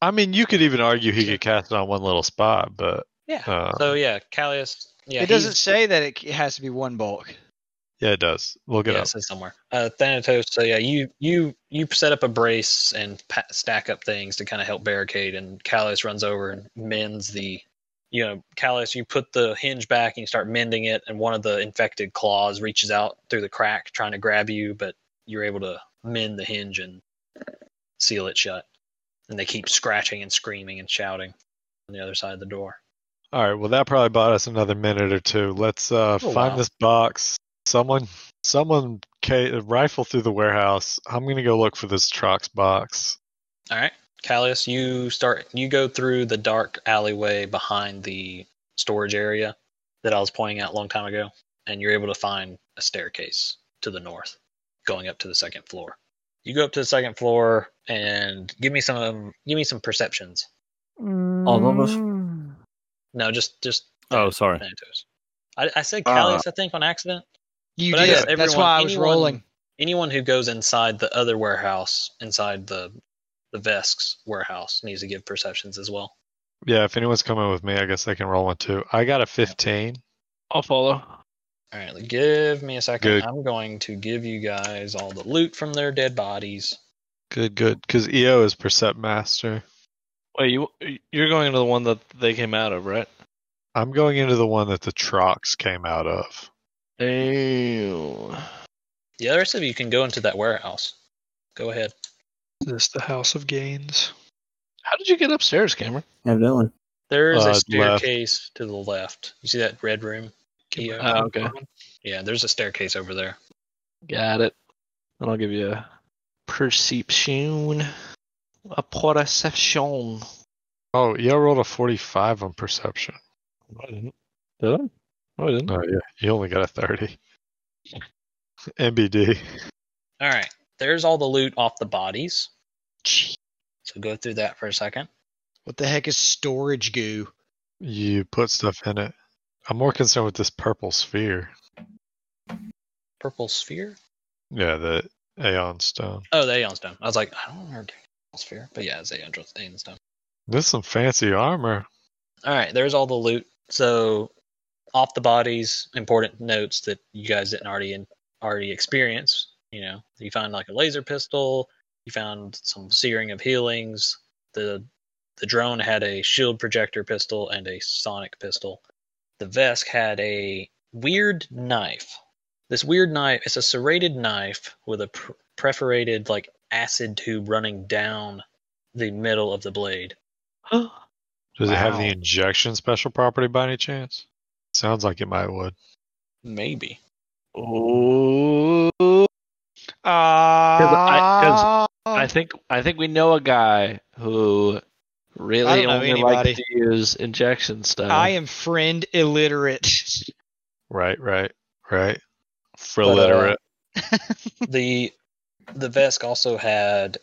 I mean, you could even argue he
Sure.
could cast it on one little spot, but
yeah.
uh,
so yeah, Callius. Yeah,
it
he's-
doesn't say that it, c- it has to be one bulk.
yeah, it does. Look it
yeah,
up.
it says somewhere. Uh, Thanatos. So yeah, you you you set up a brace and pa- stack up things to kind of help barricade. And Callus runs over and mends the, you know, Callus. You put the hinge back and you start mending it. And one of the infected claws reaches out through the crack, trying to grab you, but you're able to mend the hinge and seal it shut. And they keep scratching and screaming and shouting on the other side of the door.
All right. Well, that probably bought us another minute or two. Let's uh,
Oh,
find
wow.
this box. Someone, someone, ca- rifle through the warehouse. I'm gonna go look for this Trox box.
All right, Callius, you start. You go through the dark alleyway behind the storage area that I was pointing out a long time ago, and you're able to find a staircase to the north, going up to the second floor. You go up to the second floor and give me some. Give me some perceptions.
Mm,
All of us?
mm,
No, just just
Oh, sorry.
Thanatos. I, I said Callius, I think, on accident.
You
But I
did.
guess
That's
everyone-
why I was
anyone-
rolling.
Anyone who goes inside the other warehouse, inside the the Vesk's warehouse, needs to give perceptions as well.
Yeah, if anyone's coming with me, I guess they can roll one too. I got a 15.
I'll follow.
All right, give me a second.
Good.
I'm going to give you guys all the loot from their dead bodies.
Good, good. Because EO is Percept Master.
Wait, you you're going into the one that they came out of, right?
I'm going into the one that the Trox came out of.
Ew.
Yeah, the rest of you can go into that warehouse. Go ahead.
Is this the House of Gains?
How did you get upstairs, Cameron?
Have Dylan.
There is
Uh,
a
left.
staircase to the left. You see that red room? Theo?
Oh, okay.
Yeah, there's a staircase over there.
Got it. And I'll give you a perception. A perception.
Oh, EO rolled a 45 on Perception.
I didn't. Did I? No, I didn't.
Oh, yeah. You only got a 30. MBD.
All right, there's all the loot off the bodies. So go through that for a second.
What the heck is storage goo?
You put stuff in it. I'm more concerned with this purple sphere.
Purple sphere?
Yeah, the Aeon Stone.
Oh, the Aeon Stone. I was like, I don't remember doing Aeon Sphere, but yeah, it's Aeon Aeon Stone.
There's some fancy armor.
All right, there's all the loot. So, off the bodies, important notes that you guys didn't already already experience. You know, you found like a laser pistol. You found some searing of healings. The the drone had a shield projector pistol and a sonic pistol. The Vesk had a weird knife. This weird knife, it's a serrated knife with a pr- perforated like acid tube running down the middle of the blade.
Does it have the
Wow.
injection special property by any chance? Sounds like it might would.
Maybe.
Oh. I,
Ah.
I think I think we know a guy who
I
really
don't know
only likes
anybody.
to use injection stuff.
I am friend illiterate.
Right, right, right. For
But, uh,
illiterate.
the the Vesk also had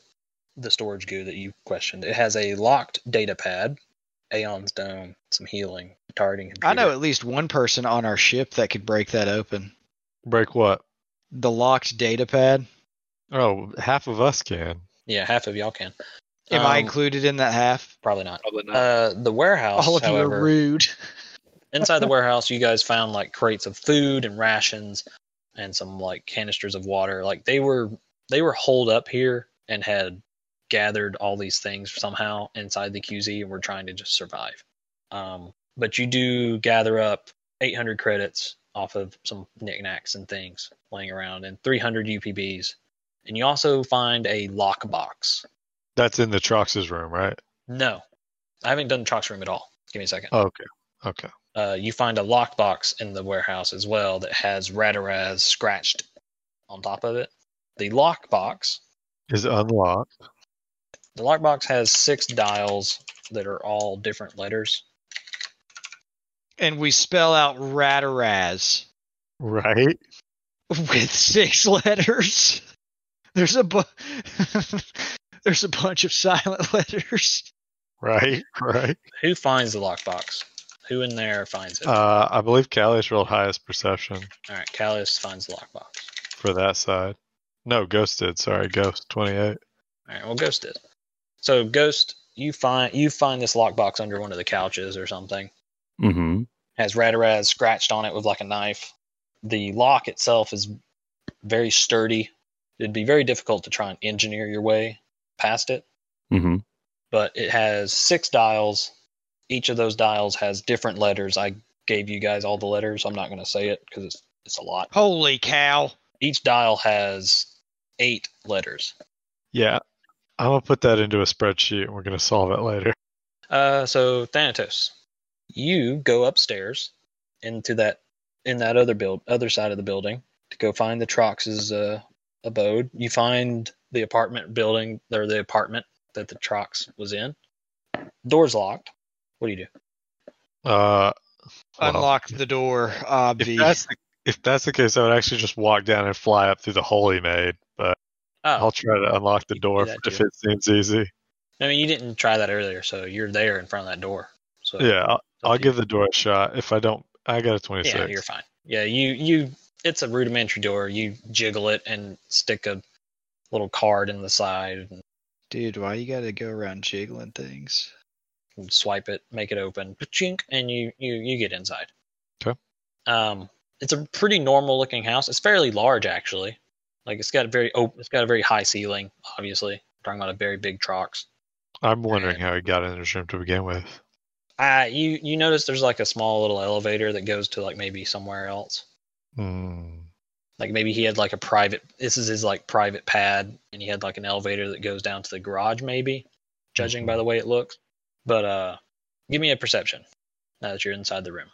the storage goo that you questioned. It has a locked data pad, Aeon's Dome, some healing, targeting.
I know
computer.
at least one person on our ship that could break that open.
Break what?
The locked data pad.
Oh, half of us can.
Yeah, half of y'all can.
Am I
Um,
Oh.
included in that half?
Probably not.
Probably not.
Uh, the warehouse,
All of you are
however,
rude.
inside the warehouse, you guys found like crates of food and rations, and some like canisters of water. Like they were they were holed up here and had gathered all these things somehow inside the QZ and were trying to just survive. Um, but you do gather up 800 credits off of some knickknacks and things laying around and 300 UPBs. And you also find a lockbox.
That's in the Trox's room, right?
No, I haven't done Chalk's room at all. Give me a second.
Okay. Okay.
uh, you find a lockbox in the warehouse as well that has Rataraz scratched on top of it. The lockbox,
Is unlocked.
the lockbox has six dials that are all different letters.
and we spell out Rataraz
Right?
with six letters. There's a bu- there's a bunch of silent letters.
Right? Right.
Who finds the lockbox? Who in there finds it?
Uh, I believe Callius rolled highest perception
all right, Callus finds the lockbox.
for that side. No, Ghost did. Sorry, Ghost 28.
All right, well, Ghost did. So, Ghost, you find you find this lockbox under one of the couches or something.
Mm-hmm.
has Rataraz scratched on it with like a knife. The lock itself is very sturdy. It'd be very difficult to try and engineer your way past it,
Mm-hmm.
but it has six dials. Each of those dials has different letters. I gave you guys all the letters. I'm not going to say it because it's, it's a lot.
Holy cow!
Each dial has eight letters.
Yeah. I'm going to put that into a spreadsheet and we're going to solve it later.
Uh, so Thanatos, you go upstairs into that in that other build other side of the building to go find the Trox's uh, abode. You find the apartment building or the apartment that the Trox was in. Door's locked. What do you do?
Uh, well,
Unlock the door, Obvi.
If that's, the, if that's the case, I would actually just walk down and fly up through the hole he made, but I'll
Oh,
try to unlock the
You can do
door
that
if
too.
it seems easy.
I mean you didn't try that earlier, so you're there in front of that door. So
Yeah, I'll, I'll give the door a shot. If I don't I got a
Yeah,
26.
you're fine. Yeah, you you it's a rudimentary door. You jiggle it and stick a little card in the side
Dude, why you gotta go around jiggling things?
and swipe it, make it open, chink, and you you you get inside.
Okay.
Um, it's a pretty normal looking house. It's fairly large actually. Like it's got a very open, it's got a very high ceiling. Obviously, We're talking about a very big trucks.
I'm wondering how he got in this room to begin with.
Uh, you you notice there's like a small little elevator that goes to like maybe somewhere else.
Hmm.
Like maybe he had like a private. This is his like private pad, and he had like an elevator that goes down to the garage, maybe. Judging by the way it looks, but uh, give me a perception. Now that you're inside the room.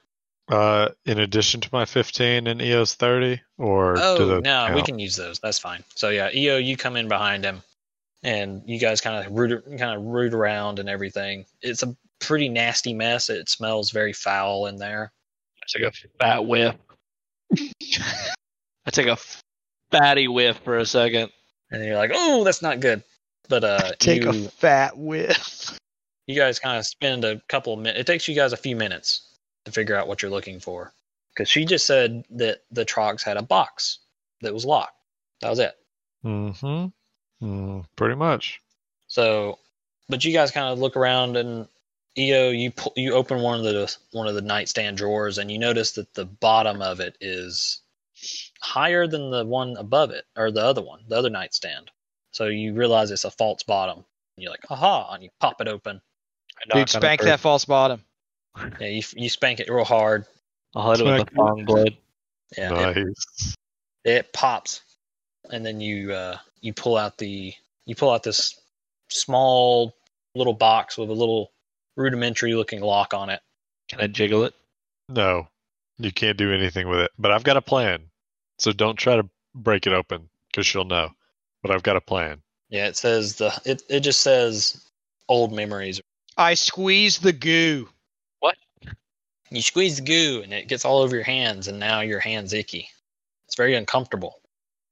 Uh, in addition to my 15 and EOS 30, or do
Oh
those
no, we
count?
can use those. That's fine. So yeah, EO, you come in behind him, and you guys kind of root, kind of root around and everything. It's a pretty nasty mess. It smells very foul in there.
I take a fat whiff. I take a fatty whiff for a second.
And you're like, oh, that's not good. But uh,
Take
you,
a fat whiff.
you guys kind of spend a couple of minutes. It takes you guys a few minutes to figure out what you're looking for, because she just said that the Trox had a box that was locked. That was it.
Mm-hmm. Mm, pretty much.
So, but you guys kind of look around and EO, you pull, you open one of the one of the nightstand drawers and you notice that the bottom of it is higher than the one above it or the other one, the other nightstand. So you realize it's a false bottom. And you're like, aha! And you pop it open.
Dude, spank that false bottom.
Yeah, you, you spank it real hard.
I'll hit it with a
Smack.
thong blade.
Yeah, it-
Nice.
it pops and then you uh you pull out the you pull out this small little box with a little rudimentary looking lock on it
Can I jiggle it?
No, you can't do anything with it. But I've got a plan. So don't try to break it open because she'll know. But I've got a plan.
yeah it says the it, it just says old memories
I squeeze the goo.
you squeeze the goo and it gets all over your hands and now your hands icky it's very uncomfortable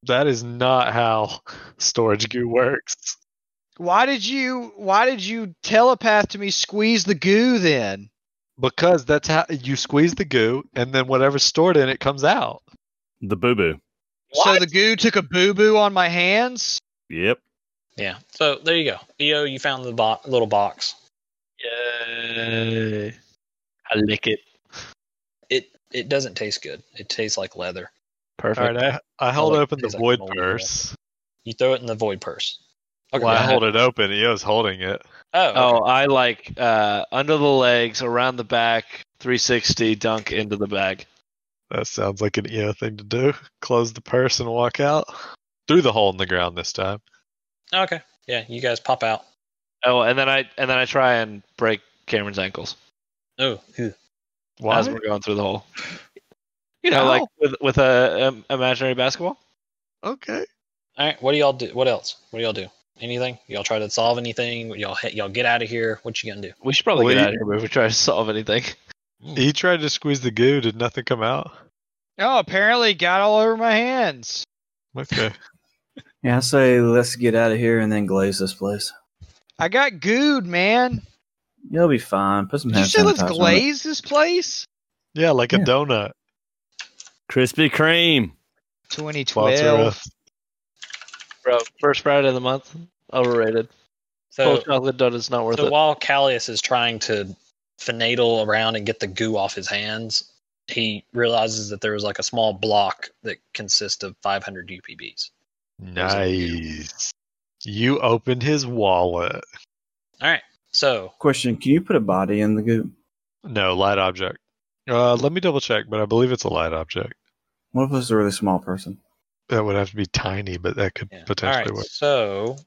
That is not how storage goo works.
Why did you why did you telepath to me squeeze the goo then?
Because that's how you squeeze the goo, and then whatever's stored in it comes out.
The boo boo.
So the goo took a boo-boo on my hands?
Yep.
yeah so there you go eo you found the bo- little box
Yay. I lick it.
it it doesn't taste good it tastes like leather
Perfect.
All right, I, I held
like-
open the
it's like
void
molded
purse.
you throw it in the void purse
Well, I
Wow.
hold it open. Eo's holding it.
oh, okay.
Oh, I like uh, under the legs, around the back, 360 dunk into the bag.
That sounds like an EO thing to do. Close the purse and walk out through the hole in the ground this time.
okay yeah you guys pop out
Oh, and then I and then I try and break Cameron's ankles
oh ew.
Why?
as we're going through the hole. You know, like with with a um, imaginary basketball.
Okay.
All right, what do y'all do? What else? What do y'all do? Anything? Y'all try to solve anything? Y'all he- y'all get out of here. What you gonna do?
We should probably
Well,
get
you-
out of here if we try to solve anything. Hmm.
He tried to squeeze the goo. Did nothing come out?
Oh, apparently it got all over my hands.
Okay.
Yeah, I say let's get out of here and then glaze this place.
I got gooed, man.
You'll be fine. Put some
Did you
hand
say let's
sanitizer on it.
glaze this place?
yeah, like a
Yeah.
donut.
Krispy Kreme.
Mozzarella.
2012.
Bro, first Friday of the month, overrated.
So,
Cold chocolate donut's not worth
so
it.
while Callius is trying to finagle around and get the goo off his hands, he realizes that there was like a small block that consists of 500 UPBs.
Nice. You opened his wallet.
So
Question: Can you put a body in the goo?
No, light object. Uh, let me double check, but I believe it's a light object.
What if it's a really small person?
That would have to be tiny, but that could
yeah.
potentially
All right,
work.
So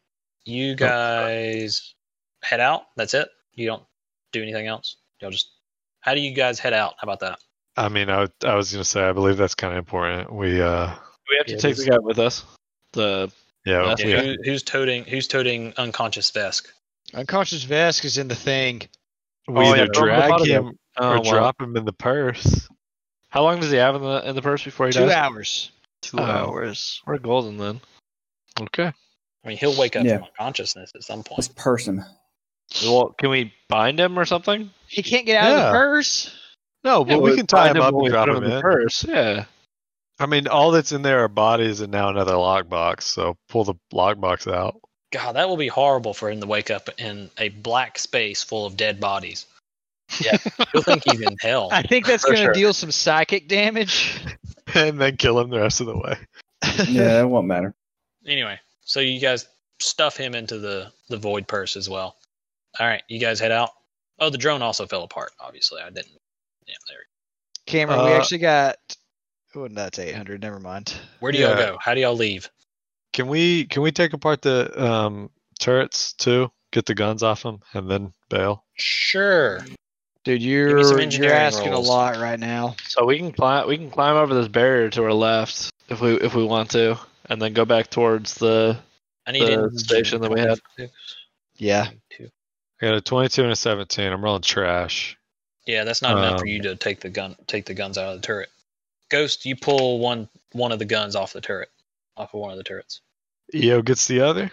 you guys head out. That's it. You don't do anything else. Y'all just. How do you guys head out? How about that?
I mean, I, would- I was gonna say I believe that's kind of important. We uh,
we have to
Yeah,
take
this-
the guy with us. The
yeah,
That's
we-
Yeah, Who, who's toting? Who's toting unconscious Vesk?
Unconscious Vesk is in the thing.
we
Oh,
either
yeah, throw him in the
drag
body.
him
oh,
or
wow.
drop him in the purse.
How long does he have in the in the purse before he
Two
dies?
hours.
Two
Oh.
hours.
We're golden then.
Okay.
I mean, he'll wake up
Yeah.
from unconsciousness at some
This
point.
person.
Well, can we bind him or something?
He can't get out of
Yeah.
the purse.
No,
Yeah,
but we
we
can tie
tied
him
him
up and
with
drop
one
him
of the
in.
First, yeah.
I mean, all that's in there are bodies and now another lockbox. So pull the lockbox out.
God, that will be horrible for him to wake up in a black space full of dead bodies. Yeah, you'll think he's in hell.
I think that's
For
going to
sure.
deal some psychic damage.
and then kill him the rest of the way.
yeah, it won't matter.
Anyway, so you guys stuff him into the the void purse as well. All right, you guys head out. Oh, the drone also fell apart. Obviously, I didn't. Yeah, there. we
Cameron, we
Uh,
actually got. Oh, that's 800. Never mind.
go. Where do
Yeah.
y'all go? How do y'all leave?
Can we can we take apart the um, turrets too? Get the guns off them and then bail.
Sure.
Dude, you're, you're
engineering
asking
rolls.
a lot right now.
So we can climb. We can climb over this barrier to our left if we if we want to, and then go back towards the.
I need
The
engine
station that we had.
26.
Yeah.
I got a 22 and a 17. I'm rolling trash.
Yeah, that's not enough for
Um,
you to take the gun take the guns out of the turret. Ghost, you pull one one of the guns off the turret, off of one of the turrets.
EO E gets the other.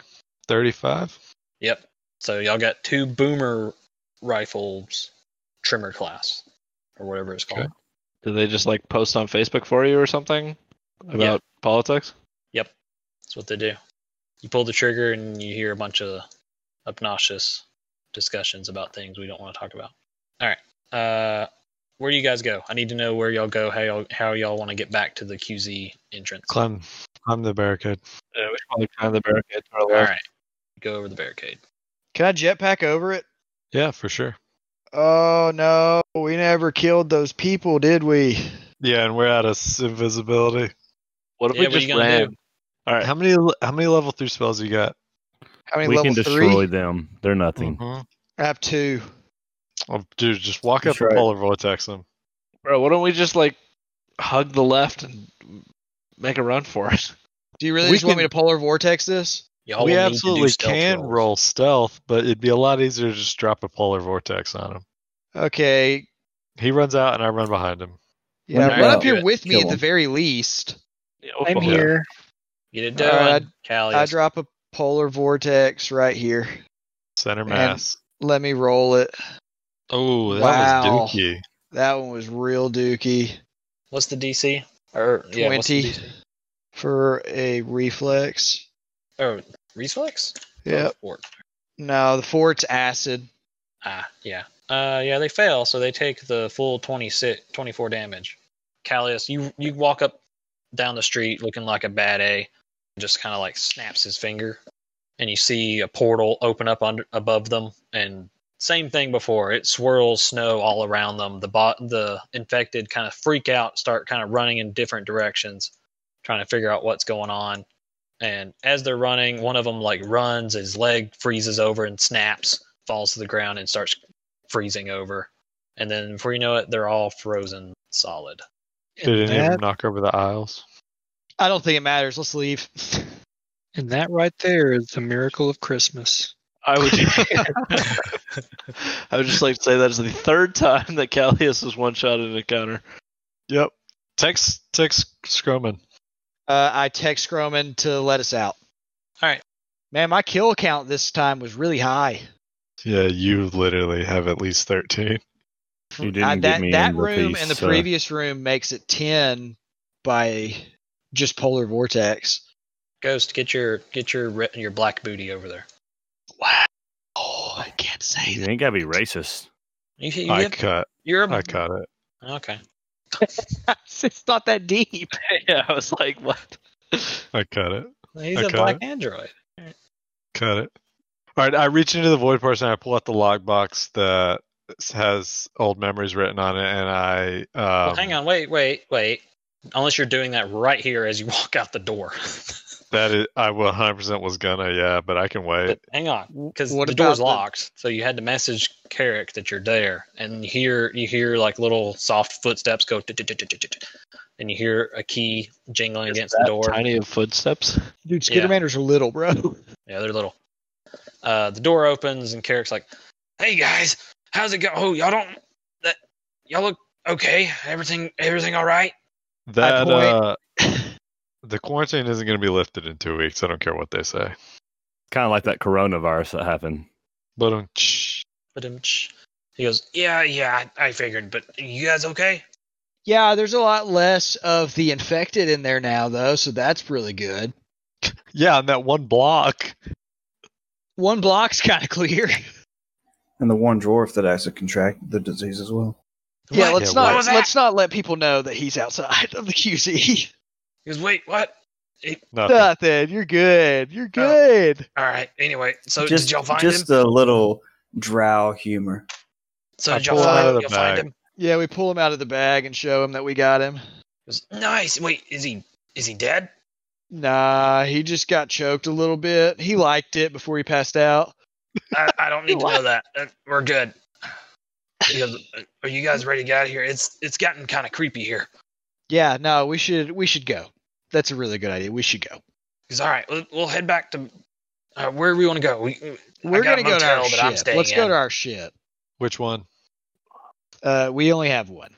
35.
Yep. So y'all got two boomer rifles, trimmer class, or whatever it's called.
Okay.
Did they just like post on Facebook for you or something about politics?
That's what they do. You pull the trigger and you hear a bunch of obnoxious discussions about things we don't want to talk about. All right. Uh, where do you guys go? I need to know where y'all go. How y'all how y'all want to get back to the QZ entrance?
Climb climb the barricade.
Yeah, we should probably climb the barricade to our
All
left.
right. Go over the barricade.
Can I jetpack over it?
Yeah, for sure.
Oh, no. We never killed those people, did we?
Yeah, and we're out of s- invisibility.
What if
Yeah,
we
what are you
just
gonna do?
ran? All right.
How many l- how many level three spells you got?
How many
we
level
can destroy
three? Mm-hmm.
them. They're nothing.
Mm-hmm.
I have two.
Oh, dude, just walk
That's
up and
right.
polar vortex them.
Bro, why don't we just like hug the left and make a run for it?
Do you really
We
just want
can-
me to polar vortex this?
Y'all
we
will need to do
absolutely
stealth
can
rolls.
roll stealth, but it'd be a lot easier to just drop a polar vortex on him.
Okay.
He runs out and I run behind him.
Yeah,
Well,
run up
no.
here with me
Kill
at the
him.
very least.
I'm here.
Get it
All
done,
Uh,
right,
Callie.
I drop a polar vortex right here.
Center
And-
mass.
Let me roll it.
Oh, that
Wow.
was dookie.
That one was real dookie.
What's the DC? Or yeah, what's
20
the DC?
for a reflex.
Oh, reflex.
Yep.
Oh, fort.
No, the fort's acid.
Ah, yeah. Uh, yeah, they fail, so they take the full 26, 24 damage. Callius, you you walk up down the street looking like a bad A, just kind of like snaps his finger, and you see a portal open up under above them, and same thing before. It swirls snow all around them. The bot, the infected kind of freak out, start kind of running in different directions, trying to figure out what's going on. And as they're running, one of them like runs, his leg freezes over and snaps, falls to the ground and starts freezing over. And then before you know it, they're all frozen solid.
Did any of them
that,
knock over the aisles?
I don't think it matters. Let's leave.
and that right there is the miracle of Christmas.
I would. I would just like to say that is the third time that Callius was one shot in an encounter.
Yep. Text text Scroman.
Uh, I text Scroman to let us out.
All right.
Man, my kill count this time was really high.
Yeah, you literally have at least thirteen.
You didn't
I,
get
that
me
that
in the
room
piece, uh,
and the
so-
previous room makes it ten by just polar vortex.
Ghost, get your get your re- your black booty over there.
Oh, I can't say.
You ain't gotta be racist.
You, you
I
have-
cut.
you're a,
I cut it.
okay.
it's not that deep.
yeah, I was like, what?
I cut it.
He's a
Okay.
black android.
Cut it. All right, I reach into the void person. I pull out the logbox that has old memories written on it, and I. Um,
Well, hang on, wait, wait, wait. Unless you're doing that right here as you walk out the door.
That is, I 100% was gonna, yeah, but I can wait.
But hang on, because
What
the
about
door's
the-
locked, so you had to message Carrick that you're there, and you hear you hear like little soft footsteps go, "Tut-tut-tut-tut-tut," and you hear a key jingling
Is
against the
that
door.
Tiny of footsteps.
Dude,
Yeah.
Skittermanders are little, bro.
Yeah, they're little. Uh, the door opens and Carrick's like, "Hey guys, how's it go? Oh, y'all don't that y'all look okay? Everything everything all right?
That
point.
uh, the quarantine isn't gonna be lifted in two weeks. I don't care what they say.
Kind of like that coronavirus that happened.
But um,
But um, tsh. He goes, "Yeah, yeah, I I figured, but you guys okay?"
Yeah, there's a lot less of the infected in there now, though, so that's really good.
Yeah, on that one block.
One block's kind of clear.
And the one dwarf that actually contracted the disease as well.
Yeah,
What?
let's
Yeah,
not
what?
let's not let people know that he's outside of the QC.
He goes, "Wait, what?"
Nothing.
Nothing. You're good. You're
No.
good.
All right. Anyway, so
just
did y'all find
just
him?
a little drow humor.
So
I
did y'all
pulled
find,
out of the
y'all find
bag.
him?
Yeah, we pull him out of the bag and show him that we got him.
He goes, nice. Wait, is he is he dead?
Nah, he just got choked a little bit. He liked it before he passed out.
I, I don't need to know that. Uh, We're good. He goes, "Are you guys ready to get out of here? It's it's gotten kind of creepy here."
Yeah, no, we should we should go. That's a really good idea. We should go.
He's all right. We'll, we'll head back to uh, where do we want to go. We
We're
got
gonna
a
go to our
motel that I'm
ship.
staying
Let's go
in.
to our ship.
Which one?
Uh, we only have one.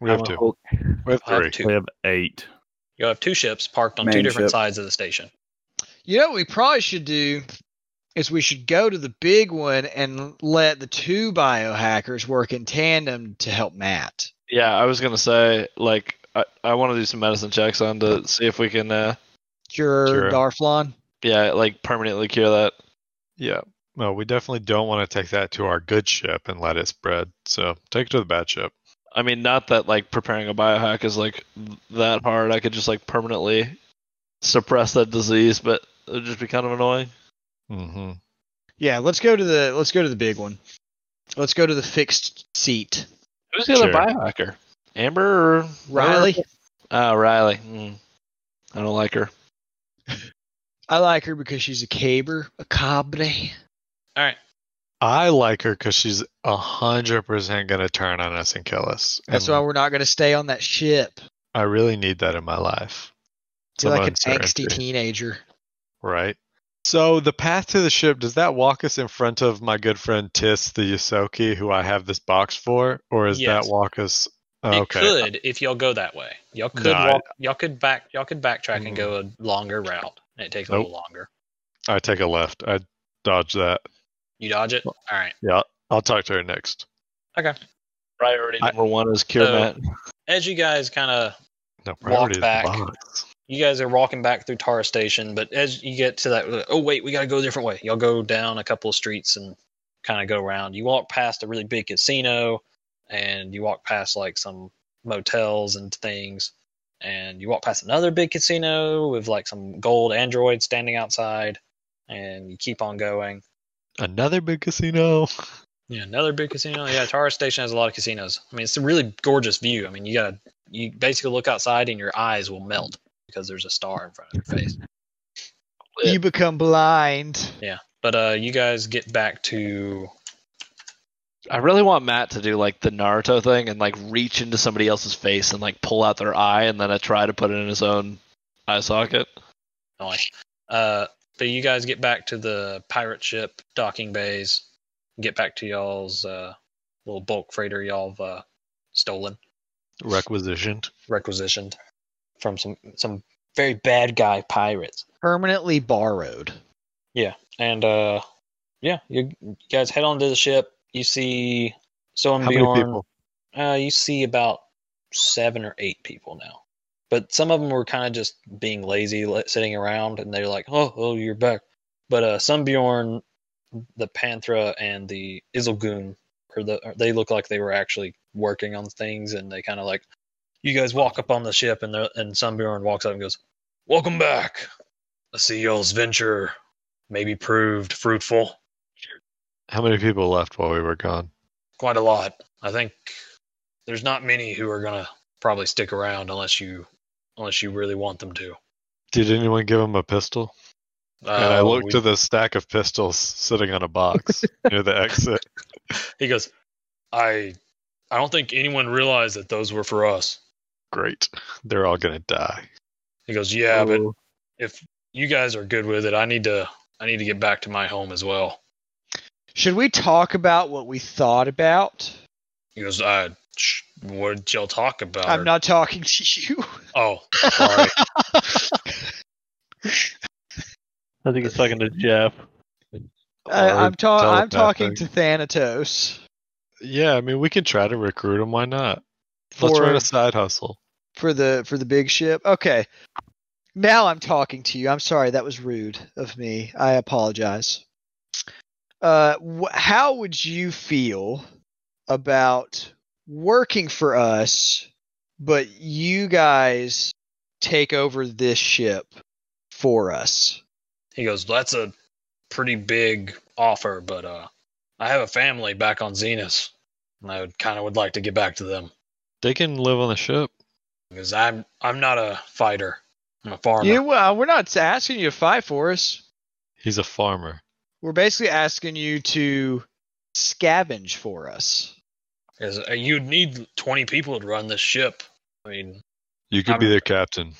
We have
I'm a
two.
Hulk.
We have
I have
three.
two.
We have eight.
You'll have two ships parked on two
Main
different
ship.
sides of the station.
You know what we probably should do is we should go to the big one and let the two biohackers work in tandem to help Matt.
Yeah, I was gonna say like I, I want to do some medicine checks on to see if we can uh
Cure,
Cure.
Darflon.
yeah like permanently cure that.
Yeah. No, we definitely don't want to take that to our good ship and let it spread. So take it to the bad ship.
I mean, not that like preparing a biohack is like that hard. I could just like permanently suppress that disease, but it would just be kind of annoying.
Mm-hmm.
Yeah, let's go to the let's go to the big one. Let's go to the fixed seat.
Who's the other
Sure.
biohacker? Amber or
Riley,
Oh, Riley. Mm. I don't like her.
I like her because she's a caber, a cabre.
I like her because she's a hundred percent gonna turn on us and kill us.
That's
And
why we're not going to stay on that ship.
I really need that in my life.
You're
Some
like an
uncertainty.
angsty teenager.
Right. So the path to the ship does that walk us in front of my good friend Tis the Yosoki, who I have this box for, or is
Yes.
that walk us? oh,
It
Okay.
could if y'all go that way. Y'all could
No, I-
walk, y'all could back y'all could backtrack
Mm.
and go
Hmm.
a longer route. And it takes a
Nope.
little longer.
I take a left. I dodge that.
You dodge it. All right.
I'll talk to her next.
Priority
I-
number one is cure
So-
Matt.
As you guys kind of
No priority is the
back.
box.
you guys are walking back through Tara Station, but as you get to that, oh wait, we got to go a different way. Y'all go down a couple of streets and kind of go around. You walk past a really big casino, and you walk past like some motels and things, and you walk past another big casino with like some gold androids standing outside, and you keep on going.
Another big casino.
Yeah, another big casino. Yeah, Tara Station has a lot of casinos. I mean, it's a really gorgeous view. I mean, you gotta you basically look outside and your eyes will melt because there's a star in front of your face.
Yeah.
You become blind.
But uh, you guys get back to
I really want Matt to do like the Naruto thing and like reach into somebody else's face and like pull out their eye and then I try to put it in his own eye socket.
Illinois. Uh, but you guys get back to the pirate ship docking bays. Get back to y'all's uh, little bulk freighter y'all have uh, stolen,
Requisitioned.
requisitioned from some some very bad guy pirates.
Permanently borrowed.
And uh, yeah, you, you guys head onto the ship. You see so and
How many
beyond.
people?
Uh, you see about seven or eight people now, but some of them were kind of just being lazy, li- sitting around, and they're like, "Oh, oh, you're back." But uh, Sunbjorn, the Panthra, and the Izzlegoon, or the or they look like they were actually working on things, and they kind of like, you guys walk up on the ship, and they're- and Sunbjorn walks up and goes, "Welcome back. I see y'all's venture maybe proved fruitful.
How many people left while we were gone?
Quite a lot. I think there's not many who are gonna probably stick around unless you unless you really want them to."
Did anyone give him a pistol? and I
Uh,
look
we-
to the stack of pistols sitting on a box near the exit.
He goes, "I, I don't think anyone realized that those were for us."
Great. They're all gonna die.
He goes, "Yeah, but if you guys are good with it, I need to, I need to get back to my home as well."
Should we talk about what we thought about?
He goes, "I, sh- what did y'all talk about?"
I'm
Or-
not talking to you.
Oh, sorry.
I think it's talking to Jeff.
I, Uh, I'm, ta- I'm
telepathic.
talking to Thanatos.
Yeah, I mean, we can try to recruit him. Why not? Let's
For-
run a side hustle.
for the for the big ship. Okay. Now I'm talking to you. I'm sorry that was rude of me. I apologize. Uh wh- how would you feel about working for us but you guys take over this ship for us?
He goes, "That's a pretty big offer, but uh, I have a family back on Zenus, and I would, kind of would like to get back to them
They can live on the ship.
because I'm I'm not a fighter. I'm a farmer.
You well, we're not asking you to fight for us.
He's a farmer.
We're basically asking you to scavenge for us.
Is- uh, you'd need 20 people to run this ship. I mean,
You could
I'm-
be their captain.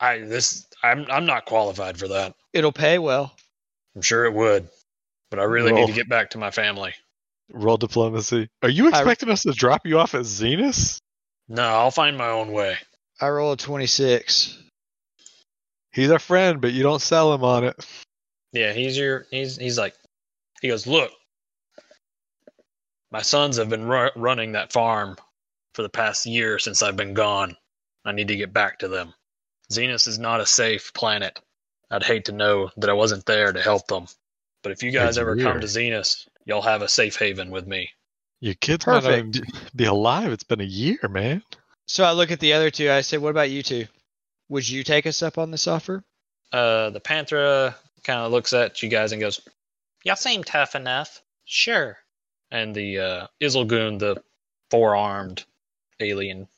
I this I'm I'm not qualified for that.
It'll pay well.
I'm sure it would, but I really need to
Oh.
get back to my family.
Roll diplomacy. Are you expecting us to drop you off at Zenus?
No, I'll find my own way.
I roll a 26.
He's our friend, but you don't sell him on it.
Yeah, he's your he's he's like he goes, "Look. My sons have been ru- running that farm for the past year since I've been gone. I need to get back to them. Zenus is not a safe planet. I'd hate to know that I wasn't there to help them. But if you guys
It's
ever come
weird.
to Zenus, y'all have a safe haven with me."
Your kids might not
Perfect.
even be alive. It's been a year, man.
So I look at the other two. I say, "What about you two? Would you take us up on this offer?"
Uh, the Panthera kind of looks at you guys and goes, "Y'all seem tough enough. Sure." And the uh, Isilgoon, the four-armed alien,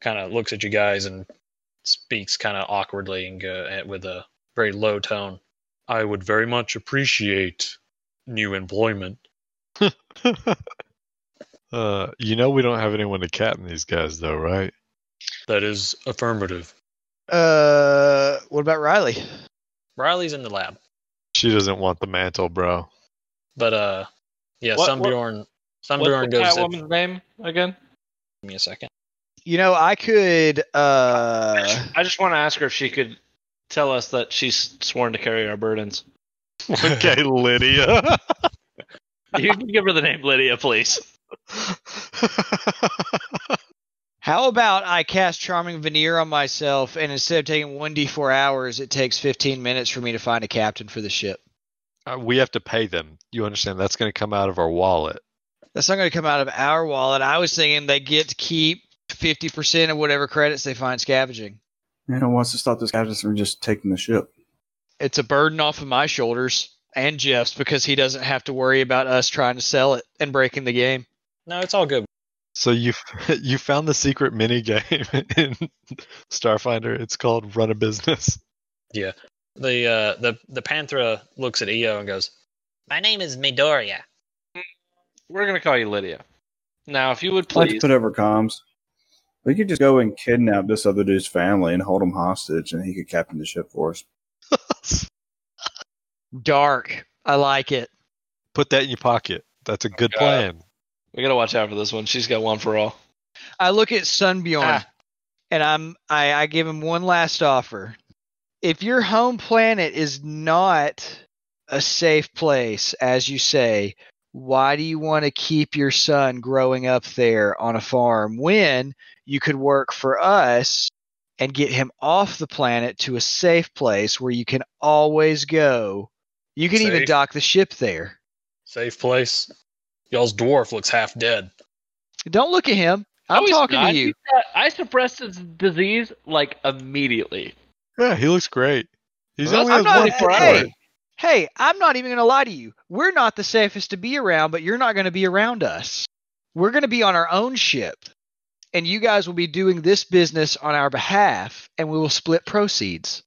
kind of looks at you guys and speaks kind of awkwardly and go, and with a very low tone. I would very much appreciate new employment.
uh, you know we don't have anyone to captain these guys, though, right?
That is affirmative.
Uh, what about Riley?
Riley's in the lab,
She doesn't want the mantle, bro.
but uh, yeah,
What- what-
Sunbjorn. Sunbjorn
What's the
goes.
cat
"If-
woman's name again?
Give me a second.
You know, I could. Uh,
I just want to ask her if she could tell us that she's sworn to carry our burdens.
okay, Lydia.
You can give her the name Lydia, please.
how about I cast Charming Veneer on myself, and instead of taking one d four hours, it takes fifteen minutes for me to find a captain for the ship.
Uh, we have to pay them. You understand? That's going to come out of our wallet.
That's not going to come out of our wallet. I was thinking they get to keep fifty percent of whatever credits they find scavenging.
You know, wants to stop those captains from just taking the ship.
It's a burden off of my shoulders and Jeff's because he doesn't have to worry about us trying to sell it and breaking the game.
No, it's all good.
So you f- you found the secret mini game in Starfinder. It's called Run a Business.
The uh, the the Panthera looks at Io and goes, "My name is Midoriya."
We're gonna call you Lydia. Now, if you would
I'd like to
please,
put over comms. We could just go and kidnap this other dude's family and hold him hostage, and he could captain the ship for us.
Dark. I like it.
Put that in your pocket. That's a good
God.
plan.
we gotta watch out for this one. She's got one for all.
I look at Sunbjorn
Ah.
and I'm I, I give him one last offer. If your home planet is not a safe place, as you say, why do you want to keep your son growing up there on a farm when you could work for us and get him off the planet to a safe place where you can always go? You can even
Safe.
dock the ship there.
Safe place. Y'all's dwarf looks half dead.
Don't look at him. I'm
No, he's
talking
not.
to you.
He's got- I suppressed his disease like immediately.
Yeah, he looks great. He's
Well,
only has
I'm not-
one
hey,
foot.
hey. Hey, I'm not even going to lie to you. We're not the safest to be around, but you're not going to be around us. We're going to be on our own ship, and you guys will be doing this business on our behalf, and we will split proceeds.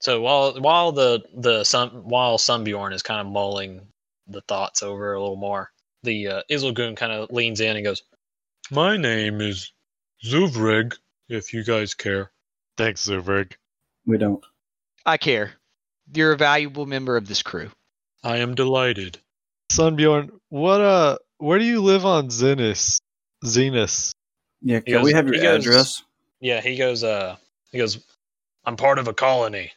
So while while the the sun while Sunbjorn is kind of mulling the thoughts over a little more, the uh, Isilgoon kind of leans in and goes,
My name is Zuvrig, if you guys care.
Thanks, Zuberg.
We don't.
I care. You're a valuable member of this crew.
I am delighted.
Sunbjorn, what uh, where do you live on Zenus? Zenus.
Yeah,
He
can we
goes-
have your
he goes-
address?
"Yeah." He goes, "Uh, he goes, I'm part of a colony.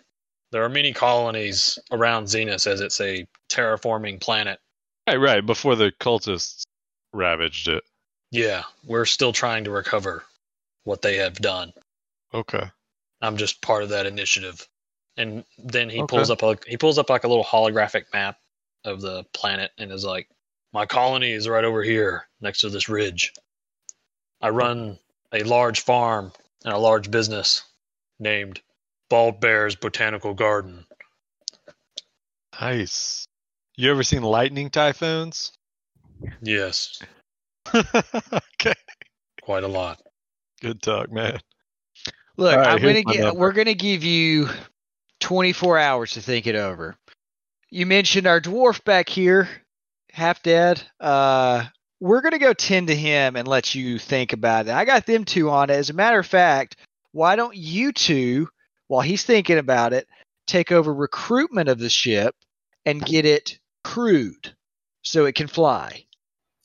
There are many colonies around Zenus, as it's a terraforming planet.
Right, right. Before the cultists ravaged it.
Yeah, we're still trying to recover what they have done.
Okay.
I'm just part of that initiative. And then he
Okay.
pulls up like he pulls up like a little holographic map of the planet and is like, "My colony is right over here next to this ridge. I run a large farm and a large business named Bald Bear's Botanical Garden."
Nice. You ever seen lightning typhoons?
Yes,
okay.
quite a lot.
Good talk, man.
Look,
All right,
I'm
here's
gonna
my
get,
number.
we're gonna give you 24 hours to think it over. You mentioned our dwarf back here, half dead. Uh, we're gonna go tend to him and let you think about it. I got them two on it. As a matter of fact, why don't you two, while he's thinking about it, take over recruitment of the ship and get it crewed so it can fly.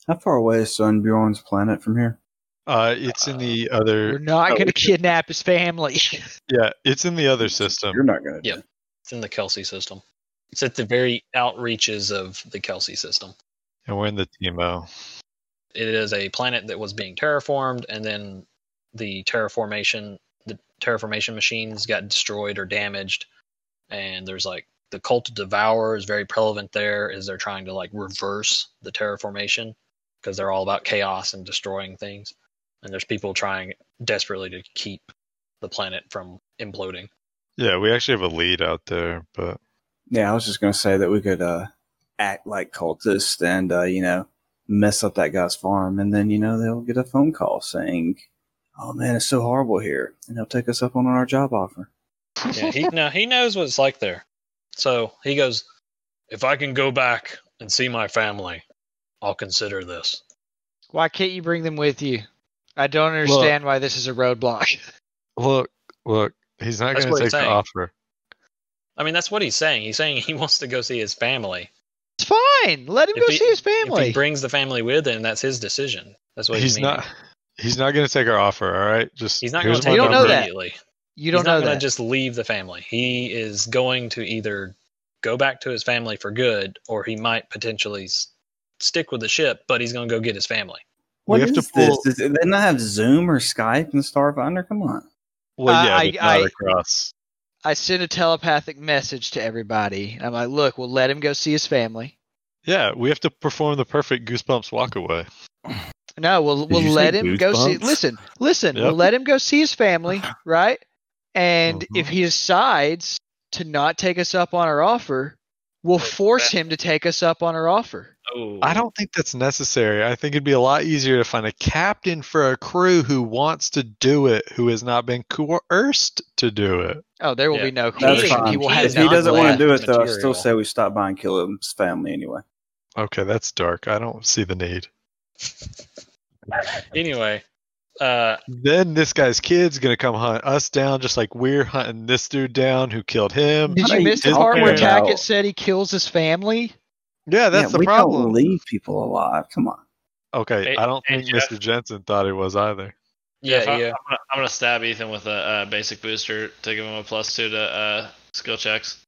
How far away is Sunbjorn's planet from here?
Uh, it's in the
We're
other.
not
Oh,
gonna
it's-
kidnap his family.
Yeah, it's in the other system.
You're not gonna.
Yep. It's in the Kelsey system. It's at the very outreaches of the Kelsey system.
And we're in the TMO.
it is a planet that was being terraformed and then the terraformation the terraformation machines got destroyed or damaged and there's like the cult of devourer is very prevalent there as they're trying to like reverse the terraformation because they're all about chaos and destroying things and there's people trying desperately to keep the planet from imploding
Yeah, we actually have a lead out there, but
Yeah, I was just gonna say that we could uh, act like cultists and uh, you know mess up that guy's farm, and then you know they'll get a phone call saying, "Oh man, it's so horrible here," and they'll take us up on our job offer.
yeah, he now he knows what it's like there. So he goes, if I can go back and see my family, I'll consider this.
Why can't you bring them with you? I don't understand why this is a roadblock.
look, look, he's not
That's
going
what
to take
it's
the
saying.
offer.
I mean, that's what he's saying. He's saying he wants to go see his family.
It's fine. Let him
If
go
he-
see his
If he
family.
brings the family with him, that's his decision. That's what he's,
He's not. He's not going to take our offer. All right, just
He's not going
here's
to
my
take
don't
them
know
number.
that.
immediately.
you don't
he's not
know
going
that.
to just leave the family. He is going to either go back to his family for good, or he might potentially s- stick with the ship. But he's going to go get his family.
We
What
have
is
to
this?
pull-
Does it, didn't I have Zoom or Skype and Starfinder? Come on.
Well,
Uh,
yeah,
I-
but
I-
not across.
I send a telepathic message to everybody. I'm like, look, we'll let him go see his family.
Yeah, we have to perform the perfect goosebumps walk away.
No, we'll we'll
you
let
say
him go see.
goosebumps?
Listen, listen, we'll
Yep.
let him go see his family, right? And
Mhm.
if he decides to not take us up on our offer, we'll force him to take us up on our offer.
Oh,
I don't think that's necessary. I think it'd be a lot easier to find a captain for a crew who wants to do it, who has not been coerced to do it.
Oh, there will
Yeah.
be no
That's
coercion.
fine.
He will
He
have
If
is
he
none
doesn't want
left.
to do it, though, I
material.
still say we stop by and kill his family anyway.
Okay, that's dark. I don't see the need.
Anyway, uh,
Then this guy's kid's gonna come hunt us down, just like we're hunting this dude down who killed him.
Did
What are
you
you
miss the
talking
part where
about?
Tackett said he kills his family?
Yeah, that's
Yeah,
the
we
problem.
don't leave people alive. Come on.
okay,
Hey-
I don't
hey,
think
Jeff.
Mr. Jensen thought it was either.
yeah,
If I,
yeah.
I'm, gonna, I'm gonna stab Ethan with a, uh basic booster to give him a plus two to uh, skill checks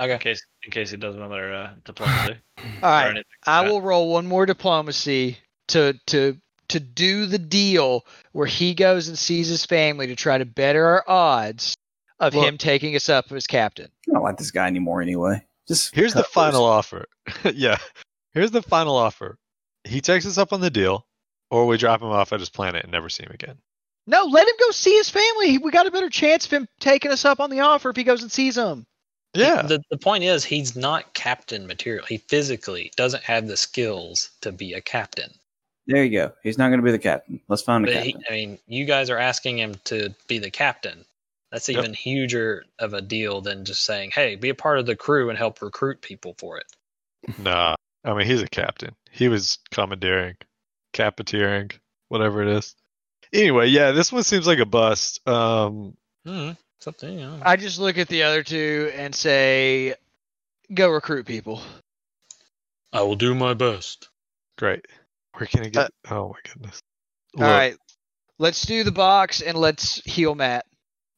in
Okay.
case in case he does another uh, diplomacy.
All
or
right,
anything.
I
Yeah.
will roll one more diplomacy to to to do the deal where he goes and sees his family to try to better our odds of
Look.
him taking us up as captain.
I don't like this guy anymore anyway. Just
Here's the
cut loose.
final offer. yeah. Here's the final offer. He takes us up on the deal, or we drop him off at his planet and never see him again.
No, let him go see his family. We got a better chance of him taking us up on the offer if he goes and sees them.
Yeah.
The the point is he's not captain material. He physically doesn't have the skills to be a captain.
There you go. He's not going to be the captain. Let's find a
But he,
captain.
I mean, you guys are asking him to be the captain. That's
Yep.
even huger of a deal than just saying, "Hey, be a part of the crew and help recruit people for it."
Nah. I mean, he's a captain. He was commandeering, capiteering, whatever it is. Anyway, yeah, this one seems like a bust. Um,
Hmm. Something. You know.
I just look at the other two and say, "Go recruit people."
I will do my best.
great. We're gonna get. oh my goodness.
Uh, All
Look,
right, let's do the box and let's heal Matt.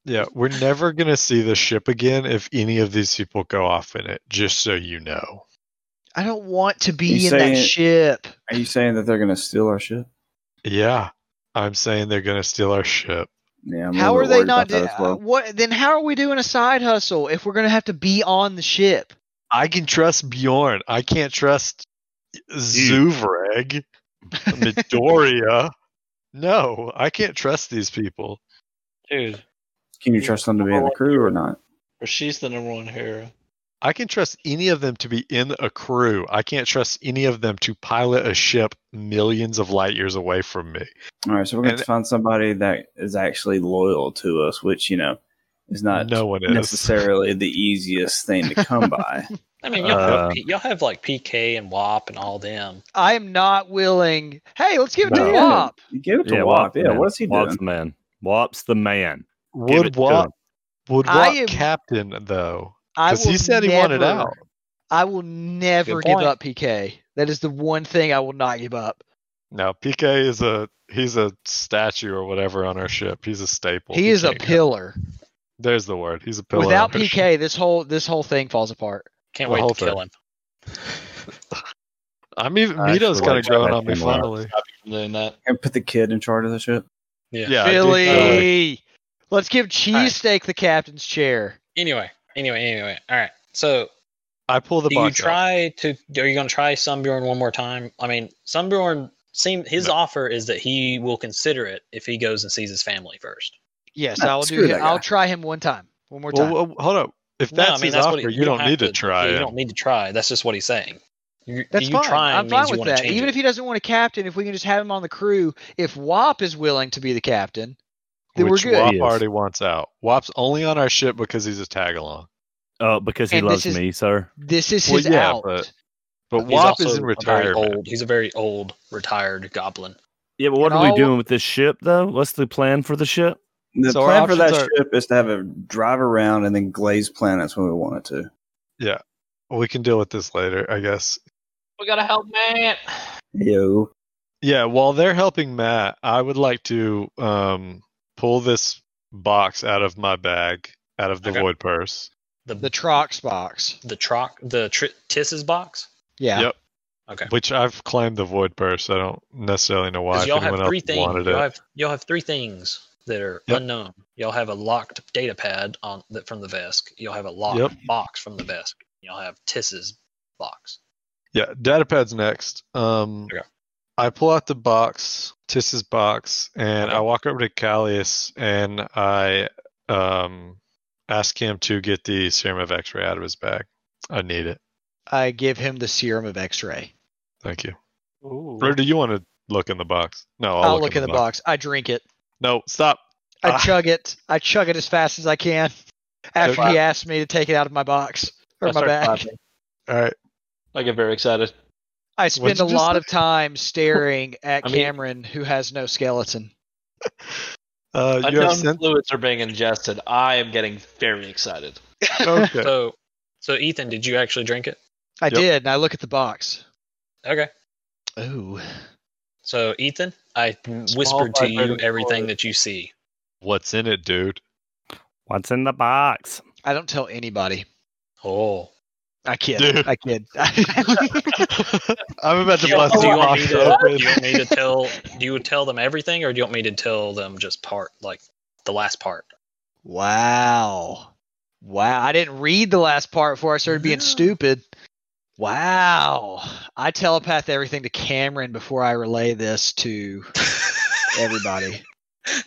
Yeah, we're never gonna see the ship again if any of these people go off in it. Just so you know.
I don't want to be
You
in that
saying-
ship.
Are you saying that they're going to steal our ship?
Yeah, I'm saying they're gonna steal our ship.
Yeah. I'm a
How
little
are
bit
they
worried
not?
about that as well.
What then? How are we doing a side hustle if we're gonna have to be on the ship?
I can trust Bjorn. I can't trust Zuvreg, Midoriya. No, I can't trust these people.
Dude,
Can you trust them to be in the crew or not?
or she's the number one hero.
I can trust any of them to be in a crew. I can't trust any of them to pilot a ship millions of light years away from me.
All right, so we're going to
And-
find somebody that is actually loyal to us, which you know is not
no one is.
necessarily the easiest thing to come by.
I mean, y'all,
Uh,
have, P- y'all have like PK and WAP and all them.
I am not willing. Hey, let's give it
No.
to Wop.
You give it to
Yeah,
Wop.
Wop.
Yeah,
man.
what's he
Wop's
doing?
the man. Wop's the man. Give it
Would
to
Wop,
him.
would
I
Wop
am-
captain though?
I
Because he
will
said he wanted
never-
out.
I will never
Good
give
point.
up PK. That is the one thing I will not give up.
No, PK is a he's a statue or whatever on our ship. He's a staple.
he
You
is a
can't go-
pillar.
There's the word. He's a pillar.
Without
on our ship.
PK, this whole this whole thing falls apart.
Can't
The
wait
whole
to kill
thing.
him.
I'm even
I
Mito's
actually
kind
like
of growing
that
on me
thing a lot.
finally.
Stop you from doing that.
And put the kid in charge of the ship.
Yeah.
Yeah, I did
Billy,
kinda-
let's give Cheesesteak the captain's chair.
Anyway, anyway, anyway. All right. So,
I pull the
do you
box. out.
try to? Are you going to try Sunbjorn one more time? I mean, Sunbjorn seem his offer is that he will consider it if he goes and sees his family first.
Yes,
Nah,
I will do.
screw
Him.
that guy.
I'll try him one time, one more time.
Well, well, hold up. If that's
no, I mean
his
that's
offer,
what he,
you don't
have
need to try.
yeah, You
it.
don't need to try. That's just what he's saying. You,
That's
you
fine.
trying
I'm
means
fine
you
with
want to
that.
change
Even
it.
if he doesn't want a captain, if we can just have him on the crew, if Wop is willing to be the captain, then
Which
we're good.
Wop
He is.
already wants out. Wop's only on our ship because he's a tag along.
Oh, because he
And this
loves
is-
me, sir.
This is
Well,
his
yeah,
out.
but- But
He's
Wop
also
is in
a very
retirement.
old. He's a very old retired goblin.
Yeah, but what
And
are
all-
we doing with this ship, though? What's the plan for the ship?
The
So our
plan for that
options are-
ship is to have a drive around and then glaze planets when we want it to.
We can deal with this later, I guess.
We gotta help man.
Yo,
Yeah, while they're helping Matt, I would like to um, pull this box out of my bag, out of the
Okay.
void purse.
The
The
the,
Trox box.
troc the tr- Tiss's box.
Yeah.
Yep.
Okay.
Which I've claimed the void purse. I don't necessarily know why.
Because
If
y'all
anyone
have
else
three things.
wanted
Y'all
it,
have, y'all have three things that are
Yep.
unknown. Y'all have a locked data pad on that from the Vesk. Y'all have a locked
Yep.
box from the Vesk. Y'all have Tiss's box.
Yeah, datapad's next. Um,
Okay.
I pull out the box, Tiss's box, and
Okay.
I walk over to Callius and I um, ask him to get the serum of X-ray out of his bag. I need it.
I give him the serum of X-ray.
Thank you.
Ooh.
Or do you want to look in the box? No, I'll,
I'll, look in the box. I drink it.
No, stop.
I
Ah.
chug it. I chug it as fast as I can. After he
Wow.
asked me to take it out of my box or my
I start
bag,
clapping.
All right.
I get very excited.
I
What'd
spend a
you just
lot
say?
of time staring at
I mean-
Cameron, who has no skeleton.
Uh, you have
Unknown
sen-
fluids are being ingested. I am getting very excited.
okay.
So, so Ethan, did you actually drink it?
I
Yep.
did, and I look at the box.
Okay.
Ooh.
So Ethan, I whispered Mm, to you
vibrating
everything
chord.
that you see.
What's in it, dude?
What's in the box?
I don't tell anybody.
Oh.
I kid.
Dude.
I kid.
I'm about to
Do you,
bust
do
the
you want
box
me to, do
open.
you want me to tell do you tell them everything or do you want me to tell them just part like the last part?
wow. Wow. I didn't read the last part before I started being stupid. Wow. I telepath everything to Cameron before I relay this to everybody.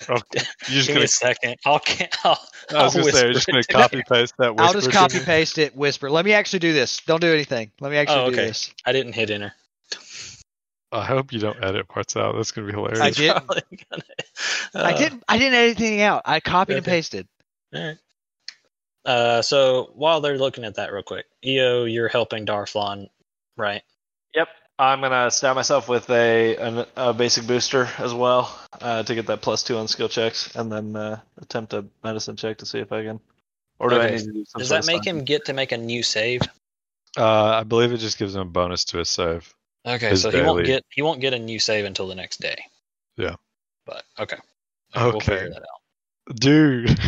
Okay. You're just
Give me
gonna,
a second. I'll can I'll,
I was
I'll
going to say, you're
whisper
just going
it
to copy paste that whisper.
I'll just
to
copy
me?
paste it, whisper. Let me actually do this. Don't do anything. Let me actually
Oh,
do
okay.
this.
I didn't hit enter.
I hope you don't edit parts out. That's gonna be hilarious.
I did.
Probably gonna-
I
Uh,
didn't I didn't edit anything out. I copied and
Okay.
pasted.
Alright. Uh, so while they're looking at that real quick, EO, you're helping Darflon, right?
Yep. I'm gonna stab myself with a an, a basic booster as well uh, to get that plus two on skill checks, and then uh, attempt a medicine check to see if I can. Or do I
Okay.
need to do some
Does
sort
that
of
make
science?
him get to make a new save?
Uh, I believe it just gives him a bonus to his save.
Okay,
His
so he
daily.
won't get he won't get a new save until the next day.
Yeah.
But okay. We'll
Okay.
figure that out.
Dude,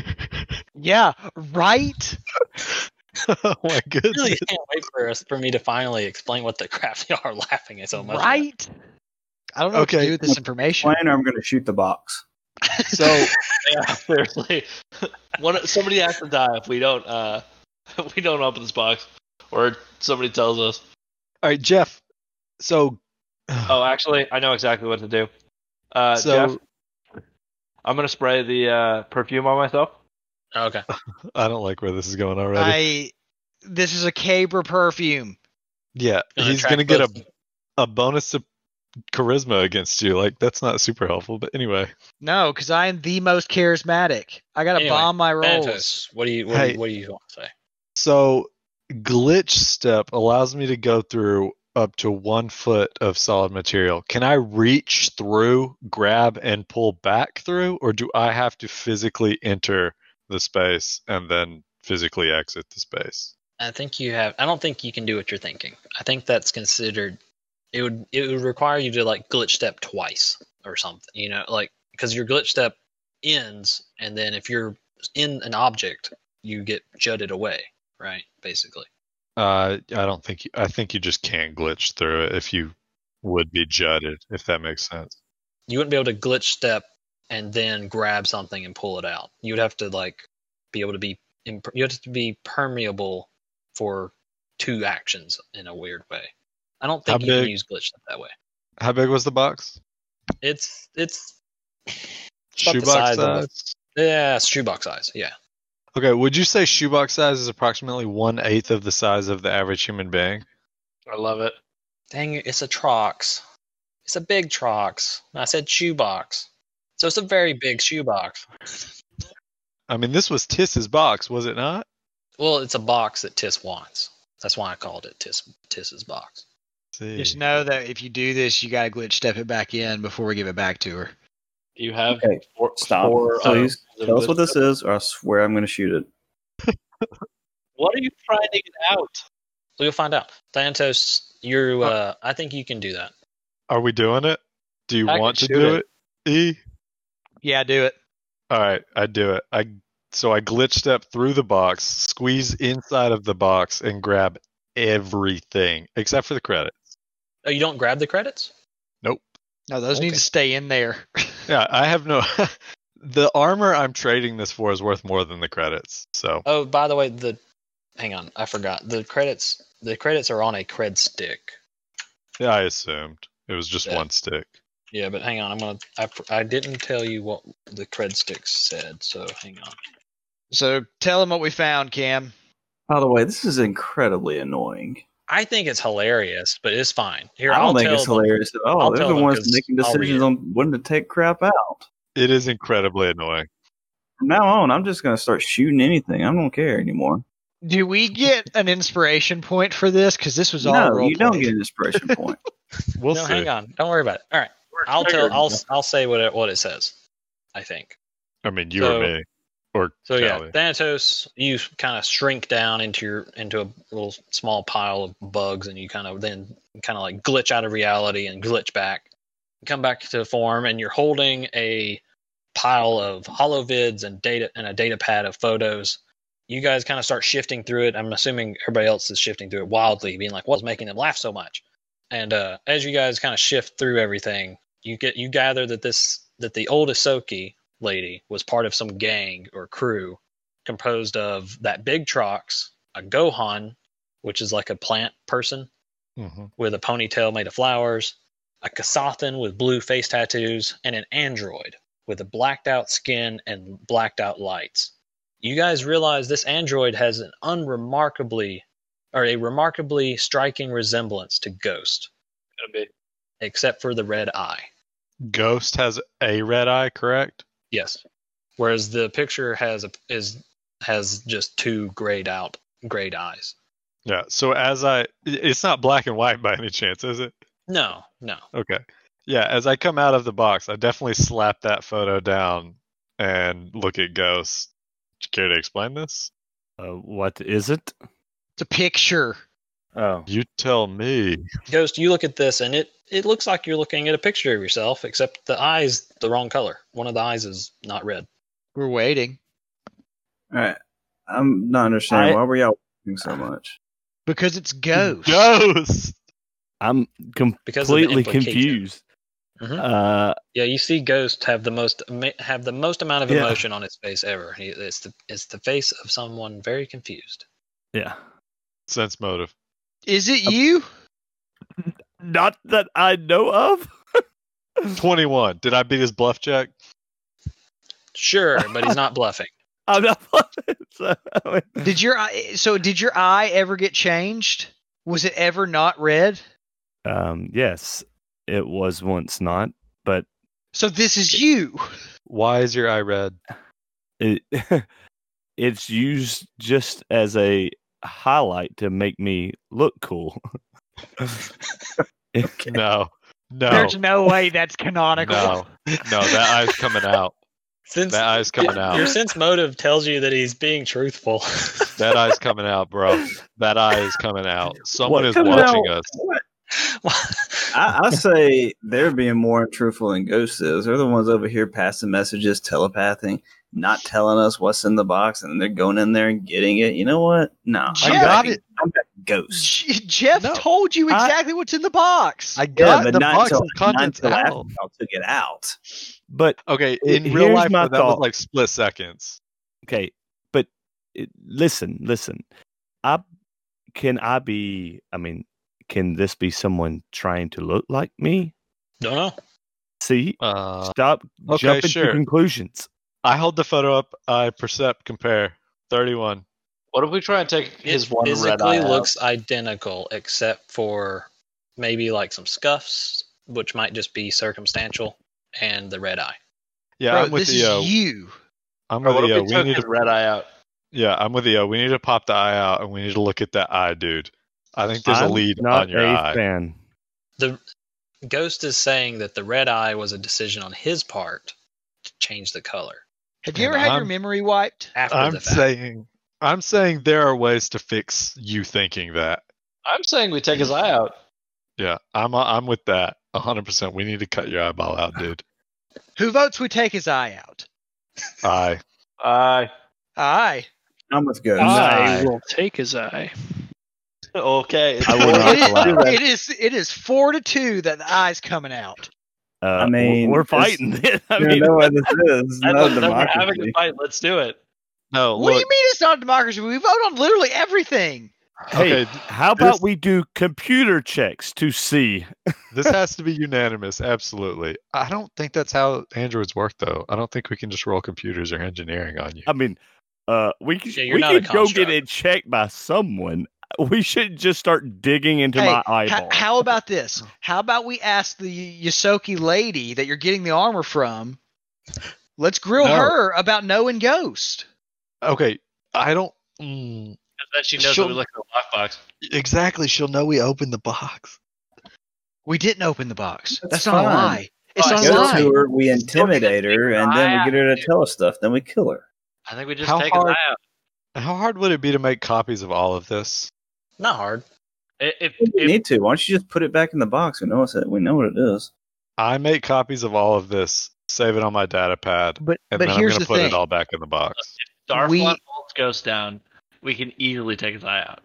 Yeah, right?
oh my goodness.
really can't wait for us for me to finally explain what the crap y'all are laughing at so much. at.
Right? I don't know what
Okay.
to do with this information.
Plan or I'm going to shoot the box.
So yeah, seriously, one somebody has to die if we don't uh we don't open this box, or somebody tells us.
All right, Jeff. So,
Oh, actually, I know exactly what to do. Uh,
so
Jeff, I'm gonna spray the uh, perfume on myself.
Oh, okay.
I don't like where this is going already.
I. This is a Cabra perfume.
yeah,
Gonna
he's
attract
gonna get a,
both.
a bonus to charisma against you. Like that's not super helpful, but anyway.
No, because I am the most charismatic. I gotta
Anyway,
bomb my rolls.
Thanatos, what do you what, do
Hey.
you what do you want to say?
So glitch step allows me to go through up to one foot of solid material. Can I reach through, grab, and pull back through, or do I have to physically enter the space and then physically exit the space?
I think you have. I don't think you can do what you're thinking. I think that's considered. It would it would require you to like glitch step twice or something. You know, like because your glitch step ends, and then if you're in an object, you get jutted away. Right, basically.
Uh, I don't think you, I think you just can glitch through it if you would be jutted, if that makes sense.
You wouldn't be able to glitch step and then grab something and pull it out. You would have to like be able to be imp- you have to be permeable for two actions in a weird way. I don't think
How
you
big-
can use glitch step that way.
How big was the box?
It's it's about the
Shoebox
size
size.
of a- Yeah, it's shoebox size. Yeah.
Okay, would you say shoebox size is approximately one eighth of the size of the average human being?
I love it.
Dang it, it's a trox. It's a big trox. And I said shoebox. So it's a very big shoebox.
I mean, this was Tiss's box, was it not?
Well, it's a box that Tis wants. That's why I called it Tis Tiss's box.
See.
Just know that if you do this, you gotta glitch step it back in before we give it back to her.
You have
Okay,
four,
Stop.
four
Please
items of
tell us what
glitch
this
step.
is, or I swear I'm going to shoot it.
What are you trying to get out?
So you'll find out. Thanatos, you're uh I think you can do that.
Are we doing it? Do you
I can
want to
shoot
do
it.
it? E.
Yeah, do it.
All right, I do it. I so I glitched up through the box, squeeze inside of the box, and grab everything except for the credit.
Oh, you don't grab the credits?
No, those need
Okay.
to stay in there.
Yeah, I have no. the armor I'm trading this for is worth more than the credits. So
Oh, by the way, the hang on, I forgot. The credits the credits are on a cred stick.
yeah, I assumed it was just
Yeah.
one stick.
Yeah, but hang on, I'm gonna I pr- I didn't tell you what the cred sticks said, so hang on.
so tell them what we found, Cam.
By the way, this is incredibly annoying.
I think it's hilarious, but it's fine. Here,
I don't
will
think
tell
it's
them-
hilarious at all.
I'll
They're
tell
the
them
ones
'cause
making
I'll read
decisions
it.
on when to take crap out.
It is incredibly annoying.
From now on, I'm just going to start shooting anything. I don't care anymore.
Do we get an inspiration point for this? Because this was all
No,
role
you don't
played.
get an inspiration point.
We'll
no,
see.
hang on. Don't worry about it. All right,
We're
I'll tell.
triggered.
I'll I'll say what it, what it says. I think.
I mean, you
So-
or me, or
So yeah,
Callie.
Thanatos, you kind of shrink down into your into a little small pile of bugs, and you kind of then kind of like glitch out of reality and glitch back, come back to form, and you're holding a pile of holovids and data and a data pad of photos. You guys kind of start shifting through it. I'm assuming everybody else is shifting through it wildly, being like, "What's making them laugh so much?" And uh, as you guys kind of shift through everything, you get you gather that this that the old Isoki lady was part of some gang or crew composed of that big Trox, a Gohan, which is like a plant person
hmm
with a ponytail made of flowers, a Kasathan with blue face tattoos, and an android with a blacked out skin and blacked out lights. You guys realize this android has an unremarkably or a remarkably striking resemblance to Ghost,
Gonna be.
except for the red eye.
Ghost has a red eye, correct?
Yes. Whereas the picture has a, is has just two grayed out grayed eyes.
Yeah. So as I, it- it's not black and white by any chance, is it?
No, no.
Okay. Yeah. As I come out of the box, I definitely slap that photo down and look at Ghost. Care to explain this?
Uh, what is it?
It's a picture.
Oh,
You tell me.
Ghost, you look at this and it it looks like you're looking at a picture of yourself, except the eyes the wrong color. One of the eyes is not red.
We're waiting.
All right. I'm not understanding.
I-
Why were y'all laughing so much?
Because it's ghost.
Ghost.
I'm
Because of the
completely
implication.
confused.
Mhm.
Uh,
Yeah, you see Ghost have the most ama- have the most amount of
Yeah.
emotion on his face ever. He, it's the it's the face of someone very confused.
yeah.
Sense motive.
Is it you?
Not that I know of.
21. Did I beat his bluff check?
Sure, but he's not bluffing.
I'm not. so, I mean,
Did your eye? So did your eye ever get changed? Was it ever not red?
Um, yes, it was once not, but
So this is you.
Why is your eye red?
it it's used just as a highlight to make me look cool.
No. No.
There's no way that's canonical.
No. No, that eye's coming out.
Since
That eye's coming
your
out.
sense motive tells you that he's being truthful.
That eye's coming out, bro. That eye is coming out. Someone
What
is
coming
watching us.
I, I say they're being more truthful than Ghost is. They're the ones over here passing messages, telepathing, not telling us what's in the box, and they're going in there and getting it. You know what? No,
I
I'm
got
backing-
it.
I'm backing Ghost.
J- Jeff
No,
told you
I-
exactly what's in the box.
I
Yeah,
got
but
the
not
box
until,
of
not
contents
until after
out.
y'all took it out.
But
Okay,
He-
in real
here's
life,
my
though, that was
thought.
like split seconds.
okay, but it, listen, listen. I can I be? I mean, can this be someone trying to look like me?
Don't know.
See,
Uh,
stop
okay,
jumping
sure.
to conclusions.
I hold the photo up. I percept, compare. 31.
What if we try and take
It
his one red
physically
eye out?
looks identical, except for maybe like some scuffs, which might just be circumstantial, and the red eye.
Yeah,
Bro,
I'm with
this
the.
is
Uh,
you.
I'm
Or
with the.
what if
Uh,
we
we
took
need
his
to.
red eye out?
Yeah, I'm with the. Uh, we need to pop the eye out, and we need to look at that eye, dude. I think there's
I'm
a lead
not
on your
a
eye.
fan.
The ghost is saying that the red eye was a decision on his part to change the color
Have you
And
ever had your
I'm-
memory wiped?
after
I'm
the fact.
saying. I'm saying there are ways to fix you thinking that.
I'm saying we take his eye out.
Yeah, I'm. I'm with that. 100. percent We need to cut your eyeball out, dude.
Who votes we take his eye out?
Eye.
Uh,
Aye.
Aye.
I'm with Ghost.
I will take his eye.
okay. it's
I will
four
not
to
allow
two
it.
red-
It is it is four to two that the eye's coming out.
Uh,
I
we're-
mean,
we're
this-
fighting. it. I
You
mean,
know what this is? It's
I'd
not
love that we're having a
democracy.
fight. Let's do it.
No,
What do
Oh, look.
you mean it's not a democracy? We vote on literally everything.
hey,
Okay,
how about we do computer checks to see?
this has to be unanimous absolutely i don't think that's how androids work though i don't think we can just roll computers or engineering on you
I mean, uh, we could
Yeah, you're
we
not a
could go get
construct.
it checked by someone. We should just start digging into
Hey,
my
h-
eyeball.
how about this? How about we ask the Yosoki lady that you're getting the armor from? Let's grill
No.
her about knowing Ghost.
okay i don't mm,
Because then she knows
She'll-
that we look at the lockbox.
exactly she'll know we opened the box
We didn't open the box. That's,
That's
not a
fine.
lie. It's
Fine.
not a
Go
lie.
to her, we intimidate her, and then we get her to tell us stuff. Then we kill her.
I think we just
How
take
hard-
his eye out.
how hard would it be to make copies of all of this
Not hard.
I- If,
If you
if,
need to, why don't you just put it back in the box? We know it's we know what it is.
i make copies of all of this save it on my data pad
But but
and then i'm
here's
going
the
to put
thing.
it all back in the box
Darflon
We-
holds Ghost down, we can easily take his eye out.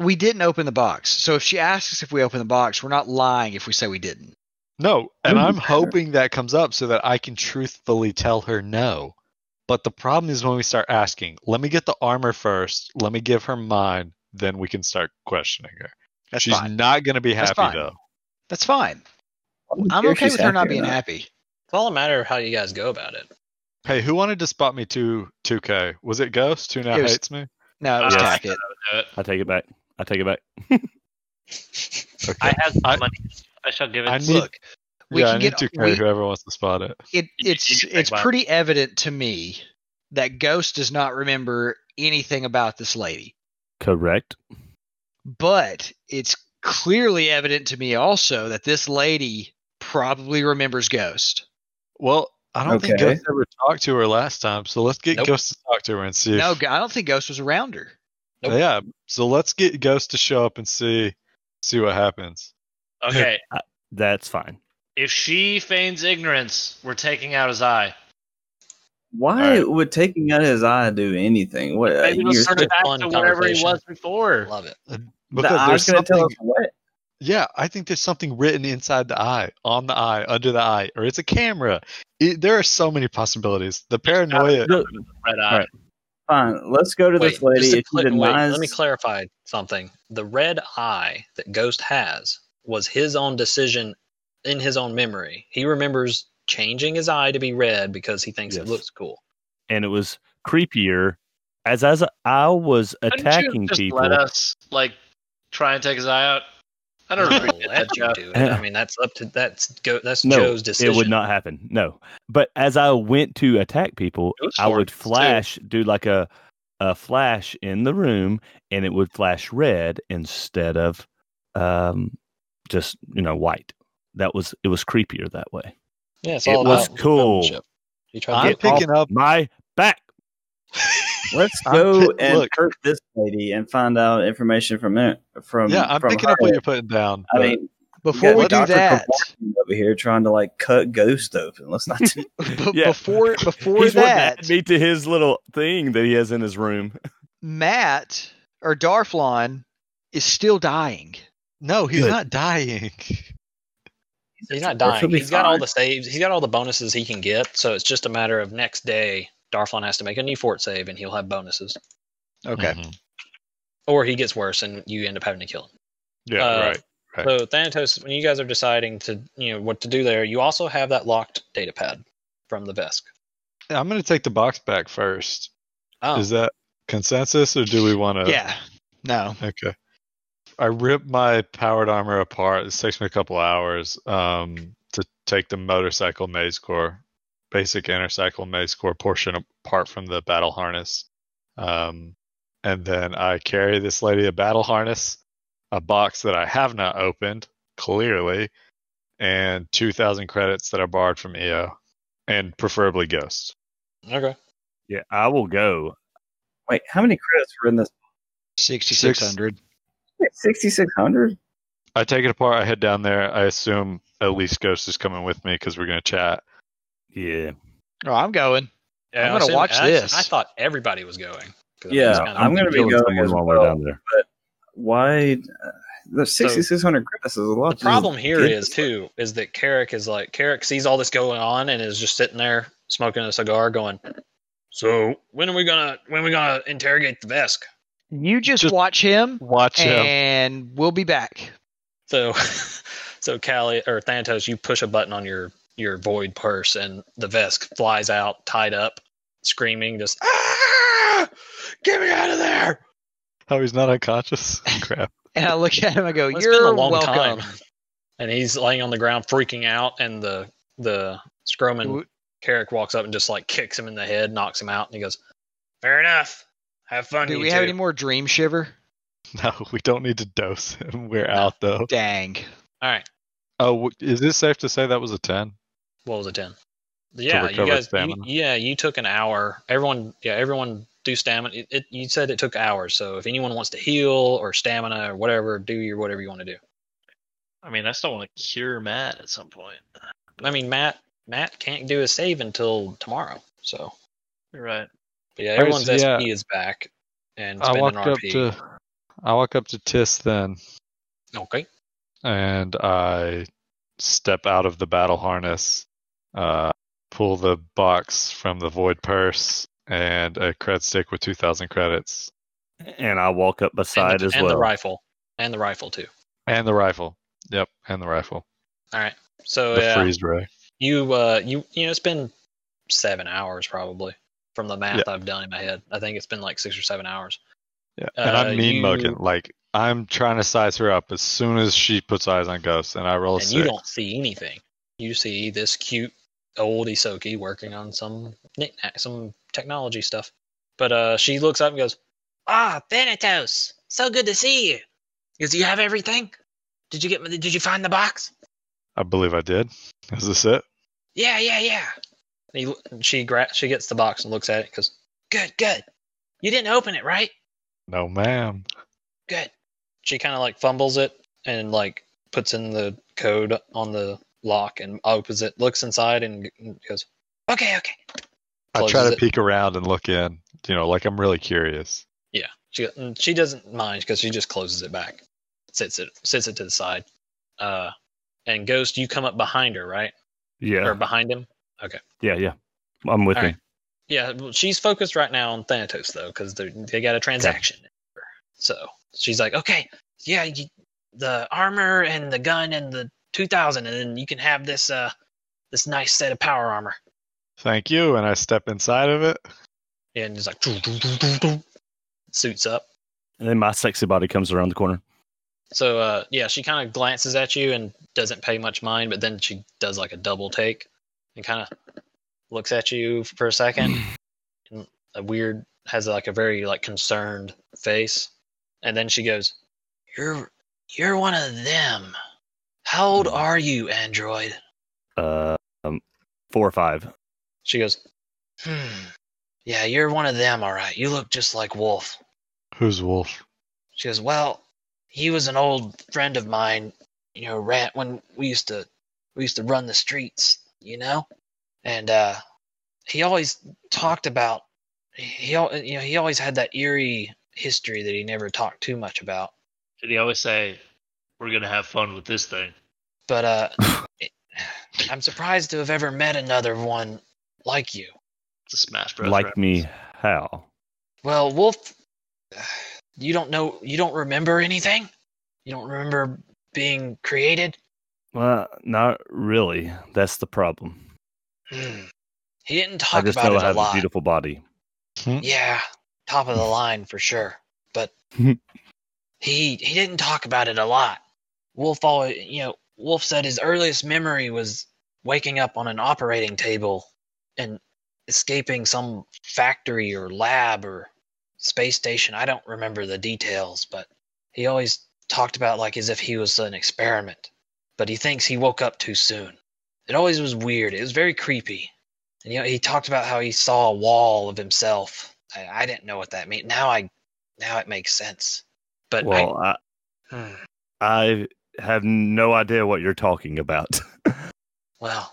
We didn't open the box. So if she asks us if we opened the box, we're not lying if we say we didn't.
no and
Ooh.
i'm hoping that comes up so that i can truthfully tell her no but the problem is when we start asking let me get the armor first let me give her mine then we can start questioning her
That's
She's
fine.
not going to be
That's
happy
fine.
though.
That's fine. I'm
Who
okay
cares
with
if
her not
she's happy or
being happy.
It's all a matter of how you guys go about it.
Hey, who wanted to spot me to 2K? Was it Ghost who now
It was-
hates me?
No, it was
Uh,
tack it.
I take it back. I take it back.
Okay.
I have some
I-
money. I shall give it
I
to
need-
you.
Look, we
yeah,
can
I need
get-
2K.
we-
whoever wants to spot it.
it
You- you
it's
can think
it's
about it.
pretty evident to me that Ghost does not remember anything about this lady.
Correct.
But it's clearly evident to me also that this lady probably remembers Ghost.
Well, I don't think
Okay.
Ghost ever talked to her last time, so let's get
Nope.
Ghost to talk to her and see.
No,
if,
G- I don't think Ghost was around her.
Nope.
yeah. So let's get Ghost to show up and see see what happens.
Okay,
That's fine.
if she feigns ignorance, we're taking out his eye.
Why would taking out his eye do anything? What
Maybe
Uh, you're-
let's turn it back
fun
to wherever he
conversation.
was before.
Love it.
Because
the eye's
there's
going to tell
something.
us what.
Yeah, I think there's something written inside the eye, on the eye, under the eye, or it's a camera. It, there are so many possibilities. The paranoia.
Red eye.
Right.
Fine, let's go to
Wait,
this lady.
just to
If she
cl- wait,
denies,
let me clarify something. The red eye that Ghost has was his own decision in his own memory. He remembers changing his eye to be red because he thinks
Yes.
it looks cool.
and it was creepier as as I was
Couldn't you have
attacking
just
people.
Let us like try and take his eye out. I don't
I'll
know.
let you do it. I mean, that's up to that's go. That's
no,
Joe's decision.
it would not happen. No, but as I went to attack people,
It was
I
short,
would
too.
flash, do like a a flash in the room, and it would flash red instead of um just you know white. That was it was creepier that way.
Yeah, it's
it
all
was
about
cool.
friendship. You try to
I'm
get
picking up.
My back.
let's
I'm
go
pi-
and
look.
hurt this lady and find out information from it. From
yeah, I'm
from
picking
her.
up what you're putting down.
I
but-
mean,
Before
got
we do
Dr.
that,
Kowalski over here trying to like cut ghost open. Let's not do
b-
Yeah.
before before
He's wanting to
that,
add me to his little thing that he has in his room.
Matt or Darflon is still dying.
no, he's
Good.
not dying.
He's not
Or she'll
dying.
be
He's got all
fine.
the saves. He's got all the bonuses he can get. So it's just a matter of next day. Darflon has to make a new fort save, and he'll have bonuses,
Okay.
Mhm.
or he gets worse, and you end up having to kill him.
Yeah,
Uh,
right. Right.
So Thanatos, when you guys are deciding to, you know, what to do there, you also have that locked data pad from the Vesk.
I'm going to take the box back first.
Oh,
Is that consensus, or do we want to?
Yeah. No.
Okay. I rip my powered armor apart. It takes me a couple hours um, to take the motorcycle maze core, basic intercycle maze core portion apart from the battle harness. Um, and then I carry this lady a battle harness, a box that I have not opened, clearly, and 2,000 credits that I borrowed from EO, and preferably Ghost.
okay.
Yeah, I will go.
Wait, how many credits were in this?
6600.
Sixty six hundred.
I take it apart. I head down there. I assume at least Ghost is coming with me because we're going to chat.
Yeah.
Oh, I'm going.
Yeah,
I'm gonna
assuming-
watch
I-
this.
I thought everybody was going. 'Cause
Yeah,
it's
I'm gonna be
killing
going
someone
as
while
well.
we're down there.
Why? Uh, the
So-
sixty six hundred credits is a lot.
the problem here
good.
is too is that Carrick is like Carrick sees all this going on and is just sitting there smoking a cigar, going, "So when are we gonna when are we gonna interrogate the Vesk?"
You just,
Just-
watch him
Watch him.
and we'll be back.
So, so Callie or Thanatos, you push a button on your your void purse, and the Vesk flies out, tied up, screaming, just "Ah! get me out of there!
Oh, he's not unconscious. Crap.
And I look at him I go,
Well, it's
You're
been a long
welcome.
time. And he's laying on the ground, freaking out, and the the Scroman
W-
Carrick walks up and just like kicks him in the head, knocks him out, and he goes, "Fair enough. Have fun,
Do
you
we have
two."
any more dream shiver?
No, we don't need to dose him. We're out though.
Dang.
All right.
Oh, wh- is it safe to say that was a ten?
What was it ten? Yeah, you
recover
guys. You,
stamina.
yeah, you took an hour. Everyone. Yeah, everyone do stamina. It, it, you said it took hours, so if anyone wants to heal or stamina or whatever, do your whatever you want to do.
I mean, I still want to cure Matt at some point.
I mean, Matt. Matt can't do a save until tomorrow, so.
You're right.
But yeah,
Alright,
everyone's
so yeah.
SP is back, and it's
I
been an
walked up
RP.
to, I walk up to Tis then,
Okay.
and I step out of the battle harness, uh, pull the box from the void purse, and a cred stick with two thousand credits,
And I walk up
And,
beside
the,
as
and
well.
the rifle, and the rifle too.
and the rifle. Yep, and the rifle,
So
the
Oh, yeah,
freeze ray.
you uh, you you know, it's been seven hours probably from the math I've done in my head. I think it's been like six or seven hours.
Yeah, and
Uh,
I'm mean
you-
mugging. Like I'm trying to size her up as soon as she puts eyes on Ghost, and I roll a
and
six.
you don't see anything. You see this cute old Isoki working on some knickknack, some technology stuff. But uh, she looks up and goes, "Ah, Thanatos, so good to see you. Because you have everything. Did you get? my- Did you find the box?
I believe I did. Is this it?
Yeah, yeah, yeah." And he, she gra- she gets the box and looks at it. and Goes, "Good, good. You didn't open it, right?
No, ma'am.
Good." She kind of like fumbles it and like puts in the code on the lock and opens it, looks inside, and g- goes, "Okay, okay.
I try
closes
to
it.
peek around and look in. You know, like I'm really curious.
Yeah, she mm, she doesn't mind because she just closes it back, sits it sits it to the side, uh, and Ghost, you come up behind her, right? Or
Yeah.
behind him? Okay.
Yeah. Yeah. I'm with
All
him.
right. Yeah, well, she's focused right now on Thanatos though, because they they got a transaction. So she's like, okay, yeah, you, the armor and the gun and the two thousand, and then you can have this uh this nice set of power armor.
Thank you. And I step inside of it.
And it's like "Doo, doo, doo, doo, doo." suits up.
And then my sexy body comes around the corner.
So uh, yeah, she kind of glances at you and doesn't pay much mind, but then she does like a double take and kind of looks at you for a second. and a weird has like a very like concerned face, and then she goes, "You're you're one of them. How old are you, android?"
Uh, um, four or five.
She goes, "Hmm. Yeah, you're one of them, all right. You look just like Wolf."
Who's Wolf?
She goes, "Well, he was an old friend of mine. You know, ran when we used to we used to run the streets. You know, and uh, he always talked about he al- you know he always had that eerie history that he never talked too much about.
Did he always say, "We're gonna have fun with this thing"?
But uh, it, I'm surprised to have ever met another one like you.
It's a Smash Bros.
like
rap.
me, how?
Well, Wolf, you don't know you don't remember anything. You don't remember being created."
Well, not really. That's the problem.
Hmm. He didn't
I
talk
just
about
know
it
I
a
have a
lot.
beautiful body.
Yeah, top of the line for sure. But he he didn't talk about it a lot. Wolf always, you know, Wolf said his earliest memory was waking up on an operating table and escaping some factory or lab or space station. I don't remember the details, but he always talked about like as if he was an experiment. But he thinks he woke up too soon. It always was weird. It was very creepy. And you know, he talked about how he saw a wall of himself. I, I didn't know what that meant. Now I, now it makes sense. But
well, I,
I, hmm,
I have no idea what you're talking about.
well,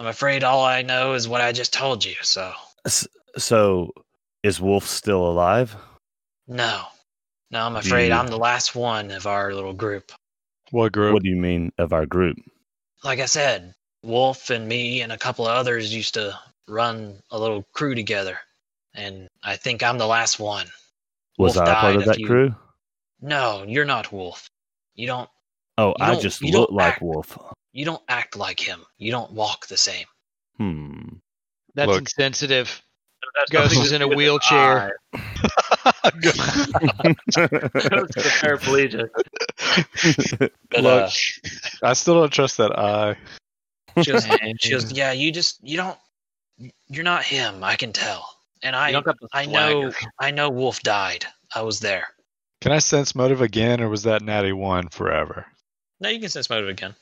I'm afraid all I know is what I just told you. So
S- so, is Wolf still alive?
no, no, I'm
Do
afraid
you-
I'm the last one of our little group.
What group?
What do you mean of our group?
Like I said, Wolf and me and a couple of others used to run a little crew together, and I think I'm the last one.
Was
Wolf
I a part
died
of
a
that
few-
crew?
No, you're not Wolf. You don't.
Oh,
You
I
don't-
just
you don't
look like
act-
Wolf.
You don't act like him. You don't walk the same.
Hmm.
That's
Look.
insensitive.
That's
Ghost
nothing
is
to
in a
do with his
wheelchair.
eye. Ghost is
Look,
paraplegic.
But,
Look,
uh,
I still don't trust that eye.
She goes, she goes, yeah, you just, you don't, you're not him. I can tell. And I,
don't got the
I
swagger.
know, I know Wolf died. I was there.
Can I sense motive again, or was that Natty one forever?
No, you can sense motive again.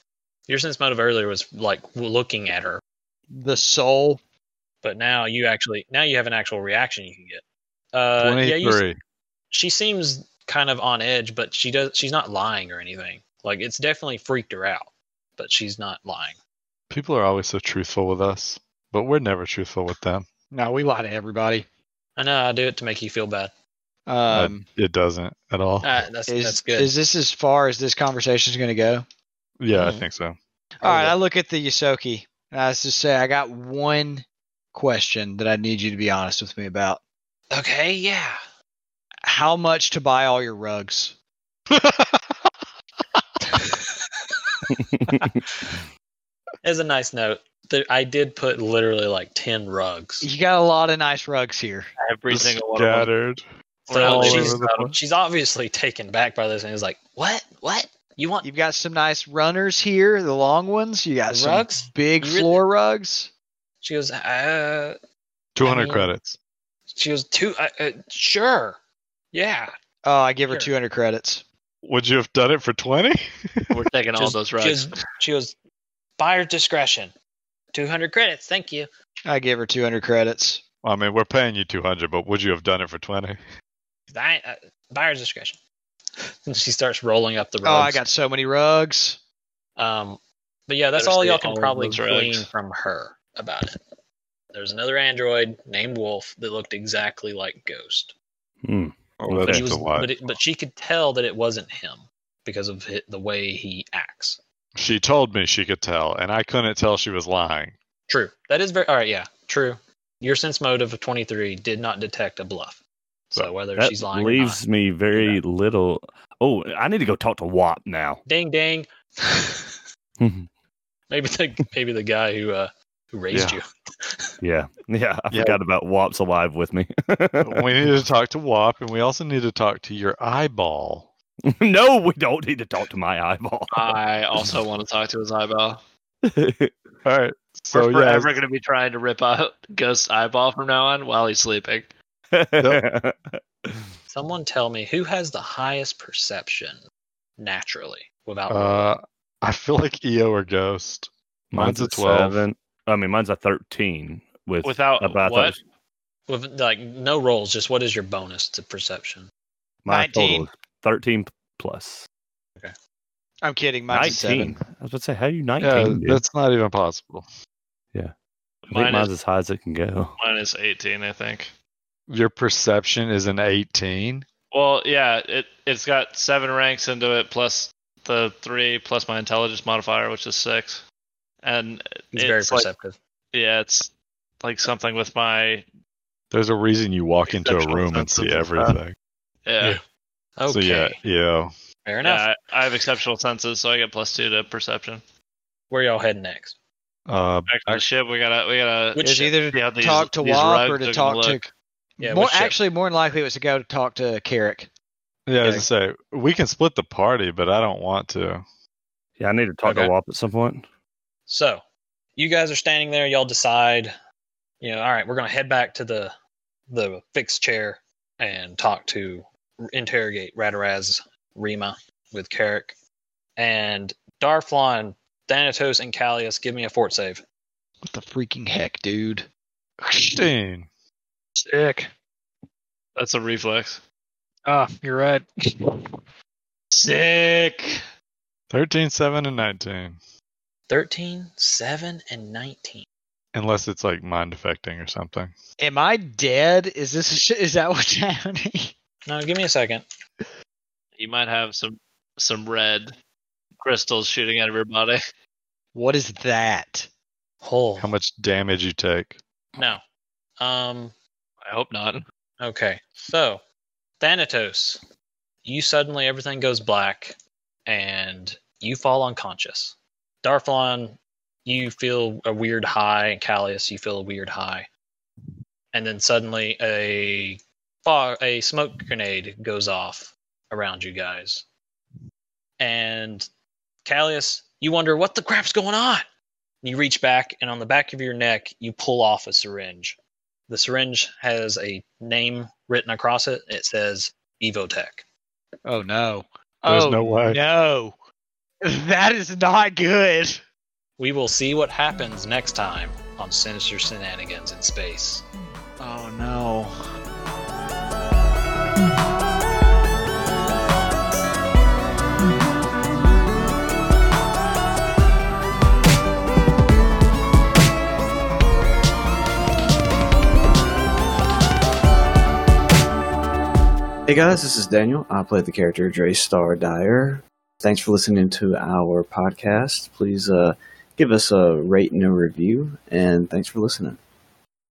Your sense motive earlier was like looking at her,
The soul.
but now you actually, now you have an actual reaction you can get. Uh, yeah, you,
Twenty-three.
she seems kind of on edge, but she does, she's not lying or anything. Like it's definitely freaked her out, but she's not lying.
People are always so truthful with us, but we're never truthful with them.
No, we lie to everybody.
I know I do it to make you feel bad.
Um,
it doesn't at all.
Uh, that's,
is,
that's good.
is this as far as this conversation is going to go?
yeah, I
mm.
think so.
All right, I look at the Yosoki. And I just say, I got one question that I need you to be honest with me about.
okay. Yeah.
How much to buy all your rugs?
As a nice note, there, I did put literally like 10 rugs.
You got a lot of nice rugs here.
Every single one of them.
Scattered.
So
all
she's,
over the place.
she's obviously taken back by this and is like, What? What? You want
You've got some nice runners here, the long ones. You got some
rugs?
big
You really-
floor rugs.
She goes, uh,
Two hundred
I mean-
credits.
She goes, two, uh, uh, Sure. Yeah.
Oh, I give her
Sure.
200 credits.
Would you have done it for twenty?
We're taking all
Just-
those
She
rugs.
goes, she goes, Buyer discretion. 200 credits. Thank you.
I give her 200 credits.
I mean, we're paying you two hundred, but would you have done it for twenty?
I, uh, buyer's discretion. And she starts rolling up the rugs.
Oh, I got so many rugs.
Um, but yeah, that's
Better
all
stay
y'all can
all
probably
those rugs.
glean from her about it. There's another android named Wolf that looked exactly like Ghost.
Hmm.
Oh,
But,
that's
he was,
the wife.
but, it, but she could tell that it wasn't him because of hi- the way he acts.
She told me she could tell, and I couldn't tell she was lying.
True. That is very. All right. Yeah. True. Your sense motive of 23 did not detect a bluff. So whether
that
she's lying or not.
leaves me very little. Oh, I need to go talk to WAP now.
Ding ding.
Mm-hmm.
Maybe the maybe the guy who uh, who raised
Yeah.
you.
yeah, yeah. I
Yeah.
forgot about WAP's alive with me.
we need to talk to WAP, and we also need to talk to your eyeball.
no, we don't need to talk to my eyeball.
I also want to talk to his eyeball.
All right. So
We're
yeah,
forever going to be trying to rip out Ghost's eyeball from now on while he's sleeping.
Someone tell me who has the highest perception naturally without.
uh, I feel like EO or Ghost. Mine's a twelve.
Seven. I mean, mine's a thirteen with
Without
uh, but I thought
what?
it was-
with like no rolls, just what is your bonus to perception?
My total
19.
is thirteen plus
I'm kidding. Mine's a
nineteen.
seven.
I was about to say, how are you
Yeah,
nineteen? dude?
that's not even possible.
I think
Mine
mine's
is-
as high as it can go.
Mine is 18, I think.
Your perception is an eighteen.
Well, yeah, it it's got seven ranks into it plus the three plus my intelligence modifier, which is six, and
He's very
It's like-
perceptive.
yeah, it's like something with my uh,
There's a reason you walk into a
Perceptual
room and see
senses, huh?
everything.
yeah.
Yeah.
okay.
So yeah, E yeah.
Fair
Yeah,
enough.
I, I have exceptional senses, so I get plus two to perception.
Where y'all heading next?
Uh,
Back to the ship, we gotta we gotta
Which
see
It's either
how these-
talk to
these
Wop
rugs
or
are
to
gonna
talk to.
look.
Yeah,
more
which ship?
actually, more than likely, it was to go to talk to Carrick.
yeah, as I say, we can split the party, but I don't want to.
Yeah, I need to talk
Okay.
to WAP at some point.
So, you guys are standing there. Y'all decide, you know, all right, we're gonna head back to the the fixed chair and talk to interrogate Radaraz Rima with Carrick and Darflon, Thanatos, and Callias. Give me a fort save.
What the freaking heck, dude?
Sixteen.
Sick.
That's a reflex.
Ah, you're right.
Sick.
13, 7, and 19.
13, 7, and 19.
Unless it's like mind affecting or something.
Am I dead? Is this is that what's happening?
Now, give me a second.
You might have some some red crystals shooting out of your body.
What is that?
Hole.
How much damage you take.
No. Um.
I hope not.
Okay. So, Thanatos, you suddenly everything goes black, and you fall unconscious. Darflon, you feel a weird high, and Callias, you feel a weird high, and then suddenly a fog, a smoke grenade goes off around you guys, and Callias, you wonder what the crap's going on. You reach back, and on the back of your neck, you pull off a syringe. The syringe has a name written across it. It says Evotech.
Oh no!
There's
oh
no way.
No, that is not good.
We will see what happens next time on Sinister Shenanigans in Space.
Oh no.
Hey guys, this is Daniel. I play the character Dre Star Dyer. Thanks for listening to our podcast. Please uh, give us a rate and a review, and thanks for listening.